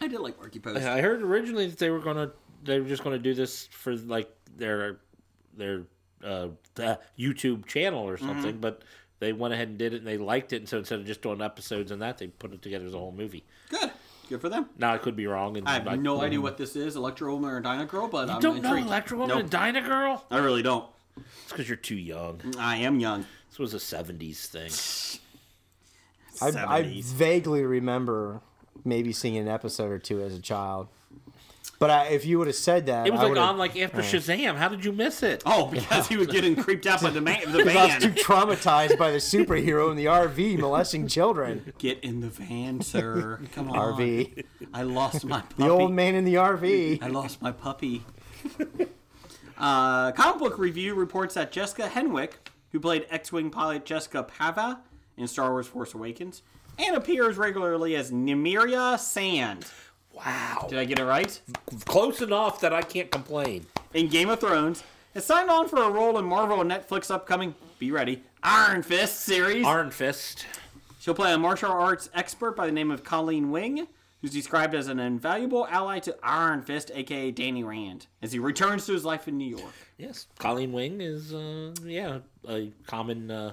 Speaker 6: I did like Marky Post.
Speaker 5: I heard originally that they were gonna, they were just gonna do this for like their, their, uh, the YouTube channel or something. But they went ahead and did it, and they liked it. And so instead of just doing episodes and that, they put it together as a whole movie.
Speaker 6: Good. Good for them.
Speaker 5: Now I could be wrong. And
Speaker 6: I have
Speaker 5: like,
Speaker 6: no
Speaker 5: mm,
Speaker 6: idea what this is, Electro Woman or Dinah Girl, but I'm
Speaker 5: Don't know
Speaker 6: intrigued.
Speaker 5: Electro Woman
Speaker 6: Nope.
Speaker 5: and Dinah Girl?
Speaker 6: I really don't.
Speaker 5: It's because you're too young.
Speaker 6: I am young.
Speaker 5: This was a '70s thing.
Speaker 7: I, I
Speaker 6: 70s.
Speaker 7: vaguely remember maybe seeing an episode or two as a child. But I, if you would have said that,
Speaker 5: It was
Speaker 7: I
Speaker 5: like
Speaker 7: would've- *laughs*
Speaker 5: on like after Shazam. How did you miss it?
Speaker 6: Oh, because he was getting creeped out by the man.
Speaker 7: *laughs*
Speaker 6: The
Speaker 7: I was too
Speaker 6: van.
Speaker 7: traumatized by the superhero in the
Speaker 5: *laughs*
Speaker 7: RV molesting children.
Speaker 6: Get in the van, sir.
Speaker 7: *laughs*
Speaker 6: Come on.
Speaker 7: RV.
Speaker 6: I lost my puppy.
Speaker 7: The old man in the
Speaker 6: I
Speaker 5: *laughs*
Speaker 7: RV.
Speaker 6: lost my puppy. uh, comic book review reports that Jessica Henwick, who played X-wing pilot Jessica Pava in Star Wars: Force Awakens, and appears regularly as Nymeria Sand.
Speaker 5: Wow,
Speaker 6: Did I get it right?
Speaker 5: close enough that I can't complain.
Speaker 6: In Game of Thrones, has signed on for a role in Marvel and Netflix upcoming. Be ready. Iron Fist series.
Speaker 5: Iron Fist.
Speaker 6: She'll play a martial arts expert by the name of Colleen Wing, who's described as an invaluable ally to Iron Fist, aka Danny Rand, as he returns to his life in New York.
Speaker 5: Yes, Colleen Wing is uh, yeah a common uh,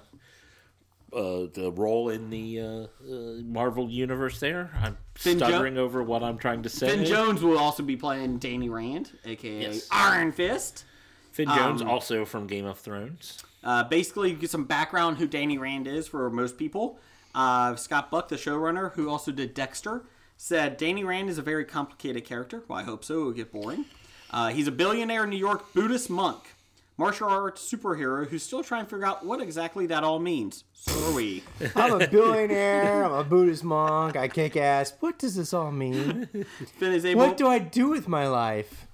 Speaker 5: uh, the role in the uh, uh, Marvel universe. There, I'm
Speaker 6: Finn Jo-
Speaker 5: stuttering over what I'm trying to say.
Speaker 6: Ben Jones will also be playing Danny Rand, aka
Speaker 5: Yes.
Speaker 6: Iron Fist.
Speaker 5: Finn
Speaker 6: Um,
Speaker 5: Jones, also from Game of Thrones.
Speaker 6: Uh, basically, you get some background who Danny Rand is for most people. Uh, Scott Buck, the showrunner, who also did Dexter, said Danny Rand is a very complicated character. Well, I hope so. It will get boring. Uh, he's a billionaire New York Buddhist monk, martial arts superhero who's still trying to figure out what exactly that all means. So are
Speaker 7: *laughs*
Speaker 6: we.
Speaker 7: I'm a billionaire. I'm a Buddhist monk. I kick ass. What does this all mean?
Speaker 6: Finn is able.
Speaker 7: What do I do with my life?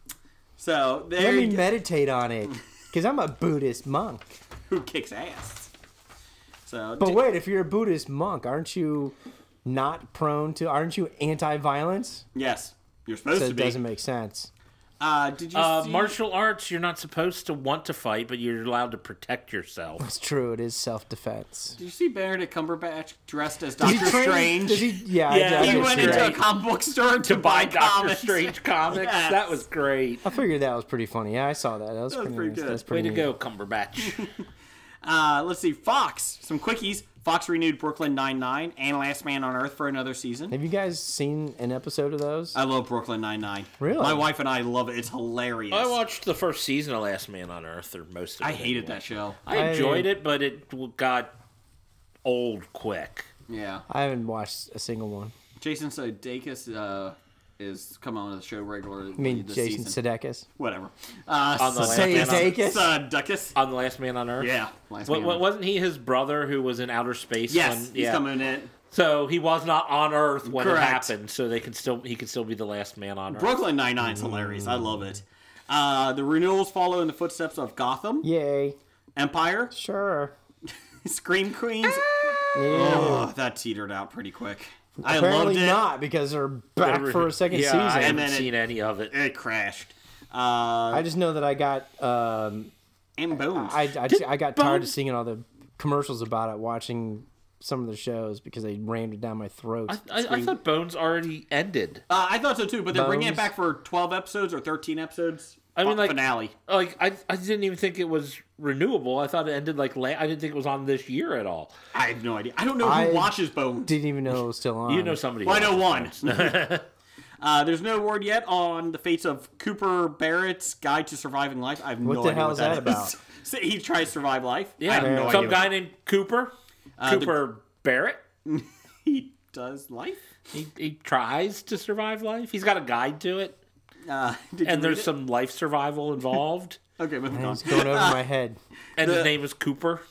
Speaker 6: so there
Speaker 7: Let me
Speaker 6: you go.
Speaker 7: meditate on it. Because I'm a Buddhist monk.
Speaker 6: Who kicks ass? So
Speaker 7: But wait, if you're a Buddhist monk, aren't you not prone to? Aren't you anti-violence?
Speaker 6: yes, you're supposed
Speaker 7: So
Speaker 6: to
Speaker 7: it
Speaker 6: be.
Speaker 7: doesn't make sense.
Speaker 6: Uh, did you
Speaker 5: Uh,
Speaker 6: see?
Speaker 5: martial arts, you're not supposed to want to fight, but you're allowed to protect yourself.
Speaker 7: It's true. It is self-defense.
Speaker 6: Did you see Benedict Cumberbatch dressed as
Speaker 7: Does
Speaker 6: Doctor
Speaker 7: train-
Speaker 6: Strange?
Speaker 7: does he- yeah,
Speaker 5: Yeah,
Speaker 7: yeah. I,
Speaker 5: he
Speaker 6: he
Speaker 7: did
Speaker 6: went
Speaker 7: see
Speaker 6: into a
Speaker 7: that.
Speaker 5: Strange.
Speaker 6: comic book store *laughs* to,
Speaker 5: To buy Doctor
Speaker 6: comics.
Speaker 5: Strange comics,
Speaker 6: Yes.
Speaker 5: that was great.
Speaker 7: I figured that was pretty funny. Yeah, I saw that. That was, pretty,
Speaker 6: pretty
Speaker 7: nice.
Speaker 6: good.
Speaker 7: That's
Speaker 5: Way
Speaker 7: pretty
Speaker 5: to go, Cumberbatch.
Speaker 6: Uh, let's see, Fox. Some quickies. Fox renewed Brooklyn Nine Nine and Last Man on Earth for another season.
Speaker 7: Have you guys seen an episode of those?
Speaker 6: I love Brooklyn Nine Nine.
Speaker 7: Really?
Speaker 6: My wife and I love it. It's hilarious.
Speaker 5: I watched the first season of Last Man on Earth, or most of it.
Speaker 6: I hated
Speaker 5: anyway.
Speaker 6: that show.
Speaker 5: I enjoyed it, but it w- got old quick.
Speaker 6: Yeah.
Speaker 7: I haven't watched a single one.
Speaker 6: Jason Sudeikis uh, is coming on the show regularly.
Speaker 7: I mean,
Speaker 6: this
Speaker 7: Jason
Speaker 6: season.
Speaker 7: Sudeikis.
Speaker 6: Whatever. Uh,
Speaker 5: On the
Speaker 6: Sud-
Speaker 5: Last Man on,
Speaker 7: Sudeikis?
Speaker 6: Sudeikis.
Speaker 5: on the Last Man on Earth.
Speaker 6: Yeah. Last
Speaker 5: Wa-
Speaker 6: Man
Speaker 5: wa-
Speaker 6: on Earth.
Speaker 5: *laughs* wasn't he his brother who was in outer space?
Speaker 6: Yes,
Speaker 5: when-
Speaker 6: he's
Speaker 5: yeah.
Speaker 6: coming in.
Speaker 5: So he was not on Earth when
Speaker 6: Correct.
Speaker 5: it happened. So they could still he could still be the last man on Earth.
Speaker 6: Brooklyn Nine Nine's hilarious. I love it. Uh, the renewals follow in the footsteps of Gotham,
Speaker 7: Yay!
Speaker 6: Empire,
Speaker 7: Sure.
Speaker 6: Scream Queens. Oh, that teetered out pretty quick. I
Speaker 7: Apparently
Speaker 6: loved it.
Speaker 7: not because they're back
Speaker 5: Whatever-
Speaker 7: for a second
Speaker 5: yeah, I
Speaker 7: season.
Speaker 5: haven't
Speaker 6: And then it-
Speaker 5: seen any of it.
Speaker 6: It crashed. Uh,
Speaker 7: I just know that I got um,
Speaker 6: and Bones.
Speaker 7: I, I, I got tired of seeing all the commercials about it watching some of the shows because they rammed it down my throat.
Speaker 5: I, I, I thought Bones already ended.
Speaker 6: Uh, I thought so too, but they're bringing it
Speaker 7: Bones.
Speaker 6: back for 12 episodes or 13 episodes.
Speaker 5: I mean,
Speaker 6: Fi-
Speaker 5: like-
Speaker 6: finale.
Speaker 5: Like I, I didn't even think it was renewable. I thought it ended like la- I didn't think it was on this year at all.
Speaker 6: I have no idea. I don't know
Speaker 7: I
Speaker 6: who watches Bones.
Speaker 7: Didn't even know it was still on.
Speaker 5: You know somebody.
Speaker 6: Well, I know
Speaker 5: else.
Speaker 6: one. *laughs* uh, there's no word yet on the fates of Cooper Barrett's Guide to Surviving Life. I have
Speaker 7: What
Speaker 6: no
Speaker 7: the
Speaker 6: idea
Speaker 7: hell
Speaker 6: what
Speaker 7: is that about?
Speaker 6: *laughs* So he tries to survive life. I
Speaker 5: Yeah,
Speaker 6: have no
Speaker 5: some
Speaker 6: idea. Uh,
Speaker 5: guy named Cooper.
Speaker 6: the-
Speaker 5: Cooper Barrett.
Speaker 6: He does
Speaker 7: *laughs*
Speaker 6: life.
Speaker 5: He, he tries to survive life. He's got a guide to it,
Speaker 6: Uh, did
Speaker 5: and
Speaker 6: you read
Speaker 5: there's
Speaker 6: it?
Speaker 5: some life *laughs* survival involved.
Speaker 6: Okay, moving on.
Speaker 7: It's going over my head.
Speaker 5: and his name is Cooper.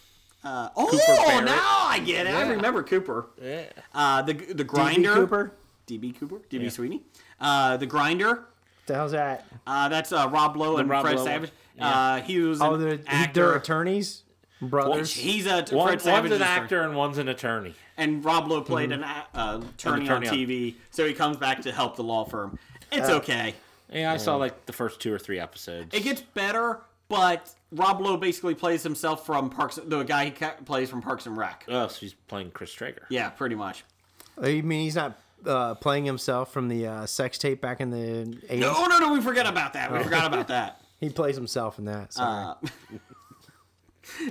Speaker 6: Uh, oh,
Speaker 5: Barrett.
Speaker 6: now I get it. I remember Cooper. Yeah. Uh, the the grinder.
Speaker 7: Cooper?
Speaker 6: DB Cooper. DB Sweeney. Uh, the grinder.
Speaker 7: The hell's *laughs* that?
Speaker 6: Uh, that's uh, Rob Lowe and
Speaker 5: Rob
Speaker 6: Fred
Speaker 5: Lowe.
Speaker 6: Savage. Uh, he was an
Speaker 7: Oh, they're, he-
Speaker 6: actor.
Speaker 7: they're attorneys, brothers.
Speaker 6: He's a
Speaker 5: One,
Speaker 6: Fred
Speaker 5: one's
Speaker 6: Savage
Speaker 5: an actor and one's an attorney.
Speaker 6: and Rob Lowe played an uh, attorney on
Speaker 5: attorney on-
Speaker 6: TV, so he comes back to help the law firm. It's okay.
Speaker 5: Yeah, I saw like the first two or three episodes.
Speaker 6: It gets better, but Rob Lowe basically plays himself from Parks, the guy he ca- plays from Parks and Rec.
Speaker 5: oh, so he's playing Chris Traeger.
Speaker 6: Yeah, pretty much.
Speaker 7: I Oh, mean, he's not uh, playing himself from the uh, sex tape back in the 80s.
Speaker 6: Oh, No, no, no, we forgot about that. We forgot about that.
Speaker 7: He plays himself in that. Sorry.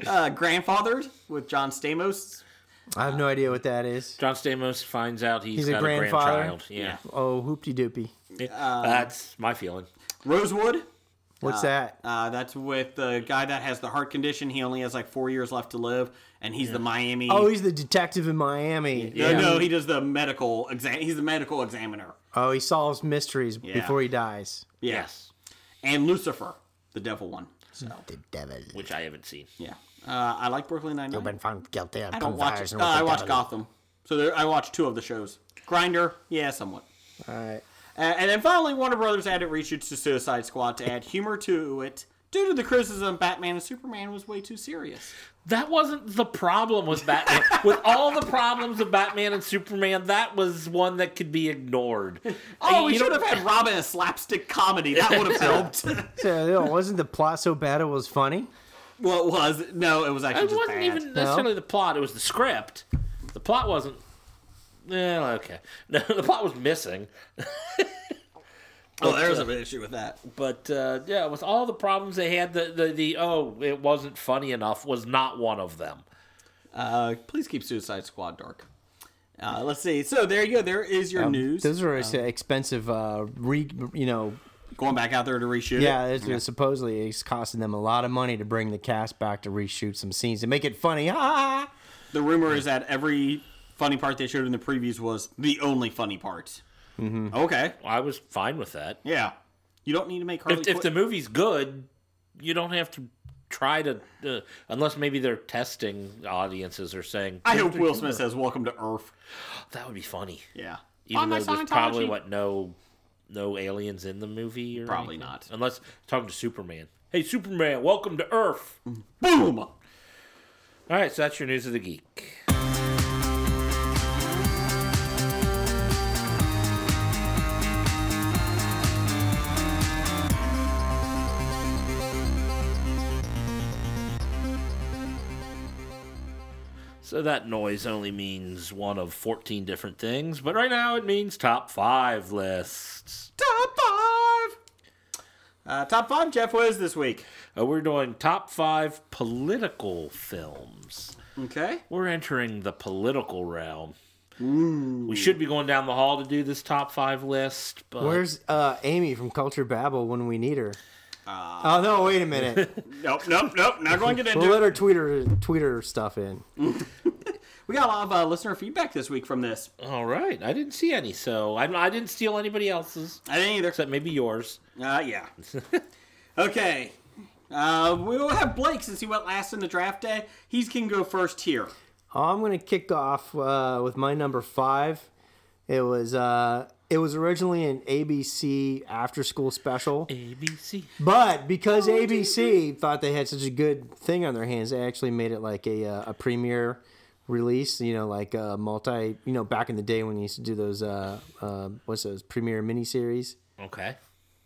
Speaker 6: Uh, grandfathered with John Stamos.
Speaker 7: I have no idea what that is.
Speaker 5: John Stamos finds out he's
Speaker 7: He's a
Speaker 5: got a,
Speaker 7: grandfather?
Speaker 5: grandchild. Yeah,
Speaker 7: Oh, hoopty doopy.
Speaker 5: that's my feeling.
Speaker 6: Rosewood.
Speaker 7: What's that?
Speaker 6: Uh, that's with the guy that has the heart condition. He only has like four years left to live, and he's the Miami.
Speaker 7: Oh, he's the detective in Miami.
Speaker 6: no, no, he does the medical exam. He's the medical examiner.
Speaker 7: Oh, he solves mysteries before he dies.
Speaker 6: Yes. And Lucifer, the devil one. So
Speaker 5: Mm.
Speaker 7: The devil.
Speaker 5: which I haven't seen.
Speaker 6: yeah, uh, I like Brooklyn Nine Nine.
Speaker 7: When found guilty,
Speaker 6: I don't watch. It. Uh, I watch Gotham. So there, I watch two of the shows. Grinder, yeah, somewhat.
Speaker 7: All right.
Speaker 6: Uh, and then finally, Warner Brothers added reshoots to Suicide Squad to add humor to it due to the criticism Batman and Superman was way too serious.
Speaker 5: That wasn't the problem with *laughs* Batman. with all the problems of Batman and Superman, that was one that could be ignored.
Speaker 6: Oh,
Speaker 5: You
Speaker 6: we should
Speaker 5: don't-
Speaker 6: have had Robin a slapstick comedy. That would have
Speaker 5: *laughs*
Speaker 6: helped. *laughs*
Speaker 7: So, you know, wasn't the plot so bad it was funny?
Speaker 6: well, it was no, it was actually
Speaker 5: It
Speaker 6: just
Speaker 5: wasn't
Speaker 6: bad.
Speaker 5: even necessarily the plot. It was the script. The plot wasn't. Well, okay. *laughs* No, the plot was missing.
Speaker 6: oh, there's an issue with that.
Speaker 5: But uh, yeah, with all the problems they had, the, the the oh, it wasn't funny enough was not one of them.
Speaker 6: Uh, please keep Suicide Squad dark. Uh, let's see. So there you go. There is your news. Um,
Speaker 7: Those were uh, expensive, uh, re, you know.
Speaker 6: Going back out there to reshoot.
Speaker 7: Yeah,
Speaker 6: it.
Speaker 7: it's, supposedly it's costing them a lot of money to bring the cast back to reshoot some scenes and make it funny. Ah!
Speaker 6: The rumor is that every funny part they showed in the previews was the only funny part. Mm-hmm. Okay.
Speaker 5: I was fine with that.
Speaker 6: Yeah. You don't need to make Harley.
Speaker 5: If, if the
Speaker 6: Quinn-
Speaker 5: movie's good, you don't have to try to, uh, unless maybe they're testing audiences or saying.
Speaker 6: I hope Will Smith says "Welcome to Earth."
Speaker 5: that would be funny.
Speaker 6: Yeah.
Speaker 5: Even
Speaker 6: On my
Speaker 5: though there's probably
Speaker 6: Scientology.
Speaker 5: what no, no aliens in the movie. Or
Speaker 6: Probably
Speaker 5: anything.
Speaker 6: not.
Speaker 5: Unless talking to Superman. Hey, Superman, welcome to Earth.
Speaker 6: Boom.
Speaker 5: All right, so that's your news of the geek. So that noise only means one of 14 different things, but right now it means top five lists.
Speaker 6: Top five. Uh, top five. Jeff was this week.
Speaker 5: Uh, we're doing top five political films.
Speaker 6: Okay.
Speaker 5: We're entering the political realm. We should be going down the hall to do this top five list, but
Speaker 7: Where's uh, Amy from Culture Babel when we need her?
Speaker 6: Uh,
Speaker 7: oh no! Wait a minute.
Speaker 6: *laughs* Nope. Nope. Nope. Not going to get
Speaker 7: we'll
Speaker 6: into
Speaker 7: let
Speaker 6: it.
Speaker 7: her tweet her tweet her stuff in.
Speaker 6: *laughs* We got a lot of uh, listener feedback this week from this.
Speaker 5: all right. I didn't see any, so I, I didn't steal anybody else's
Speaker 6: I didn't either.
Speaker 5: except maybe yours.
Speaker 6: Uh, yeah. *laughs* okay. Uh, we'll have Blake since he went last in the draft day. He can go first here.
Speaker 7: I'm gonna kick off uh, with my number five. It was uh, it was originally an ABC after school special,
Speaker 5: ABC.
Speaker 7: but because
Speaker 5: Oh,
Speaker 7: ABC thought they had such a good thing on their hands, they actually made it like a uh, a premiere release. You know, like a multi. You know, back in the day when you used to do those uh, uh, what's those premiere miniseries.
Speaker 5: Okay,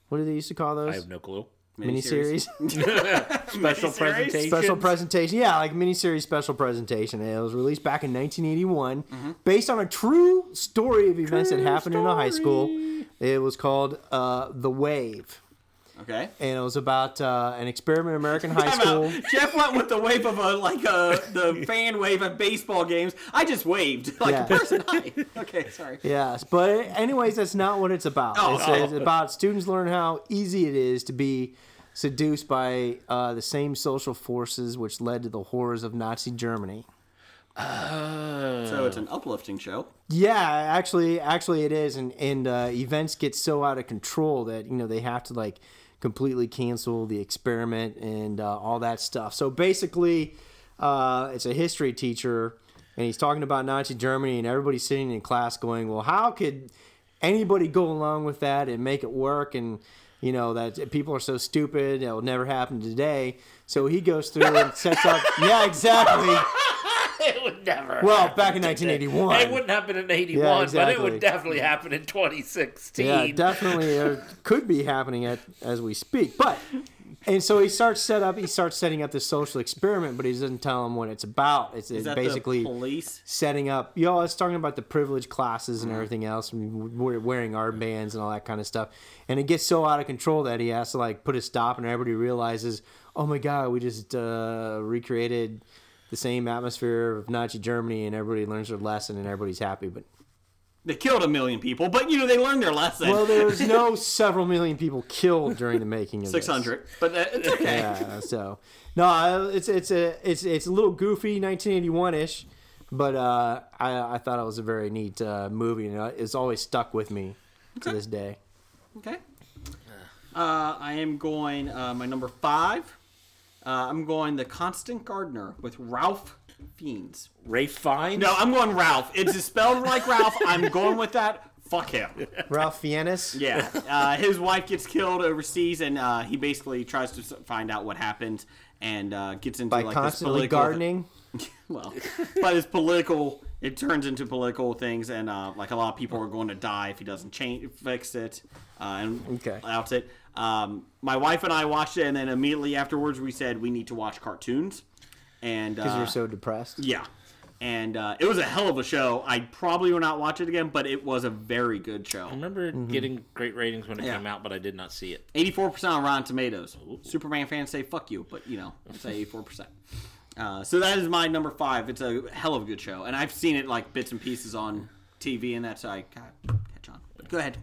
Speaker 7: What do they used to call
Speaker 5: I
Speaker 7: those?
Speaker 5: have no clue.
Speaker 7: miniseries,
Speaker 5: Special presentation.
Speaker 7: special presentation. Yeah, like miniseries special presentation. And It was released back in 1981,
Speaker 6: Mm-hmm.
Speaker 7: based on a true story of events that happened in a high school. It was called uh, "The Wave,"
Speaker 6: Okay.
Speaker 7: and it was about uh, an experiment in
Speaker 6: *laughs*
Speaker 7: American high
Speaker 6: Time
Speaker 7: school.
Speaker 6: out. Jeff went with the wave of a like a
Speaker 7: *laughs*
Speaker 6: the fan wave at baseball games. I just waved *laughs* like
Speaker 7: Yeah.
Speaker 6: a person. Hi.
Speaker 7: *laughs*
Speaker 6: Okay, sorry.
Speaker 7: Yes, but anyways, that's not what it's about.
Speaker 6: Oh,
Speaker 7: it's,
Speaker 6: oh.
Speaker 7: it's about students learn how easy it is to be seduced by uh, the same social forces which led to the horrors of Nazi Germany.
Speaker 6: So it's an uplifting show.
Speaker 7: Yeah, actually, actually, it is, and and uh, events get so out of control that you know they have to like completely cancel the experiment and uh, all that stuff. So basically, uh, it's a history teacher, and he's talking about Nazi Germany, and everybody's sitting in class going, "Well, how could anybody go along with that and make it work?" And you know that people are so stupid; it will never happen today. So he goes through and sets up. Yeah, exactly.
Speaker 5: It would never.
Speaker 7: Well,
Speaker 5: happen
Speaker 7: back in
Speaker 5: today.
Speaker 7: 1981.
Speaker 5: It wouldn't happen in '81,
Speaker 7: Yeah,
Speaker 5: but it
Speaker 7: exactly.
Speaker 5: would definitely happen in 2016.
Speaker 7: Yeah, definitely uh, could be happening at, as we speak. But and so he starts set up. He starts setting up this social experiment, but he doesn't tell him what it's about. It's
Speaker 6: Is
Speaker 7: it's
Speaker 6: that
Speaker 7: basically
Speaker 6: the police?
Speaker 7: setting up. You know, it's talking about the privileged classes
Speaker 6: Mm-hmm.
Speaker 7: and everything else, and we're wearing armbands and all that kind of stuff. And it gets so out of control that he has to like put a stop, and everybody realizes, oh my god, we just uh, recreated the same atmosphere of Nazi Germany, and everybody learns their lesson, and everybody's happy. But
Speaker 6: They killed a million people, but you know they learned their lesson.
Speaker 7: well, there was no several million people killed during the making of
Speaker 6: *laughs*
Speaker 7: this.
Speaker 6: Six hundred, but that, it's okay.
Speaker 7: Yeah, so no, I- it's it's a it's it's a little goofy, 1981 ish, but uh, I I thought it was a very neat uh, movie, and uh, it's always stuck with me to this day.
Speaker 6: Okay. Uh, I am going uh, my number five. Uh, I'm going the Constant Gardener with Ralph Fiennes.
Speaker 5: Ray Fine.
Speaker 6: No, I'm going Ralph. It's *laughs* spelled like Ralph. I'm going with that. Fuck him.
Speaker 7: Ralph Fiennes.
Speaker 6: Yeah. Uh, his wife gets killed overseas, and uh, he basically tries to s- find out what happened and uh, gets into
Speaker 7: By
Speaker 6: like
Speaker 7: constantly
Speaker 6: this political
Speaker 7: gardening,
Speaker 6: *laughs* well, but it's political. It turns into political things, and uh, like a lot of people are going to die if he doesn't change, fix it, uh, and
Speaker 7: Okay.
Speaker 6: out it. Um, my wife and I watched it, and then immediately afterwards we said we need to watch cartoons, and
Speaker 7: because
Speaker 6: uh,
Speaker 7: you're so depressed.
Speaker 6: yeah, and uh, it was a hell of a show. I probably will not watch it again, but it was a very good
Speaker 5: I
Speaker 6: show.
Speaker 5: remember getting great ratings when it
Speaker 6: Mm-hmm. Yeah.
Speaker 5: came out, but I did not see it.
Speaker 6: Eighty-four percent on Rotten Tomatoes. Superman fans say fuck you, but you know, I say eighty-four percent. Uh, so that is my number five. It's a hell of a good show, and I've seen it like bits and pieces on TV, and that's how I got catch on. But go ahead.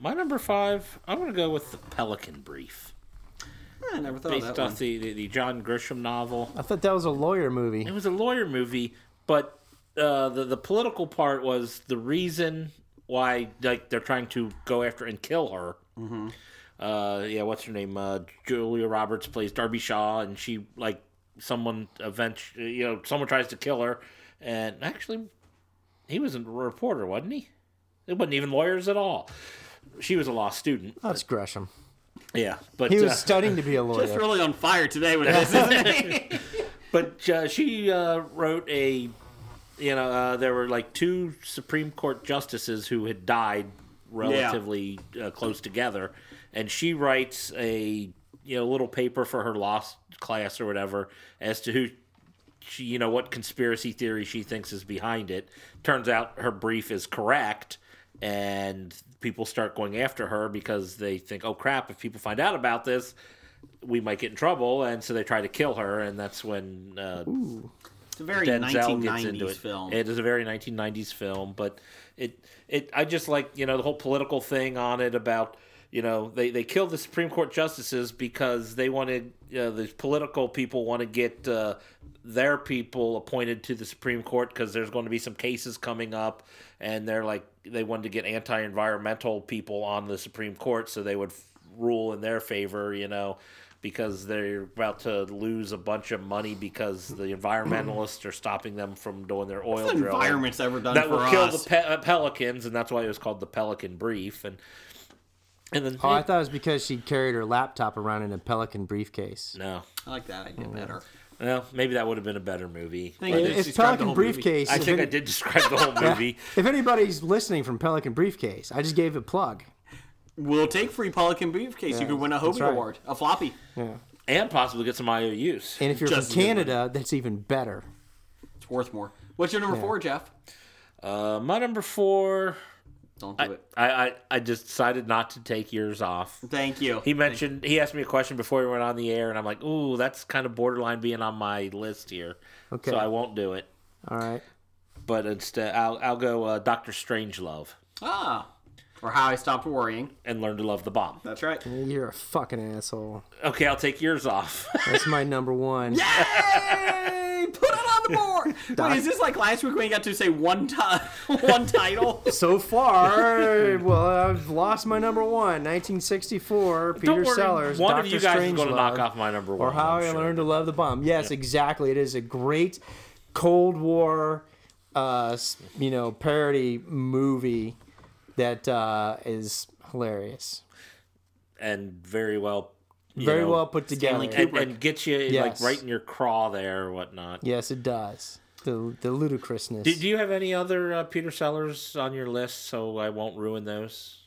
Speaker 5: My number five, I'm going to go with the Pelican Brief,
Speaker 6: I never thought of
Speaker 5: based
Speaker 6: Oh, that
Speaker 5: off
Speaker 6: one.
Speaker 5: the, the the John Grisham novel.
Speaker 7: I thought that was a lawyer movie.
Speaker 5: It was a lawyer movie, but uh, the the political part was the reason why like they're trying to go after and kill her. Mm-hmm. Uh, yeah, what's her name? Uh, Julia Roberts plays Darby Shaw, and she like someone eventually, you know, someone tries to kill her, and actually, he was a reporter, wasn't he? It wasn't even lawyers at all. She was a law student.
Speaker 7: Oh, That's Gresham.
Speaker 5: Yeah, but
Speaker 7: He was
Speaker 5: uh,
Speaker 7: studying to be a
Speaker 6: It's
Speaker 7: lawyer.
Speaker 6: really on fire today with this. isn't it?
Speaker 5: but uh, she uh, wrote a you know uh, there were like two supreme court justices who had died relatively uh, close together and she writes a you know little paper for her lost class or whatever as to who she, you know what conspiracy theory she thinks is behind it turns out her brief is correct and people start going after her because they think oh crap if people find out about this we might get in trouble, and so they try to kill her, and that's when uh,
Speaker 6: It's a very
Speaker 5: Denzel gets
Speaker 6: 1990s
Speaker 5: into it.
Speaker 6: film.
Speaker 5: It is a very 1990s film, but it it I just like you know the whole political thing on it about you know they they killed the Supreme Court justices because they wanted you know, the political people want to get uh, their people appointed to the Supreme Court because there's going to be some cases coming up, and they're like they wanted to get anti-environmental people on the Supreme Court so they would f- rule in their favor, you know because they're about to lose a bunch of money because the environmentalists are stopping them from doing their oil
Speaker 6: the
Speaker 5: drilling.
Speaker 6: environment's ever done
Speaker 5: that
Speaker 6: for
Speaker 5: will kill the
Speaker 6: us.
Speaker 5: pe- uh, pelicans, and that's why it was called the Pelican Brief. And and then hmm,
Speaker 7: Oh, I thought it was because she carried her laptop around in a Pelican briefcase.
Speaker 5: no,
Speaker 6: I like that idea better.
Speaker 5: well, maybe that would have been a better movie.
Speaker 6: Mm. Thank
Speaker 5: but
Speaker 6: you.
Speaker 5: it-
Speaker 6: It's
Speaker 7: If
Speaker 6: described the
Speaker 7: Pelican
Speaker 6: whole movie.
Speaker 7: briefcase,
Speaker 5: I
Speaker 7: if
Speaker 5: think I
Speaker 7: any- *laughs*
Speaker 5: did describe the whole movie.
Speaker 7: If anybody's listening from Pelican Briefcase, I just gave a plug.
Speaker 6: We'll take free Pelican briefcase. you could win a Hobie
Speaker 7: right.
Speaker 6: Award, a floppy.
Speaker 5: and possibly get some IOUs.
Speaker 7: And if you're
Speaker 6: Just a
Speaker 7: from
Speaker 6: good one.
Speaker 7: Canada, that's even better.
Speaker 6: It's worth more. What's your number four, Jeff?
Speaker 5: Uh, my number four,
Speaker 6: Don't do
Speaker 5: I,
Speaker 6: it.
Speaker 5: I, I, I just decided not to take yours off.
Speaker 6: Oh, Thank you.
Speaker 5: He mentioned he asked me a question before we went on the air, and I'm like, "Ooh, that's kind of borderline being on my list here."
Speaker 7: Okay.
Speaker 5: So I won't do it.
Speaker 7: All right.
Speaker 5: But instead, I'll I'll go uh, Doctor Strangelove
Speaker 6: ah, or how I stopped worrying.
Speaker 5: and learn to love the bomb.
Speaker 6: That's right.
Speaker 7: You're a fucking asshole.
Speaker 5: Okay, I'll take yours off.
Speaker 7: That's my number one.
Speaker 6: Yay! Put it on the *laughs* board. Wait, is this like last week when you got to say one ti- *laughs* one title?
Speaker 7: So far, well, I've lost my number one. 1964, Peter
Speaker 5: *laughs* Don't worry,
Speaker 7: Sellers.
Speaker 5: one
Speaker 7: Dr.
Speaker 5: of you guys is
Speaker 7: Strangelove,
Speaker 5: going to knock off my number one.
Speaker 7: Or How
Speaker 5: I'm
Speaker 7: I
Speaker 5: sure.
Speaker 7: Learned to Love the Bomb. Yes, exactly. It is a great Cold War, uh, s- you know, parody movie that uh, is hilarious.
Speaker 5: and very well, you
Speaker 7: Very
Speaker 5: know,
Speaker 7: well put together.
Speaker 6: Stanley
Speaker 5: and, and get you
Speaker 7: Yes.
Speaker 5: like right in your craw there or whatnot.
Speaker 7: Yes, it does. The, the ludicrousness.
Speaker 5: Do, do you have any other uh, Peter Sellers on your list so I won't ruin those?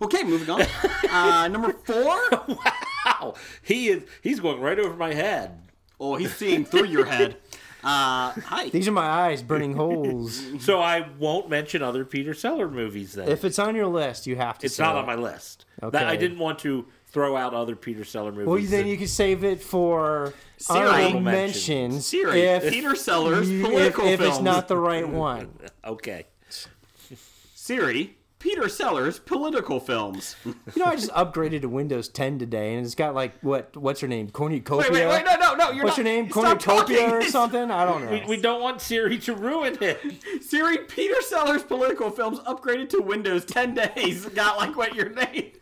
Speaker 6: Okay, moving on. Uh, number four.
Speaker 5: *laughs* Wow, he is he's going right over my head.
Speaker 6: Oh, he's seeing through your head. Uh, hi.
Speaker 7: These are my eyes
Speaker 5: *laughs*
Speaker 7: burning holes.
Speaker 5: So I won't mention other Peter Sellers movies then.
Speaker 7: if it's on your list, you have to.
Speaker 5: it's
Speaker 7: say
Speaker 5: not
Speaker 7: it.
Speaker 5: on my list.
Speaker 7: Okay.
Speaker 5: That I didn't want to throw out other Peter Sellers movies.
Speaker 7: Well, then
Speaker 5: that-
Speaker 7: you can save it for
Speaker 6: Siri.
Speaker 7: honorable
Speaker 5: Mentions.
Speaker 7: mentions.
Speaker 6: Siri,
Speaker 7: if
Speaker 6: Peter Sellers,
Speaker 7: you- if,
Speaker 6: political
Speaker 7: if
Speaker 6: films.
Speaker 7: it's not
Speaker 6: *laughs*
Speaker 7: the right one.
Speaker 5: *laughs* okay.
Speaker 6: Siri, Peter Sellers, political films.
Speaker 7: You know, I just upgraded to Windows 10 today, and it's got like what? What's her name? Cornucopia.
Speaker 6: Wait, wait, wait, no, no, no. You're
Speaker 7: What's
Speaker 6: not,
Speaker 7: your name?
Speaker 6: Stop
Speaker 7: Cornucopia
Speaker 6: talking. *laughs*
Speaker 7: or something? I don't know.
Speaker 5: We, we don't want Siri to ruin it.
Speaker 6: Siri, Peter Sellers political films upgraded to Windows 10 days. Got like what your name?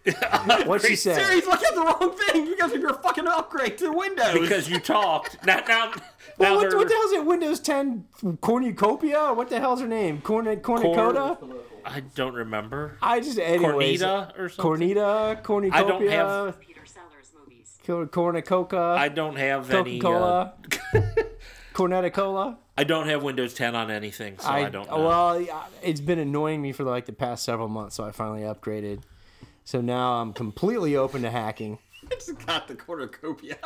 Speaker 7: What's she say?
Speaker 6: Siri's looking at the wrong thing. You guys are your fucking upgrade to Windows.
Speaker 5: because you talked. Now, now, now
Speaker 7: Well, what,
Speaker 5: they're-
Speaker 7: what the hell's it? Windows 10 Cornucopia? What the hell's her name? Corn, Cornucota?
Speaker 5: I don't remember.
Speaker 7: I just anyways.
Speaker 5: Cornita or something.
Speaker 7: Cornita, Cornucopia.
Speaker 5: I don't have-
Speaker 11: Peter Sellers movies.
Speaker 7: Cor- Cornucoca.
Speaker 5: I don't have any.
Speaker 7: Coca
Speaker 5: Uh, *laughs*
Speaker 7: Cola. Cornetta Cola.
Speaker 5: I don't have Windows 10 on anything, so I, don't know.
Speaker 7: Well, yeah, it's been annoying me for like the past several months, so I finally upgraded. So now I'm completely open to hacking.
Speaker 6: it's got the cornucopia.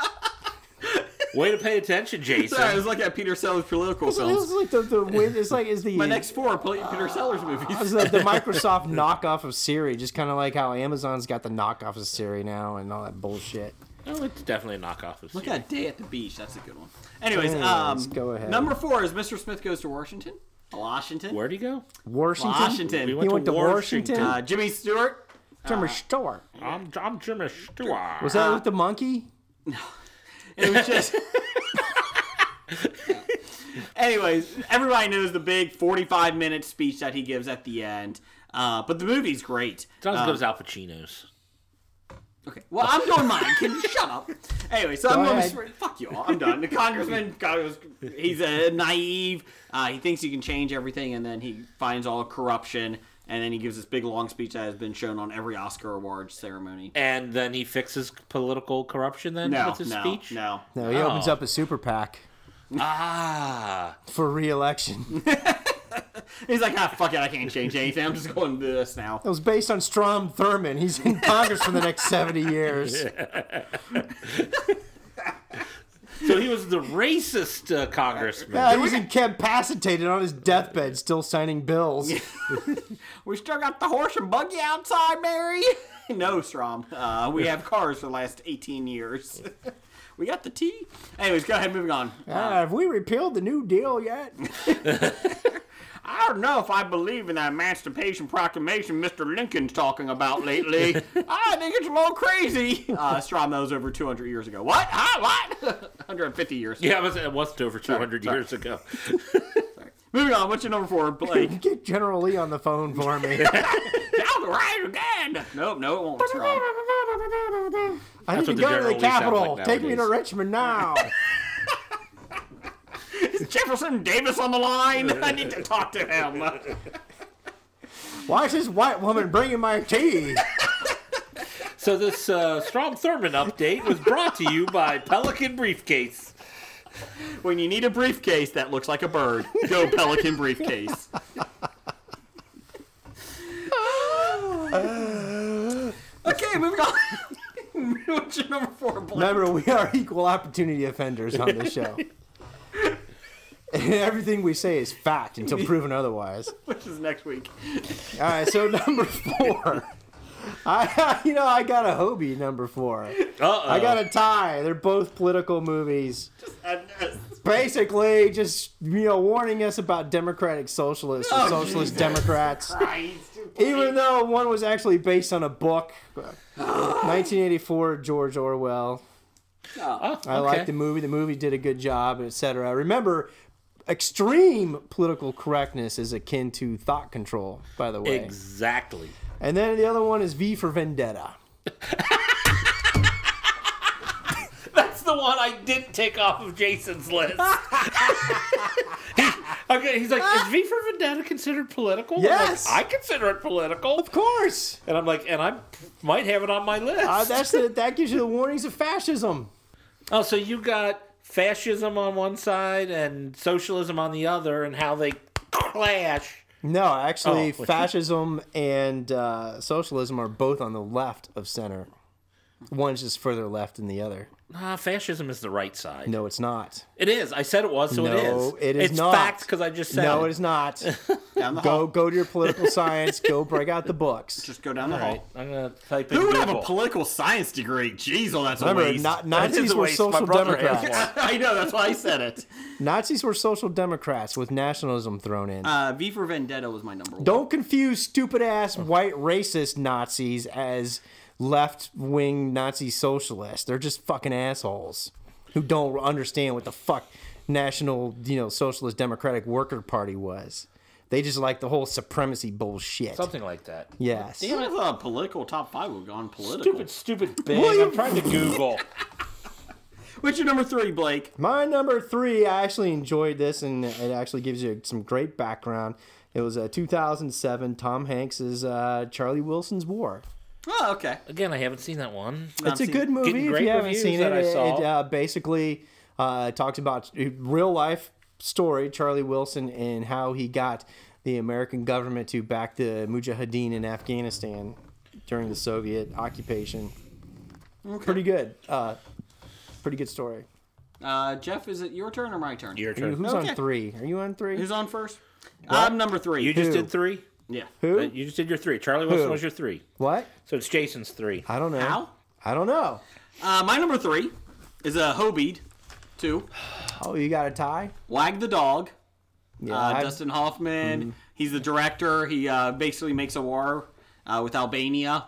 Speaker 5: Way to pay attention, Jason.
Speaker 6: Sorry, I was looking at Peter Sellers political
Speaker 7: So this is
Speaker 6: films.
Speaker 7: like the, the win- it's like
Speaker 5: *laughs*
Speaker 7: is the
Speaker 6: My next four are
Speaker 7: Uh,
Speaker 6: poli- Peter Sellers movies.
Speaker 7: it's the, the Microsoft knockoff of Siri, just kind of like how Amazon's got the knockoff of Siri now and all that bullshit.
Speaker 5: Oh, it's definitely a knockoff
Speaker 6: *laughs*
Speaker 5: of
Speaker 6: Look
Speaker 5: Siri.
Speaker 6: at Day at the Beach. That's a good one. Anyways,
Speaker 7: Anyways,
Speaker 6: um,
Speaker 7: go ahead.
Speaker 6: number four is Mr. Smith Goes to Washington. Washington.
Speaker 5: Where'd he go?
Speaker 7: Washington,
Speaker 6: Washington.
Speaker 7: he went to Washington.
Speaker 6: Uh, Jimmy Stewart.
Speaker 5: Ah.
Speaker 7: Jimmy Stewart.
Speaker 5: I'm, I'm Jimmy Stewart.
Speaker 7: Was that with the monkey?
Speaker 6: It was
Speaker 7: *laughs*
Speaker 6: just. Anyways, everybody knows the big 45 minute speech that he gives at the end. Uh, but the movie's great.
Speaker 5: It's not as good as Al Pacino's.
Speaker 6: Okay. Well, I'm doing mine. Can you shut up? Anyway, so I'm going
Speaker 7: ahead.
Speaker 6: to fuck you all. I'm done. The congressman goes. He's uh, naive. Uh, he thinks he can change everything, and then he finds all corruption, and then he gives this big long speech that has been shown on every Oscar award ceremony.
Speaker 5: And then he fixes political corruption then
Speaker 6: No,
Speaker 5: with his
Speaker 6: no,
Speaker 5: speech?
Speaker 6: no.
Speaker 7: No, he opens
Speaker 5: Oh.
Speaker 7: up a super PAC
Speaker 5: Ah.
Speaker 7: for re-election. *laughs*
Speaker 6: He's like, ah, fuck it. I can't change anything. I'm just going to do this now.
Speaker 7: It was based on Strom Thurmond. He's in Congress for the
Speaker 5: *laughs*
Speaker 7: next seventy years.
Speaker 5: So he was the racist uh, congressman.
Speaker 7: Yeah, he's incapacitated on his deathbed, still signing bills.
Speaker 6: We still got the horse and buggy outside, Mary. *laughs* no, Strom. Uh, we have cars for the last 18 years. *laughs* we got the tea. Anyways, go ahead. Moving on.
Speaker 7: Ah, have we repealed the New Deal
Speaker 5: *laughs*
Speaker 7: yet?
Speaker 6: I don't know if I believe in that Emancipation Proclamation Mr. Lincoln's talking about *laughs* lately. Ah, I think it's a little crazy. Uh, Strom, that was over 200 years ago. What? Huh? What? *laughs* 150 years.
Speaker 5: Yeah, it was, it was over 200 years ago.
Speaker 6: Moving on. What's your number four, *laughs* Blake?
Speaker 7: *laughs* Get General Lee on the phone for
Speaker 5: *laughs*
Speaker 7: me.
Speaker 6: Down the right again. Nope, no, it won't, Strom.
Speaker 7: I
Speaker 5: That's
Speaker 7: need to
Speaker 5: what the
Speaker 7: go to
Speaker 5: General
Speaker 7: the
Speaker 5: Lee sounds
Speaker 7: Capitol.
Speaker 5: like
Speaker 7: Take me to
Speaker 5: nowadays.
Speaker 7: Richmond
Speaker 5: *laughs*
Speaker 7: now.
Speaker 6: Is Jefferson Davis on the line? *laughs* I need to talk to him. *laughs*
Speaker 7: Why is this white woman bringing my tea?
Speaker 5: So this uh, Strom Thurmond update was brought to you by Pelican Briefcase.
Speaker 6: When you need a briefcase that looks like a bird, go Pelican briefcase. Okay, moving on. Moving to number four, Blake.
Speaker 7: Remember, we are equal opportunity offenders on this show. *laughs* And everything we say is fact until proven otherwise.
Speaker 6: *laughs* which is next *laughs* week.
Speaker 7: All right, so number four. *laughs* I, *laughs* you know, I got a Hobie number four.
Speaker 5: Uh-oh.
Speaker 7: I got a tie. They're both political movies.
Speaker 6: And, uh,
Speaker 7: Basically, just you know, warning us about democratic socialists or
Speaker 6: Oh,
Speaker 7: socialist
Speaker 6: Jesus
Speaker 7: Democrats.
Speaker 6: Christ.
Speaker 7: Even though one was actually based on a book, 1984, George Orwell. I liked the movie. The movie did a good job, etc. Remember, extreme political correctness is akin to thought control, by the way.
Speaker 5: Exactly.
Speaker 7: and then the other one is V for Vendetta.
Speaker 5: That's the one I didn't take off of Jason's list.
Speaker 7: *laughs*
Speaker 5: okay, he's like, is V for Vendetta considered political? I'm like,
Speaker 7: Yes.
Speaker 5: I consider it political.
Speaker 7: Of course,
Speaker 5: And I'm like, and I might have it on my list.
Speaker 7: uh, that's the, that gives you the warnings of fascism.
Speaker 5: oh, so you got fascism on one side and socialism on the other, and how they clash.
Speaker 7: No, actually,
Speaker 5: Oh, wait.
Speaker 7: fascism and uh, socialism are both on the left of center. One's just further left than the other.
Speaker 5: Ah, fascism is the right side.
Speaker 7: No, it's not.
Speaker 5: It is. I said it was, so it is.
Speaker 7: No, it is
Speaker 5: it's
Speaker 7: not.
Speaker 5: facts because I just said
Speaker 7: no,
Speaker 5: it.
Speaker 7: it is not.
Speaker 6: *laughs* Down the
Speaker 7: go
Speaker 6: hall.
Speaker 7: go to
Speaker 6: *laughs*
Speaker 7: your political science. Go break out the books.
Speaker 6: Just go down the
Speaker 5: All right,
Speaker 6: hall.
Speaker 5: I'm gonna type in
Speaker 6: Who would have a
Speaker 5: Google.
Speaker 6: political science degree? Jeez, oh, that's a
Speaker 7: Remember,
Speaker 6: waste.
Speaker 7: Na-
Speaker 5: That is
Speaker 7: Nazis
Speaker 5: a
Speaker 7: were
Speaker 5: waste. My
Speaker 7: social
Speaker 5: brother has
Speaker 7: democrats.
Speaker 6: *laughs* I know, that's why I said it.
Speaker 7: Nazis were social democrats with nationalism thrown in.
Speaker 6: *laughs* Uh, v for Vendetta was my number one.
Speaker 7: Don't confuse stupid ass white racist Nazis as left wing Nazi socialists. They're just fucking assholes who don't understand what the fuck National, you know, Socialist Democratic Worker Party was. They just like the whole supremacy bullshit.
Speaker 5: Something like that.
Speaker 7: Yes.
Speaker 6: I thought political top five would have gone political.
Speaker 5: Stupid, stupid thing. I'm trying to Google.
Speaker 6: What's your number three, Blake?
Speaker 7: My number three, I actually enjoyed this, and it actually gives you some great background. It was uh, 2007 Tom Hanks's uh, Charlie Wilson's War.
Speaker 6: Oh, okay.
Speaker 5: Again, I haven't seen that one.
Speaker 7: It's a
Speaker 6: seen-
Speaker 7: good movie if
Speaker 5: great
Speaker 7: you haven't
Speaker 5: reviews
Speaker 7: seen it.
Speaker 5: that I
Speaker 7: It,
Speaker 5: saw.
Speaker 7: it, uh, basically uh, talks about a real life story Charlie Wilson and how he got the American government to back the Mujahideen in Afghanistan during the Soviet occupation. Pretty good. Uh, pretty good story.
Speaker 6: Uh, Jeff, is it your turn or my turn?
Speaker 5: Your
Speaker 7: Who-
Speaker 5: turn.
Speaker 7: Who's
Speaker 6: Okay.
Speaker 7: on three? Are you on three?
Speaker 6: Who's on first? I'm number three.
Speaker 5: You just
Speaker 7: Who?
Speaker 5: did three.
Speaker 6: yeah.
Speaker 5: Uh,
Speaker 7: Who?
Speaker 5: You just did your three. Charlie Wilson was your three.
Speaker 7: What?
Speaker 5: So it's Jason's three.
Speaker 7: I don't know.
Speaker 6: How?
Speaker 7: I don't know.
Speaker 6: Uh, my number three is a uh, Hobeed. Two.
Speaker 7: Oh, you got a tie?
Speaker 6: Wag the dog.
Speaker 7: Yeah.
Speaker 6: uh,
Speaker 7: *laughs* I-
Speaker 6: Dustin
Speaker 5: Hmm.
Speaker 6: Hoffman. He's the director. He uh, basically makes a war uh, with Albania,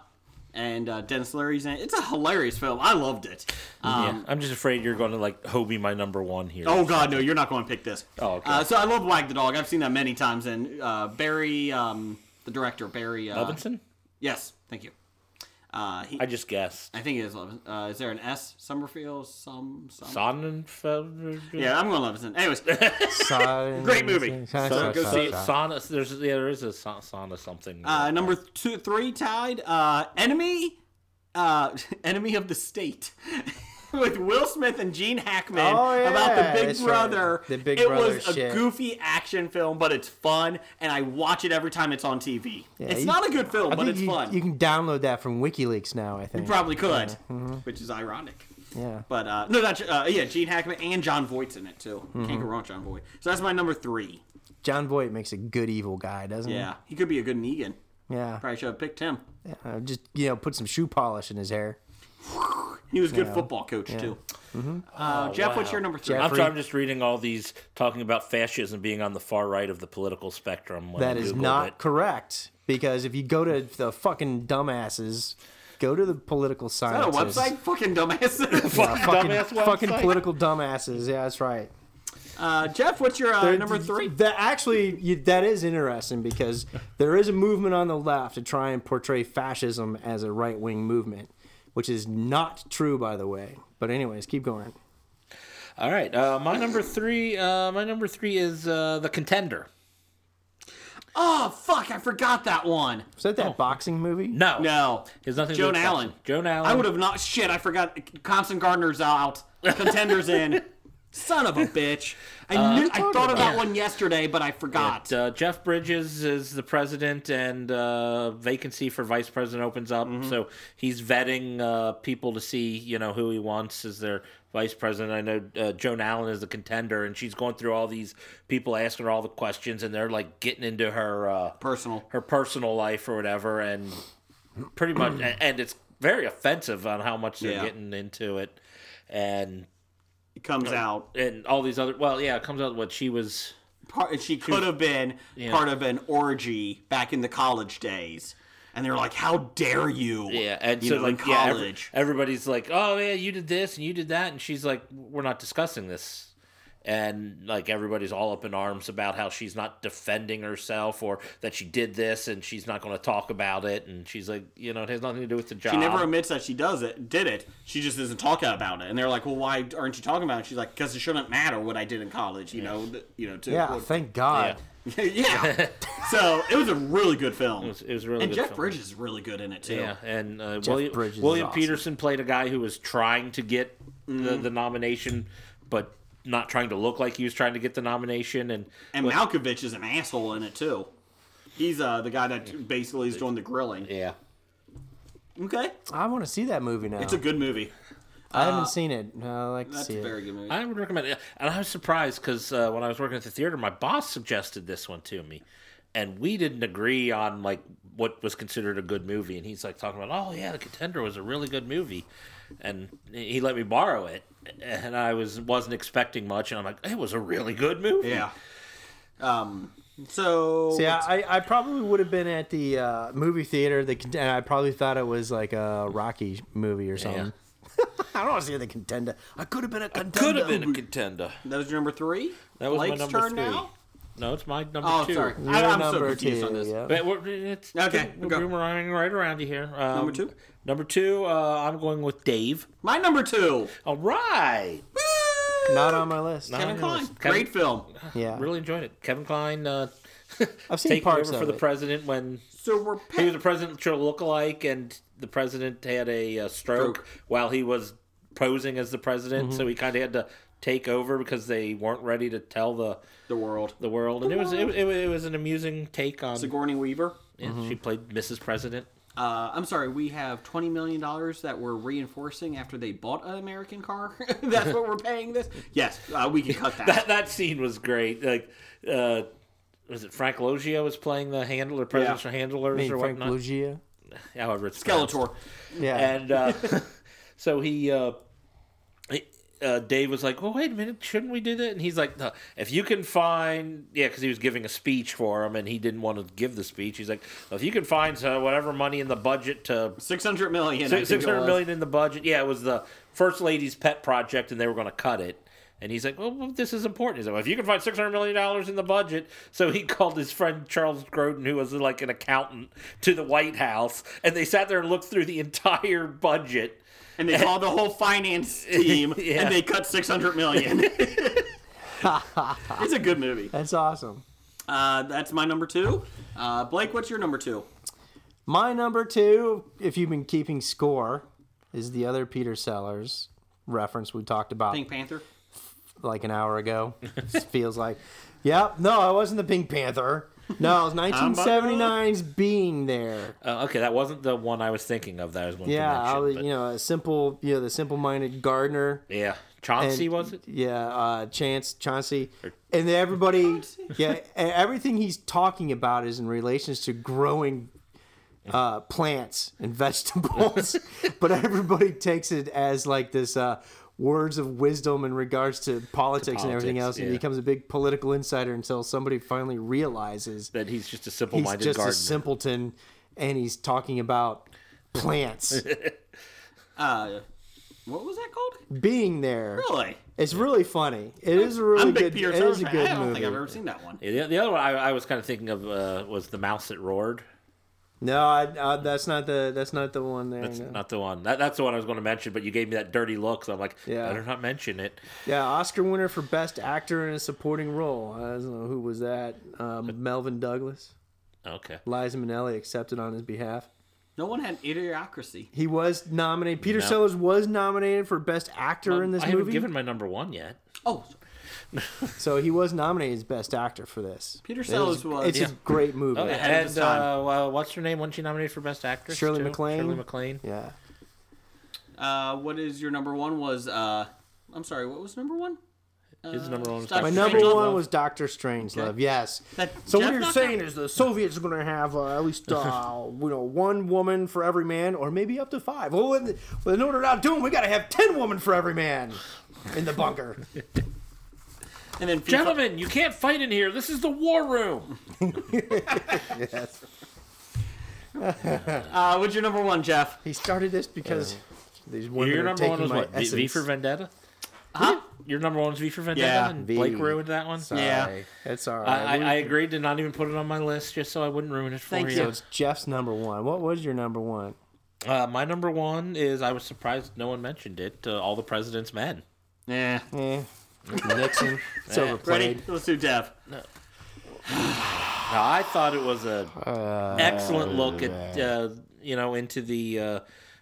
Speaker 6: and uh, Dennis Leary's in it. It's a hilarious film. I loved it. Um,
Speaker 5: yeah, I'm just afraid you're going to like Hobie my number one here.
Speaker 6: Oh God, no! You're not going to pick this.
Speaker 5: Oh, okay.
Speaker 6: Uh, so I love Wag the Dog. I've seen that many times. And uh, Barry, um, the director, Barry uh,
Speaker 5: Levinson?
Speaker 6: Yes, thank you. Uh, he,
Speaker 5: I
Speaker 6: I,
Speaker 5: just guessed.
Speaker 6: think it is Levinson. Uh, is there an S? Summerfield, some, some.
Speaker 5: Sonnenfeld.
Speaker 6: yeah, I'm going Levinson. Anyways,
Speaker 7: Great
Speaker 6: movie.
Speaker 5: So go see Sauna. There's yeah, there is a sa- sauna something.
Speaker 6: uh, number two, three tied. Uh, enemy, uh, *laughs* enemy of the state. *laughs* With Will Smith and Gene Hackman
Speaker 7: Oh, yeah,
Speaker 6: about the Big
Speaker 7: that's right.
Speaker 6: Brother.
Speaker 7: The Big
Speaker 6: it
Speaker 7: Brother
Speaker 6: was a
Speaker 7: shit.
Speaker 6: goofy action film, but it's fun, and I watch it every time it's on TV. it's
Speaker 7: you-
Speaker 6: not a good film,
Speaker 7: I
Speaker 6: but
Speaker 7: think
Speaker 6: it's
Speaker 7: you,
Speaker 6: fun.
Speaker 7: you can download that from WikiLeaks now, I think.
Speaker 6: Probably could,
Speaker 7: mm-hmm.
Speaker 6: which is ironic.
Speaker 7: yeah.
Speaker 6: But uh, no, not uh, yeah, Gene Hackman and John Voight's in it too.
Speaker 7: Mm-hmm.
Speaker 6: Can't go wrong, with John Voight. So that's my number three.
Speaker 7: John Voight makes a good evil guy, doesn't
Speaker 6: Yeah, he could be a good Negan.
Speaker 7: he? Yeah.
Speaker 6: Probably should have picked him.
Speaker 7: Uh, just, you know, put some shoe polish in his hair.
Speaker 6: He was a good football coach too. Uh, Jeff, what's
Speaker 5: Oh, wow.
Speaker 6: your number three?
Speaker 5: I'm
Speaker 7: Jeffrey.
Speaker 5: sorry, I'm just reading all these talking about fascism being on the far right of the political spectrum. When
Speaker 7: That
Speaker 5: I
Speaker 7: is
Speaker 5: Googled
Speaker 7: not
Speaker 5: it.
Speaker 7: correct. Because if you go to the fucking dumbasses, go to the political
Speaker 6: Is that a
Speaker 7: science.
Speaker 6: Oh, website? Fucking
Speaker 5: *laughs*
Speaker 6: dumbass.
Speaker 7: fucking,
Speaker 5: Dumbass
Speaker 7: fucking
Speaker 5: website.
Speaker 7: political dumbasses. Yeah, that's right.
Speaker 6: uh, Jeff, what's your uh,
Speaker 7: There-
Speaker 6: number three?
Speaker 7: That actually, you, that is interesting because there is a movement on the left to try and portray fascism as a right wing movement, which is not true, by the way. But anyways, keep going.
Speaker 5: All right, uh, my number three. Uh, my number three is uh, the contender.
Speaker 6: Oh fuck, I forgot that one.
Speaker 7: Was that that boxing movie?
Speaker 5: No,
Speaker 6: Oh. No,
Speaker 5: There's nothing. to do
Speaker 6: Joan
Speaker 5: with
Speaker 6: Allen.
Speaker 5: fascism. Joan Allen. *laughs*
Speaker 6: I would have not. Shit, I forgot. Constant Gardner's out. Contenders in. Son of a bitch! I
Speaker 5: Uh,
Speaker 6: knew, I thought of that one yesterday, but I forgot.
Speaker 5: But, uh, Jeff Bridges is the president, and uh, vacancy for vice president opens up.
Speaker 6: Mm-hmm.
Speaker 5: So he's vetting uh, people to see, you know, who he wants as their vice president. I know uh, Joan Allen is the contender, and she's going through all these people asking her all the questions, and they're like getting into her uh,
Speaker 6: Personal.
Speaker 5: her personal life or whatever, and
Speaker 6: *clears throat*
Speaker 5: pretty much, a- and it's very offensive on how much they're
Speaker 6: Yeah.
Speaker 5: getting into it, and
Speaker 6: It comes out.
Speaker 5: and all these other. Well, yeah, it comes out what she was.
Speaker 6: part, she could have been part of an orgy back in the college days. And they're like, "How dare you?"
Speaker 5: Yeah, and
Speaker 6: you
Speaker 5: so
Speaker 6: know,
Speaker 5: like
Speaker 6: in
Speaker 5: yeah, every-
Speaker 6: college,
Speaker 5: everybody's like, "Oh yeah, you did this and you did that," and she's like, "We're not discussing this." And like everybody's all up in arms about how she's not defending herself or that she did this and she's not going to talk about it. And she's like, you know, it has nothing to do with the job.
Speaker 6: she never admits that she does it, did it. She just isn't talking about it. And they're like, "Well, why aren't you talking about it?" She's like, "Because it shouldn't matter what I did in college." You know, th- you know. To,
Speaker 7: Yeah,
Speaker 6: what-
Speaker 7: *laughs*
Speaker 6: *laughs*
Speaker 7: thank God.
Speaker 6: yeah. so it was a really good film. It
Speaker 5: was- it was a really
Speaker 6: and
Speaker 5: good
Speaker 6: Jeff
Speaker 5: film.
Speaker 6: Bridges is really good in it too.
Speaker 5: Yeah, and uh,
Speaker 7: Bridges
Speaker 5: William,
Speaker 7: is
Speaker 5: William
Speaker 7: awesome.
Speaker 5: Peterson played a guy who was trying to get
Speaker 6: Mm-hmm.
Speaker 5: the, the nomination, but not trying to look like he was trying to get the nomination. And
Speaker 6: And Malkovich is an asshole in it too. He's uh, the guy that basically is doing the grilling.
Speaker 5: yeah,
Speaker 6: Okay,
Speaker 7: I want to see that movie now.
Speaker 6: it's a good movie.
Speaker 7: I haven't seen it. I like to
Speaker 6: That's
Speaker 7: see
Speaker 6: a
Speaker 7: it.
Speaker 6: very good movie.
Speaker 5: I would recommend it. And I was surprised because uh, when I was working at the theater, my boss suggested this one to me, and we didn't agree on like what was considered a good movie. And he's like talking about, "Oh yeah, The Contender was a really good movie," and he let me borrow it, and I was wasn't expecting much, and I'm like, "It was a really good movie."
Speaker 6: Yeah. Um. So
Speaker 7: See, I, I- I probably would have been at the uh, movie theater. The cont- and I probably thought it was like a Rocky movie or
Speaker 6: Um,
Speaker 7: something. I don't want to see the contender. I could have been a contender.
Speaker 5: Could have been a contender.
Speaker 6: that was your number three.
Speaker 5: That was my
Speaker 6: Blake's
Speaker 5: number
Speaker 6: turn
Speaker 5: three.
Speaker 6: now.
Speaker 5: No, it's my number
Speaker 6: Oh,
Speaker 5: two.
Speaker 6: sorry.
Speaker 7: You're
Speaker 6: I, I'm so
Speaker 7: number
Speaker 6: confused
Speaker 7: two,
Speaker 6: on this.
Speaker 7: yeah.
Speaker 5: But we're, it's
Speaker 6: Okay,
Speaker 5: we're
Speaker 6: go.
Speaker 5: boomeranging right around you here. Um,
Speaker 6: Number two?
Speaker 5: Number two. Uh, I'm going with Dave.
Speaker 6: My number two.
Speaker 5: All right.
Speaker 7: Not on my list.
Speaker 6: Kevin
Speaker 5: I
Speaker 6: Kline.
Speaker 5: was- Kevin-
Speaker 6: Great film.
Speaker 7: yeah.
Speaker 5: *laughs* Really enjoyed it. Kevin Klein. Uh,
Speaker 7: *laughs* I've seen
Speaker 5: taking
Speaker 7: parts
Speaker 5: over for
Speaker 7: of
Speaker 5: the
Speaker 7: it.
Speaker 5: president when
Speaker 6: So we're
Speaker 5: he was
Speaker 6: past
Speaker 5: a presidential lookalike, and the president had a uh, stroke,
Speaker 6: Stroke.
Speaker 5: while he was posing as the president.
Speaker 7: Mm-hmm.
Speaker 5: So he kind of had to take over because they weren't ready to tell the
Speaker 6: the world.
Speaker 5: the world. And it was it, it, it was an amusing take on.
Speaker 6: Sigourney Weaver.
Speaker 5: yeah,
Speaker 7: Mm-hmm.
Speaker 5: She played Mrs. President.
Speaker 6: Uh, I'm sorry. We have twenty million dollars that we're reinforcing after they bought an American car. *laughs* That's what we're paying this. Yes, uh, we can cut that.
Speaker 5: *laughs* that that scene was great. Like, uh, was it Frank Loggia was playing the handler, presidential handlers
Speaker 7: I mean,
Speaker 5: or
Speaker 7: Frank
Speaker 5: whatnot?
Speaker 7: Lugia.
Speaker 5: However, it's pronounced.
Speaker 6: Skeletor.
Speaker 7: Yeah.
Speaker 5: And uh, so he, uh, he- uh, Dave was like, "Well, wait a minute, shouldn't we do that?" And he's like, no, "If you can find, yeah, because he was giving a speech for him, and he didn't want to give the speech. He's like, if you can find uh, whatever money in the budget to
Speaker 6: Six hundred million. I think
Speaker 5: six
Speaker 6: it
Speaker 5: hundred
Speaker 6: was.
Speaker 5: million in the budget. Yeah, it was the first lady's pet project, and they were going to cut it. And he's like, "Well, well, this is important." He's like, well, "If you can find six hundred million dollars in the budget," so he called his friend Charles Grodin, who was like an accountant, to the White House, and they sat there and looked through the *laughs* entire budget.
Speaker 6: And they called the whole finance team,
Speaker 5: *laughs* Yeah.
Speaker 6: and they cut six hundred
Speaker 5: *laughs*
Speaker 6: million. it's a good movie.
Speaker 7: That's awesome.
Speaker 6: Uh, that's my number two. Uh, Blake, what's your number two?
Speaker 7: My number two, if you've been keeping score, is the other Peter Sellers reference we talked about
Speaker 6: Pink Panther.
Speaker 7: like an hour
Speaker 5: *laughs*
Speaker 7: ago. It feels like. Yep. No, I wasn't the Pink Panther. No,
Speaker 5: *laughs*
Speaker 7: it was 1979's Being There.
Speaker 5: Uh, okay, that wasn't the one I was thinking of. That I was one.
Speaker 7: yeah, I was,
Speaker 5: but,
Speaker 7: you know, a simple, you know, the simple-minded gardener.
Speaker 5: yeah, Chauncey
Speaker 7: and-
Speaker 5: was it?
Speaker 7: Yeah, uh, Chance Chauncey, and then everybody, yeah, and everything he's talking about is in relations to growing uh, plants and *laughs* vegetables, but everybody takes it as like this uh, words of wisdom in regards to politics, and everything
Speaker 5: politics,
Speaker 7: else, and he
Speaker 5: yeah.
Speaker 7: becomes a big political insider until somebody finally realizes
Speaker 5: That he's just a
Speaker 7: he's
Speaker 5: simple-minded
Speaker 7: just
Speaker 5: gardener.
Speaker 7: a simpleton, and he's talking about
Speaker 5: *laughs*
Speaker 7: plants
Speaker 6: Uh, what was that called?
Speaker 7: being there.
Speaker 6: Really?
Speaker 7: It's really funny. It is a really
Speaker 6: I'm a big
Speaker 7: good.
Speaker 6: Peter
Speaker 7: it is
Speaker 6: Sellers
Speaker 7: a
Speaker 6: fan.
Speaker 7: good
Speaker 6: I don't
Speaker 7: movie.
Speaker 6: think I've ever seen that one.
Speaker 5: Yeah, the, the other one I, I was kind of thinking of uh, was the mouse that roared.
Speaker 7: No, I, I, that's not the that's not the one there.
Speaker 5: That's
Speaker 7: no.
Speaker 5: not the one. That, that's the one I was going to mention, but you gave me that dirty look, so I'm like,
Speaker 7: Yeah.
Speaker 5: better not mention it.
Speaker 7: Yeah, Oscar winner for best actor in a supporting role. I don't know who was that. Um, Melvin Douglas.
Speaker 5: Okay.
Speaker 7: Liza Minnelli accepted on his behalf.
Speaker 6: No one had idiocracy.
Speaker 7: He was nominated. Peter Sellers was nominated for Best Actor in this
Speaker 5: Um, I
Speaker 7: movie.
Speaker 5: haven't given my number one yet.
Speaker 6: Oh,
Speaker 7: so he was nominated as Best Actor for this.
Speaker 6: Peter
Speaker 7: It
Speaker 6: Sellers was-
Speaker 7: It's
Speaker 6: Yeah.
Speaker 7: a great movie.
Speaker 5: Okay,
Speaker 6: ahead of
Speaker 5: and
Speaker 6: his time.
Speaker 5: uh, uh, what's her name? Wasn't she nominated for Best Actress?
Speaker 7: Shirley
Speaker 5: too?
Speaker 7: MacLaine.
Speaker 5: Shirley MacLaine.
Speaker 7: Yeah.
Speaker 6: uh, what is your number one? Was uh, I'm sorry, what was number one?
Speaker 5: His number one was
Speaker 6: Stop
Speaker 7: My
Speaker 5: Doctor
Speaker 7: number
Speaker 5: Strangelove.
Speaker 7: one was Doctor Strangelove. Yes.
Speaker 6: That
Speaker 7: so
Speaker 6: Jeff
Speaker 7: what you're
Speaker 6: knocked
Speaker 7: saying
Speaker 6: out-
Speaker 7: is the Soviets are going to have uh, at least
Speaker 5: *laughs*
Speaker 7: uh, you know one woman for every man, or maybe up to five. Well, in, well, in order to outdo them, we got to have ten women for every man in the bunker.
Speaker 6: And then FIFA,
Speaker 5: Gentlemen, you can't fight in here. This is the war room.
Speaker 7: yes.
Speaker 6: uh, what's your number one, Jeff?
Speaker 7: He started this
Speaker 5: *laughs*
Speaker 7: because these women
Speaker 5: Your
Speaker 7: are
Speaker 5: number
Speaker 7: taking
Speaker 5: one was
Speaker 7: my
Speaker 5: what? V- V
Speaker 7: essence.
Speaker 5: for Vendetta.
Speaker 6: Huh?
Speaker 5: Your number one was V for Vendetta,
Speaker 6: Yeah,
Speaker 5: and
Speaker 7: V.
Speaker 5: Blake ruined that one.
Speaker 7: Sorry.
Speaker 6: Yeah.
Speaker 7: That's all
Speaker 5: I,
Speaker 7: right.
Speaker 5: I, I agreed to not even put it on my list just so I wouldn't ruin it for
Speaker 6: Thank
Speaker 7: so
Speaker 5: you.
Speaker 7: it's Jeff's number one. What was your number one?
Speaker 5: Uh, my number one is I was surprised no one mentioned it. Uh, All the President's Men.
Speaker 6: Yeah.
Speaker 7: *laughs* Eh. Nixon.
Speaker 5: Eh.
Speaker 7: It's
Speaker 6: Ready?
Speaker 7: overplayed.
Speaker 6: Let's do Jeff.
Speaker 5: Now, I thought it was a
Speaker 7: Oh, Uh,
Speaker 5: excellent look at uh, you know into the uh,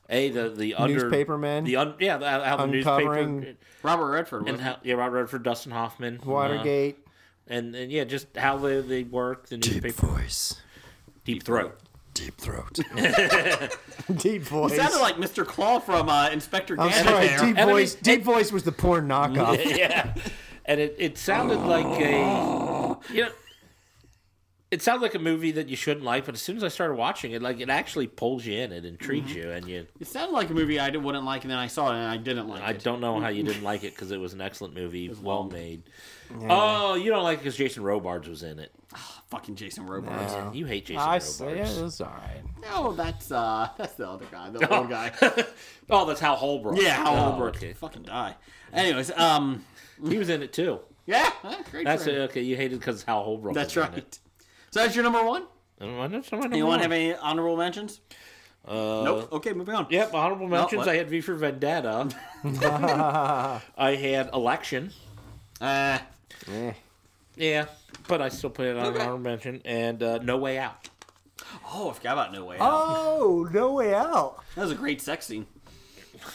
Speaker 5: a the the under,
Speaker 7: Newspaper man?
Speaker 5: the un, yeah the, how the
Speaker 7: Uncovering-
Speaker 5: newspaper
Speaker 6: Robert Redford.
Speaker 5: and
Speaker 6: wasn't
Speaker 5: how yeah Robert Redford, Dustin Hoffman, uh,
Speaker 7: Watergate.
Speaker 5: and and yeah just how they, they work the newspaper deep,
Speaker 7: voice.
Speaker 5: throat.
Speaker 7: Deep throat.
Speaker 5: Uh-huh.
Speaker 7: *laughs* Deep voice.
Speaker 6: it? sounded like Mr. Claw from uh, Inspector
Speaker 7: I'm
Speaker 6: Gadget
Speaker 7: sorry.
Speaker 6: there.
Speaker 7: Deep
Speaker 5: And I
Speaker 7: voice.
Speaker 5: mean-
Speaker 7: deep voice was the poor knockoff.
Speaker 5: *laughs* yeah, and it, it sounded like a you know. It sounded like a movie that you shouldn't like, but as soon as I started watching it, like it actually pulls you in, it intrigues
Speaker 7: Mm-hmm.
Speaker 5: you, and you.
Speaker 6: It sounded like a movie I didn't- wouldn't like, and then I saw it and I didn't like
Speaker 5: I
Speaker 6: it.
Speaker 5: don't know how you didn't like it because it was an excellent movie, well
Speaker 6: long.
Speaker 5: made. Oh, you don't like it because Jason Robards was in it.
Speaker 6: Fucking Jason Robards.
Speaker 5: You hate Jason
Speaker 7: I
Speaker 5: Robards. *laughs*
Speaker 7: say yeah, it was all right.
Speaker 6: No, that's uh, that's the other guy, the old guy.
Speaker 5: oh, that's Hal Holbrook.
Speaker 6: Yeah, Hal
Speaker 5: Oh,
Speaker 6: Holbrook.
Speaker 5: okay.
Speaker 6: Fucking die. Anyways, um,
Speaker 5: He was in it too.
Speaker 6: yeah, huh, great.
Speaker 5: That's
Speaker 6: for
Speaker 5: it.
Speaker 6: him.
Speaker 5: Okay, you hated because Hal Holbrook.
Speaker 6: That's
Speaker 5: was in
Speaker 6: right. So that's your number one.
Speaker 5: It. Um, that's my number
Speaker 6: Anyone
Speaker 5: one.
Speaker 6: have any honorable mentions?
Speaker 5: Uh,
Speaker 6: nope. Okay, moving on.
Speaker 5: Yep, honorable mentions.
Speaker 6: what?
Speaker 5: I had V
Speaker 6: *laughs*
Speaker 5: for Vendetta. I had Election.
Speaker 6: Uh,
Speaker 7: Eh.
Speaker 5: Yeah, but I still put it on
Speaker 6: Okay.
Speaker 5: honorable mention. And uh, No Way Out.
Speaker 6: oh, I forgot about No Way Out.
Speaker 7: Oh, no way out.
Speaker 6: That was a great sex scene.
Speaker 7: *laughs*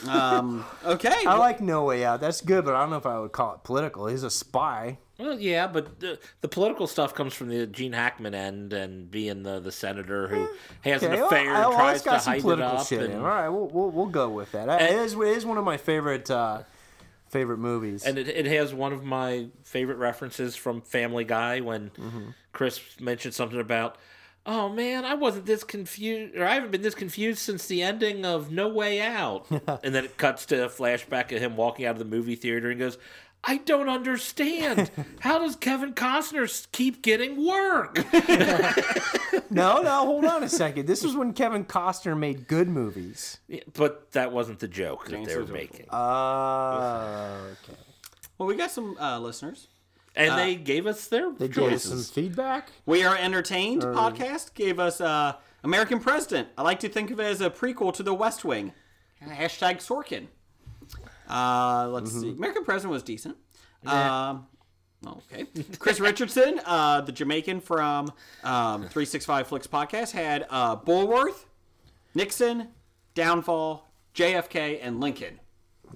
Speaker 6: Um, okay.
Speaker 7: I like no way out. That's good, but I don't know if I would call it political. He's a spy.
Speaker 5: Well, yeah, but the, the political stuff comes from the Gene Hackman end and being the, the senator who has
Speaker 7: Eh,
Speaker 5: an
Speaker 7: Okay, well,
Speaker 5: affair
Speaker 7: I- well,
Speaker 5: and
Speaker 7: it's
Speaker 5: tries
Speaker 7: got
Speaker 5: to
Speaker 7: some
Speaker 5: hide it
Speaker 7: political
Speaker 5: up.
Speaker 7: shit in
Speaker 5: and,
Speaker 7: it. All right, we'll, we'll, we'll go with that. I- it, is, it is one of my favorite uh, favorite movies.
Speaker 5: and it, it has one of my favorite references from Family Guy when
Speaker 7: Mm-hmm.
Speaker 5: Chris mentioned something about, oh man, I wasn't this confused, or I haven't been this confused since the ending of No Way Out.
Speaker 7: *laughs*
Speaker 5: and then it cuts to a flashback of him walking out of the movie theater and goes, I
Speaker 7: *laughs*
Speaker 5: don't understand. How does Kevin Costner s- keep getting work?
Speaker 7: no, no, hold on a second. This was when Kevin Costner made good
Speaker 5: *laughs*
Speaker 7: movies.
Speaker 5: but that wasn't the joke that they were
Speaker 6: James was-
Speaker 5: making.
Speaker 7: Uh,
Speaker 5: Oh,
Speaker 7: okay.
Speaker 6: Well, we got some uh, listeners.
Speaker 5: and they gave us their
Speaker 7: Uh, They gave us
Speaker 5: choices.
Speaker 7: some feedback.
Speaker 6: We Are Entertained
Speaker 7: Uh.
Speaker 6: podcast gave us uh, American President. I like to think of it as a prequel to The West Wing. Hashtag Sorkin. Uh, let's
Speaker 7: Mm-hmm.
Speaker 6: see. American President was decent. Um, okay. Chris Richardson, uh, the Jamaican from um, 365 Flicks podcast, had uh, Bulworth, Nixon, Downfall, JFK, and Lincoln.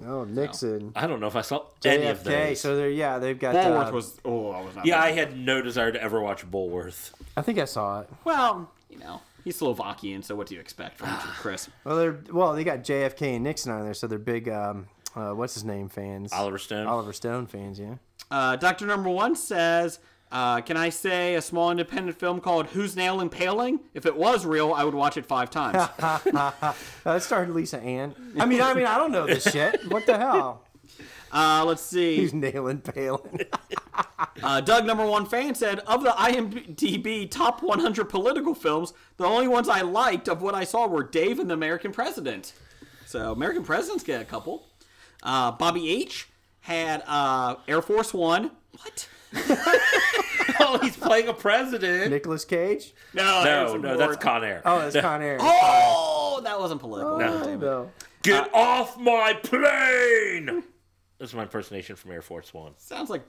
Speaker 7: Oh, Nixon.
Speaker 5: I don't know if I saw any of
Speaker 7: JFK.
Speaker 5: those.
Speaker 7: So they're yeah, they've got.
Speaker 6: Bulworth
Speaker 7: uh,
Speaker 6: was. Oh, I was not.
Speaker 5: yeah, I had no desire to ever watch
Speaker 7: *laughs*
Speaker 5: Bullworth.
Speaker 7: I think I saw it.
Speaker 6: Well, you know, he's Slovakian, so what do you expect from *sighs* Chris?
Speaker 7: Well, they're well, they got JFK and Nixon on there, so they're big. Um, uh, what's his name? Fans.
Speaker 5: Oliver Stone.
Speaker 7: Oliver Stone fans. Yeah.
Speaker 6: Uh, Doctor Number One says, uh, "Can I say a small independent film called Who's Nail Impaling? If it was real, I would watch it five *laughs* times."
Speaker 7: Uh, it starred Lisa Ann. I mean, I mean, I don't know this shit. What the hell?
Speaker 6: uh, let's
Speaker 7: He's
Speaker 6: see.
Speaker 7: nailing Palin.
Speaker 6: Uh, Doug Number One fan said, "Of the IMDb top 100 political films, the only ones I liked of what I saw were Dave and the American President." So American Presidents get a couple. Uh, Bobby H had uh, Air Force One. What?
Speaker 5: oh, he's playing a president.
Speaker 7: Nicholas Cage.
Speaker 6: No,
Speaker 5: No,
Speaker 6: Harrison
Speaker 5: no, that's
Speaker 6: Ford.
Speaker 5: Con Air.
Speaker 7: Oh, it's Con Air.
Speaker 6: Oh, that wasn't political.
Speaker 5: No.
Speaker 7: I know. Uh,
Speaker 5: Get off my plane! That's my impersonation from Air Force One.
Speaker 6: Sounds like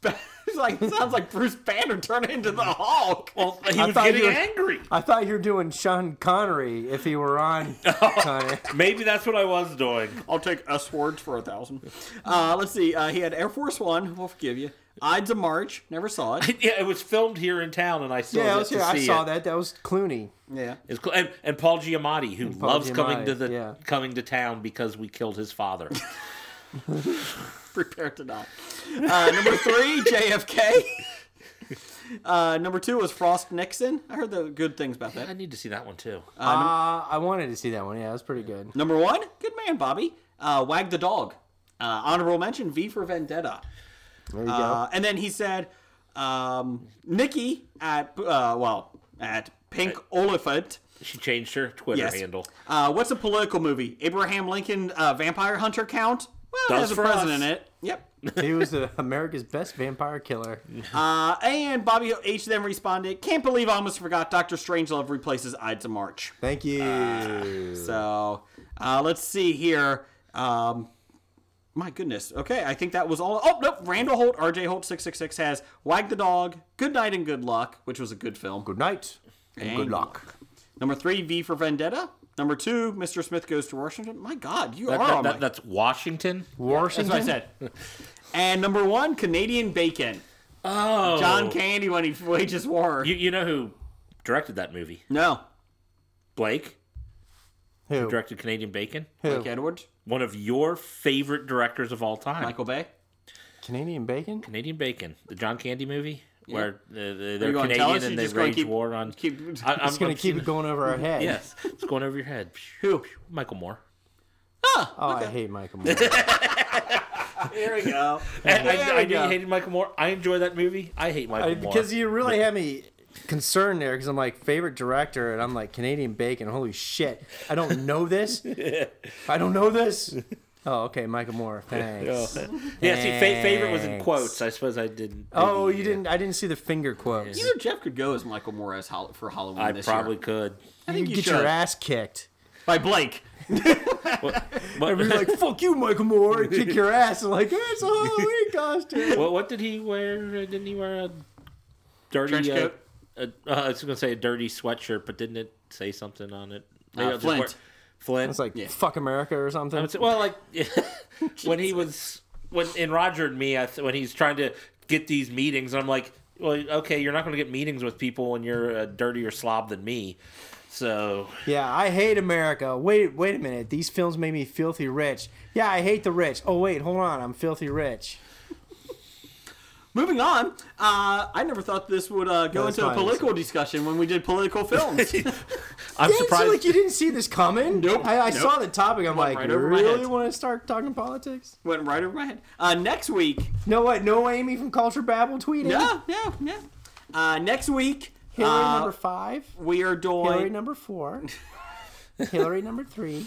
Speaker 6: Ba- *laughs* it's like sounds like Bruce Banner turned into the Hulk.
Speaker 5: Well, he was
Speaker 7: thought you
Speaker 5: getting
Speaker 7: were-
Speaker 5: angry.
Speaker 7: I thought you were doing Sean Connery if he were on. Connery.
Speaker 5: Maybe that's what I was doing.
Speaker 6: I'll take S words for a thousand. Uh, let's see. Uh, he had Air Force One. We'll forgive you. Ides of March. Never saw
Speaker 5: *laughs*
Speaker 6: it.
Speaker 5: Yeah, it was filmed here in town, and I still
Speaker 7: Yeah, I,
Speaker 5: yeah,
Speaker 7: was here. I saw that. That was Clooney.
Speaker 6: Yeah. *laughs*
Speaker 5: It's cool. and, and Paul Giamatti, who
Speaker 7: Paul
Speaker 5: loves coming to
Speaker 7: Giamatti,
Speaker 5: the
Speaker 7: yeah.
Speaker 5: coming to town because we killed
Speaker 7: *laughs*
Speaker 5: his father.
Speaker 6: Prepare to die. Uh, number three, *laughs* JFK. Uh, number two was Frost Nixon. I heard the good things about
Speaker 5: I
Speaker 6: that.
Speaker 5: need to see that one too.
Speaker 7: Uh, I wanted to see that one. Yeah, it was pretty good.
Speaker 6: Number one, good man, Bobby. Uh, Wag the dog. Uh, honorable mention, V for Vendetta.
Speaker 7: There you
Speaker 6: Uh, and then he said, um, Nikki at, uh, well, at Pink Oliphant.
Speaker 5: She changed her Twitter
Speaker 6: Yes.
Speaker 5: handle.
Speaker 6: Uh, what's a political movie? Abraham Lincoln uh, Vampire Hunter count? Well, it has
Speaker 5: Does
Speaker 6: a
Speaker 5: for
Speaker 6: president in
Speaker 5: us.
Speaker 6: it. Yep.
Speaker 5: *laughs*
Speaker 7: go. He was the, America's best vampire killer.
Speaker 6: Uh, and Bobby H then responded, "Can't believe I almost forgot. Doctor Strangelove replaces Ides of March."
Speaker 7: Thank you.
Speaker 6: So uh, let's see here. Um, my goodness. Okay, I think that was all. Oh nope. Randall Holt, RJ Holt, six six six has Wag the Dog, Good Night and Good Luck, which was a good film.
Speaker 7: good night and, good
Speaker 6: And-
Speaker 7: luck.
Speaker 6: Number three, V for Vendetta. Number two, Mr. Smith Goes to Washington. My God, you
Speaker 5: That-
Speaker 6: are
Speaker 5: that-
Speaker 6: on
Speaker 5: that-
Speaker 6: my-
Speaker 5: that's Washington.
Speaker 7: Washington.
Speaker 6: That's what I said. and number one, Canadian Bacon.
Speaker 5: Oh,
Speaker 6: John Candy when he *laughs* wages war.
Speaker 5: You, you know who directed that movie?
Speaker 6: no,
Speaker 5: Blake
Speaker 7: Who?
Speaker 5: directed Canadian Bacon.
Speaker 6: Blake Edwards,
Speaker 5: One of your favorite directors of all time,
Speaker 6: Michael Bay.
Speaker 7: Canadian bacon?
Speaker 5: Canadian Bacon, the John Candy movie, where uh, they- they're
Speaker 6: gonna tell us?
Speaker 5: Canadian
Speaker 6: You're
Speaker 5: and they
Speaker 6: just gonna
Speaker 5: wage
Speaker 6: keep-
Speaker 5: war on.
Speaker 6: keep- *laughs*
Speaker 5: I, I'm
Speaker 7: It's going to keep it
Speaker 5: seeing-
Speaker 7: going *laughs* over our head.
Speaker 5: Yes, it's going over your head.
Speaker 6: Who?
Speaker 5: Michael Moore.
Speaker 7: Oh, I hate *laughs* Michael Moore.
Speaker 6: There we go.
Speaker 5: *laughs* And I,
Speaker 6: There
Speaker 5: I
Speaker 6: we
Speaker 5: knew you
Speaker 6: go.
Speaker 5: hated Michael Moore. I enjoy that movie. I hate Michael
Speaker 7: I-
Speaker 5: Moore.
Speaker 7: because you really had me concerned there because I'm like favorite director and I'm like Canadian bacon. Holy shit! I don't know *laughs* this. I don't know this. *laughs* Oh, okay, Michael Moore. Thanks.
Speaker 5: yeah, see, fa- favorite was in
Speaker 7: Thanks.
Speaker 5: quotes. I suppose I didn't.
Speaker 7: Oh,
Speaker 5: maybe-
Speaker 7: you didn't. I didn't see the finger quotes.
Speaker 6: You know Jeff could go as Michael Moore as Hol- for Halloween
Speaker 5: I
Speaker 6: this
Speaker 5: probably
Speaker 6: year.
Speaker 7: *laughs*
Speaker 5: could.
Speaker 6: I think you,
Speaker 7: get
Speaker 6: should.
Speaker 7: your ass *laughs* kicked.
Speaker 6: By Blake.
Speaker 5: What,
Speaker 7: You're
Speaker 5: *laughs*
Speaker 7: like fuck you, Michael Moore. and Kick your ass. And like "Eh, it's a *laughs* Halloween costume.
Speaker 5: what, what did he wear? Didn't he wear a dirty
Speaker 6: Trench
Speaker 5: uh,
Speaker 6: coat?
Speaker 5: a- uh, I was going to say a dirty sweatshirt, but didn't it say something on it? Maybe
Speaker 6: Uh,
Speaker 5: I'll just wear-
Speaker 6: Flint.
Speaker 5: Flint.
Speaker 7: It's like fuck America or something.
Speaker 5: I would say, well, like *laughs* when he was when in Roger and Me, I th- when he's trying to get these meetings, I'm like, well, okay, you're not going to get meetings with people when you're a dirtier slob than me. So
Speaker 7: Yeah, I hate America. Wait, wait a minute. These films made me filthy rich. Yeah, I hate the rich. Oh wait, hold on. I'm filthy rich.
Speaker 6: Moving on, uh, I never thought this would uh, go
Speaker 7: That's
Speaker 6: into a
Speaker 7: fine.
Speaker 6: political discussion when we did political
Speaker 7: *laughs*
Speaker 6: films. *laughs*
Speaker 5: I'm
Speaker 7: Yeah, it's
Speaker 5: surprised.
Speaker 7: like you didn't see this coming.
Speaker 6: Nope.
Speaker 7: I, I
Speaker 6: Nope.
Speaker 7: saw the topic. I'm
Speaker 6: Went
Speaker 7: like,
Speaker 6: right
Speaker 7: you
Speaker 6: over my
Speaker 7: really
Speaker 6: head."
Speaker 7: want to start talking politics?
Speaker 6: Went right over my head. Uh, next week.
Speaker 7: No, what? No Amy from Culture Babble tweeting.
Speaker 6: Yeah, yeah, yeah. Uh, next week,
Speaker 7: Hillary
Speaker 6: uh,
Speaker 7: number five.
Speaker 6: we are
Speaker 7: Hillary
Speaker 6: doing. *laughs*
Speaker 7: number four. Hillary number three.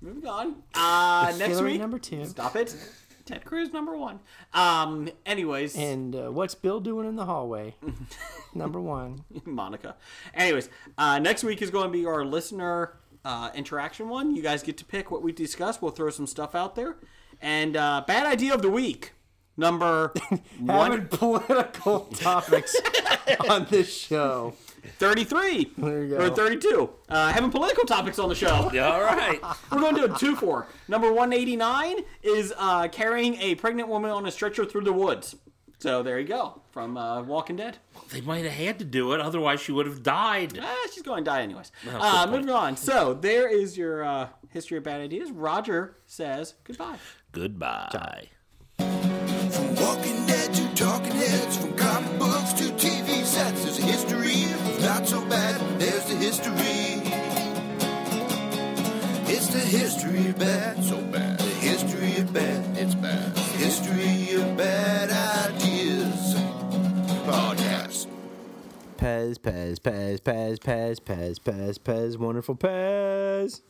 Speaker 6: Moving on. Uh, next
Speaker 7: Hillary
Speaker 6: week.
Speaker 7: number two.
Speaker 6: Stop it. Ted Cruz number one. Um. Anyways,
Speaker 7: And uh, what's Bill doing in the hallway? number one.
Speaker 6: *laughs* Monica. Anyways, uh, next week is going to be our listener uh, interaction one. You guys get to pick what we discuss. We'll throw some stuff out there. And uh, bad idea of the week number
Speaker 7: *laughs* Having
Speaker 6: *laughs*
Speaker 7: political topics on this show.
Speaker 6: 133
Speaker 7: There you
Speaker 6: or
Speaker 7: go.
Speaker 6: 32. Uh, having political topics on the show.
Speaker 5: *laughs* Yeah, all right.
Speaker 6: We're going to do a two for. Number 189 is uh, carrying a pregnant woman on a stretcher through the woods. So there you go from uh, Walking Dead.
Speaker 5: They might have had to do it, otherwise she would have died.
Speaker 6: Ah, she's going to die anyways. uh, moving on. So there is your uh, history of bad ideas. Roger says goodbye.
Speaker 5: Goodbye.
Speaker 4: From Walking Dead to Talking Heads, from comic books to TV sets, there's a history of not so bad. There's the history. It's the history of bad, so bad. The history of bad, it's bad. History of bad ideas. Podcast.
Speaker 7: Pez, Pez, Pez, Pez, Pez, Pez, Pez, Pez, wonderful Pez.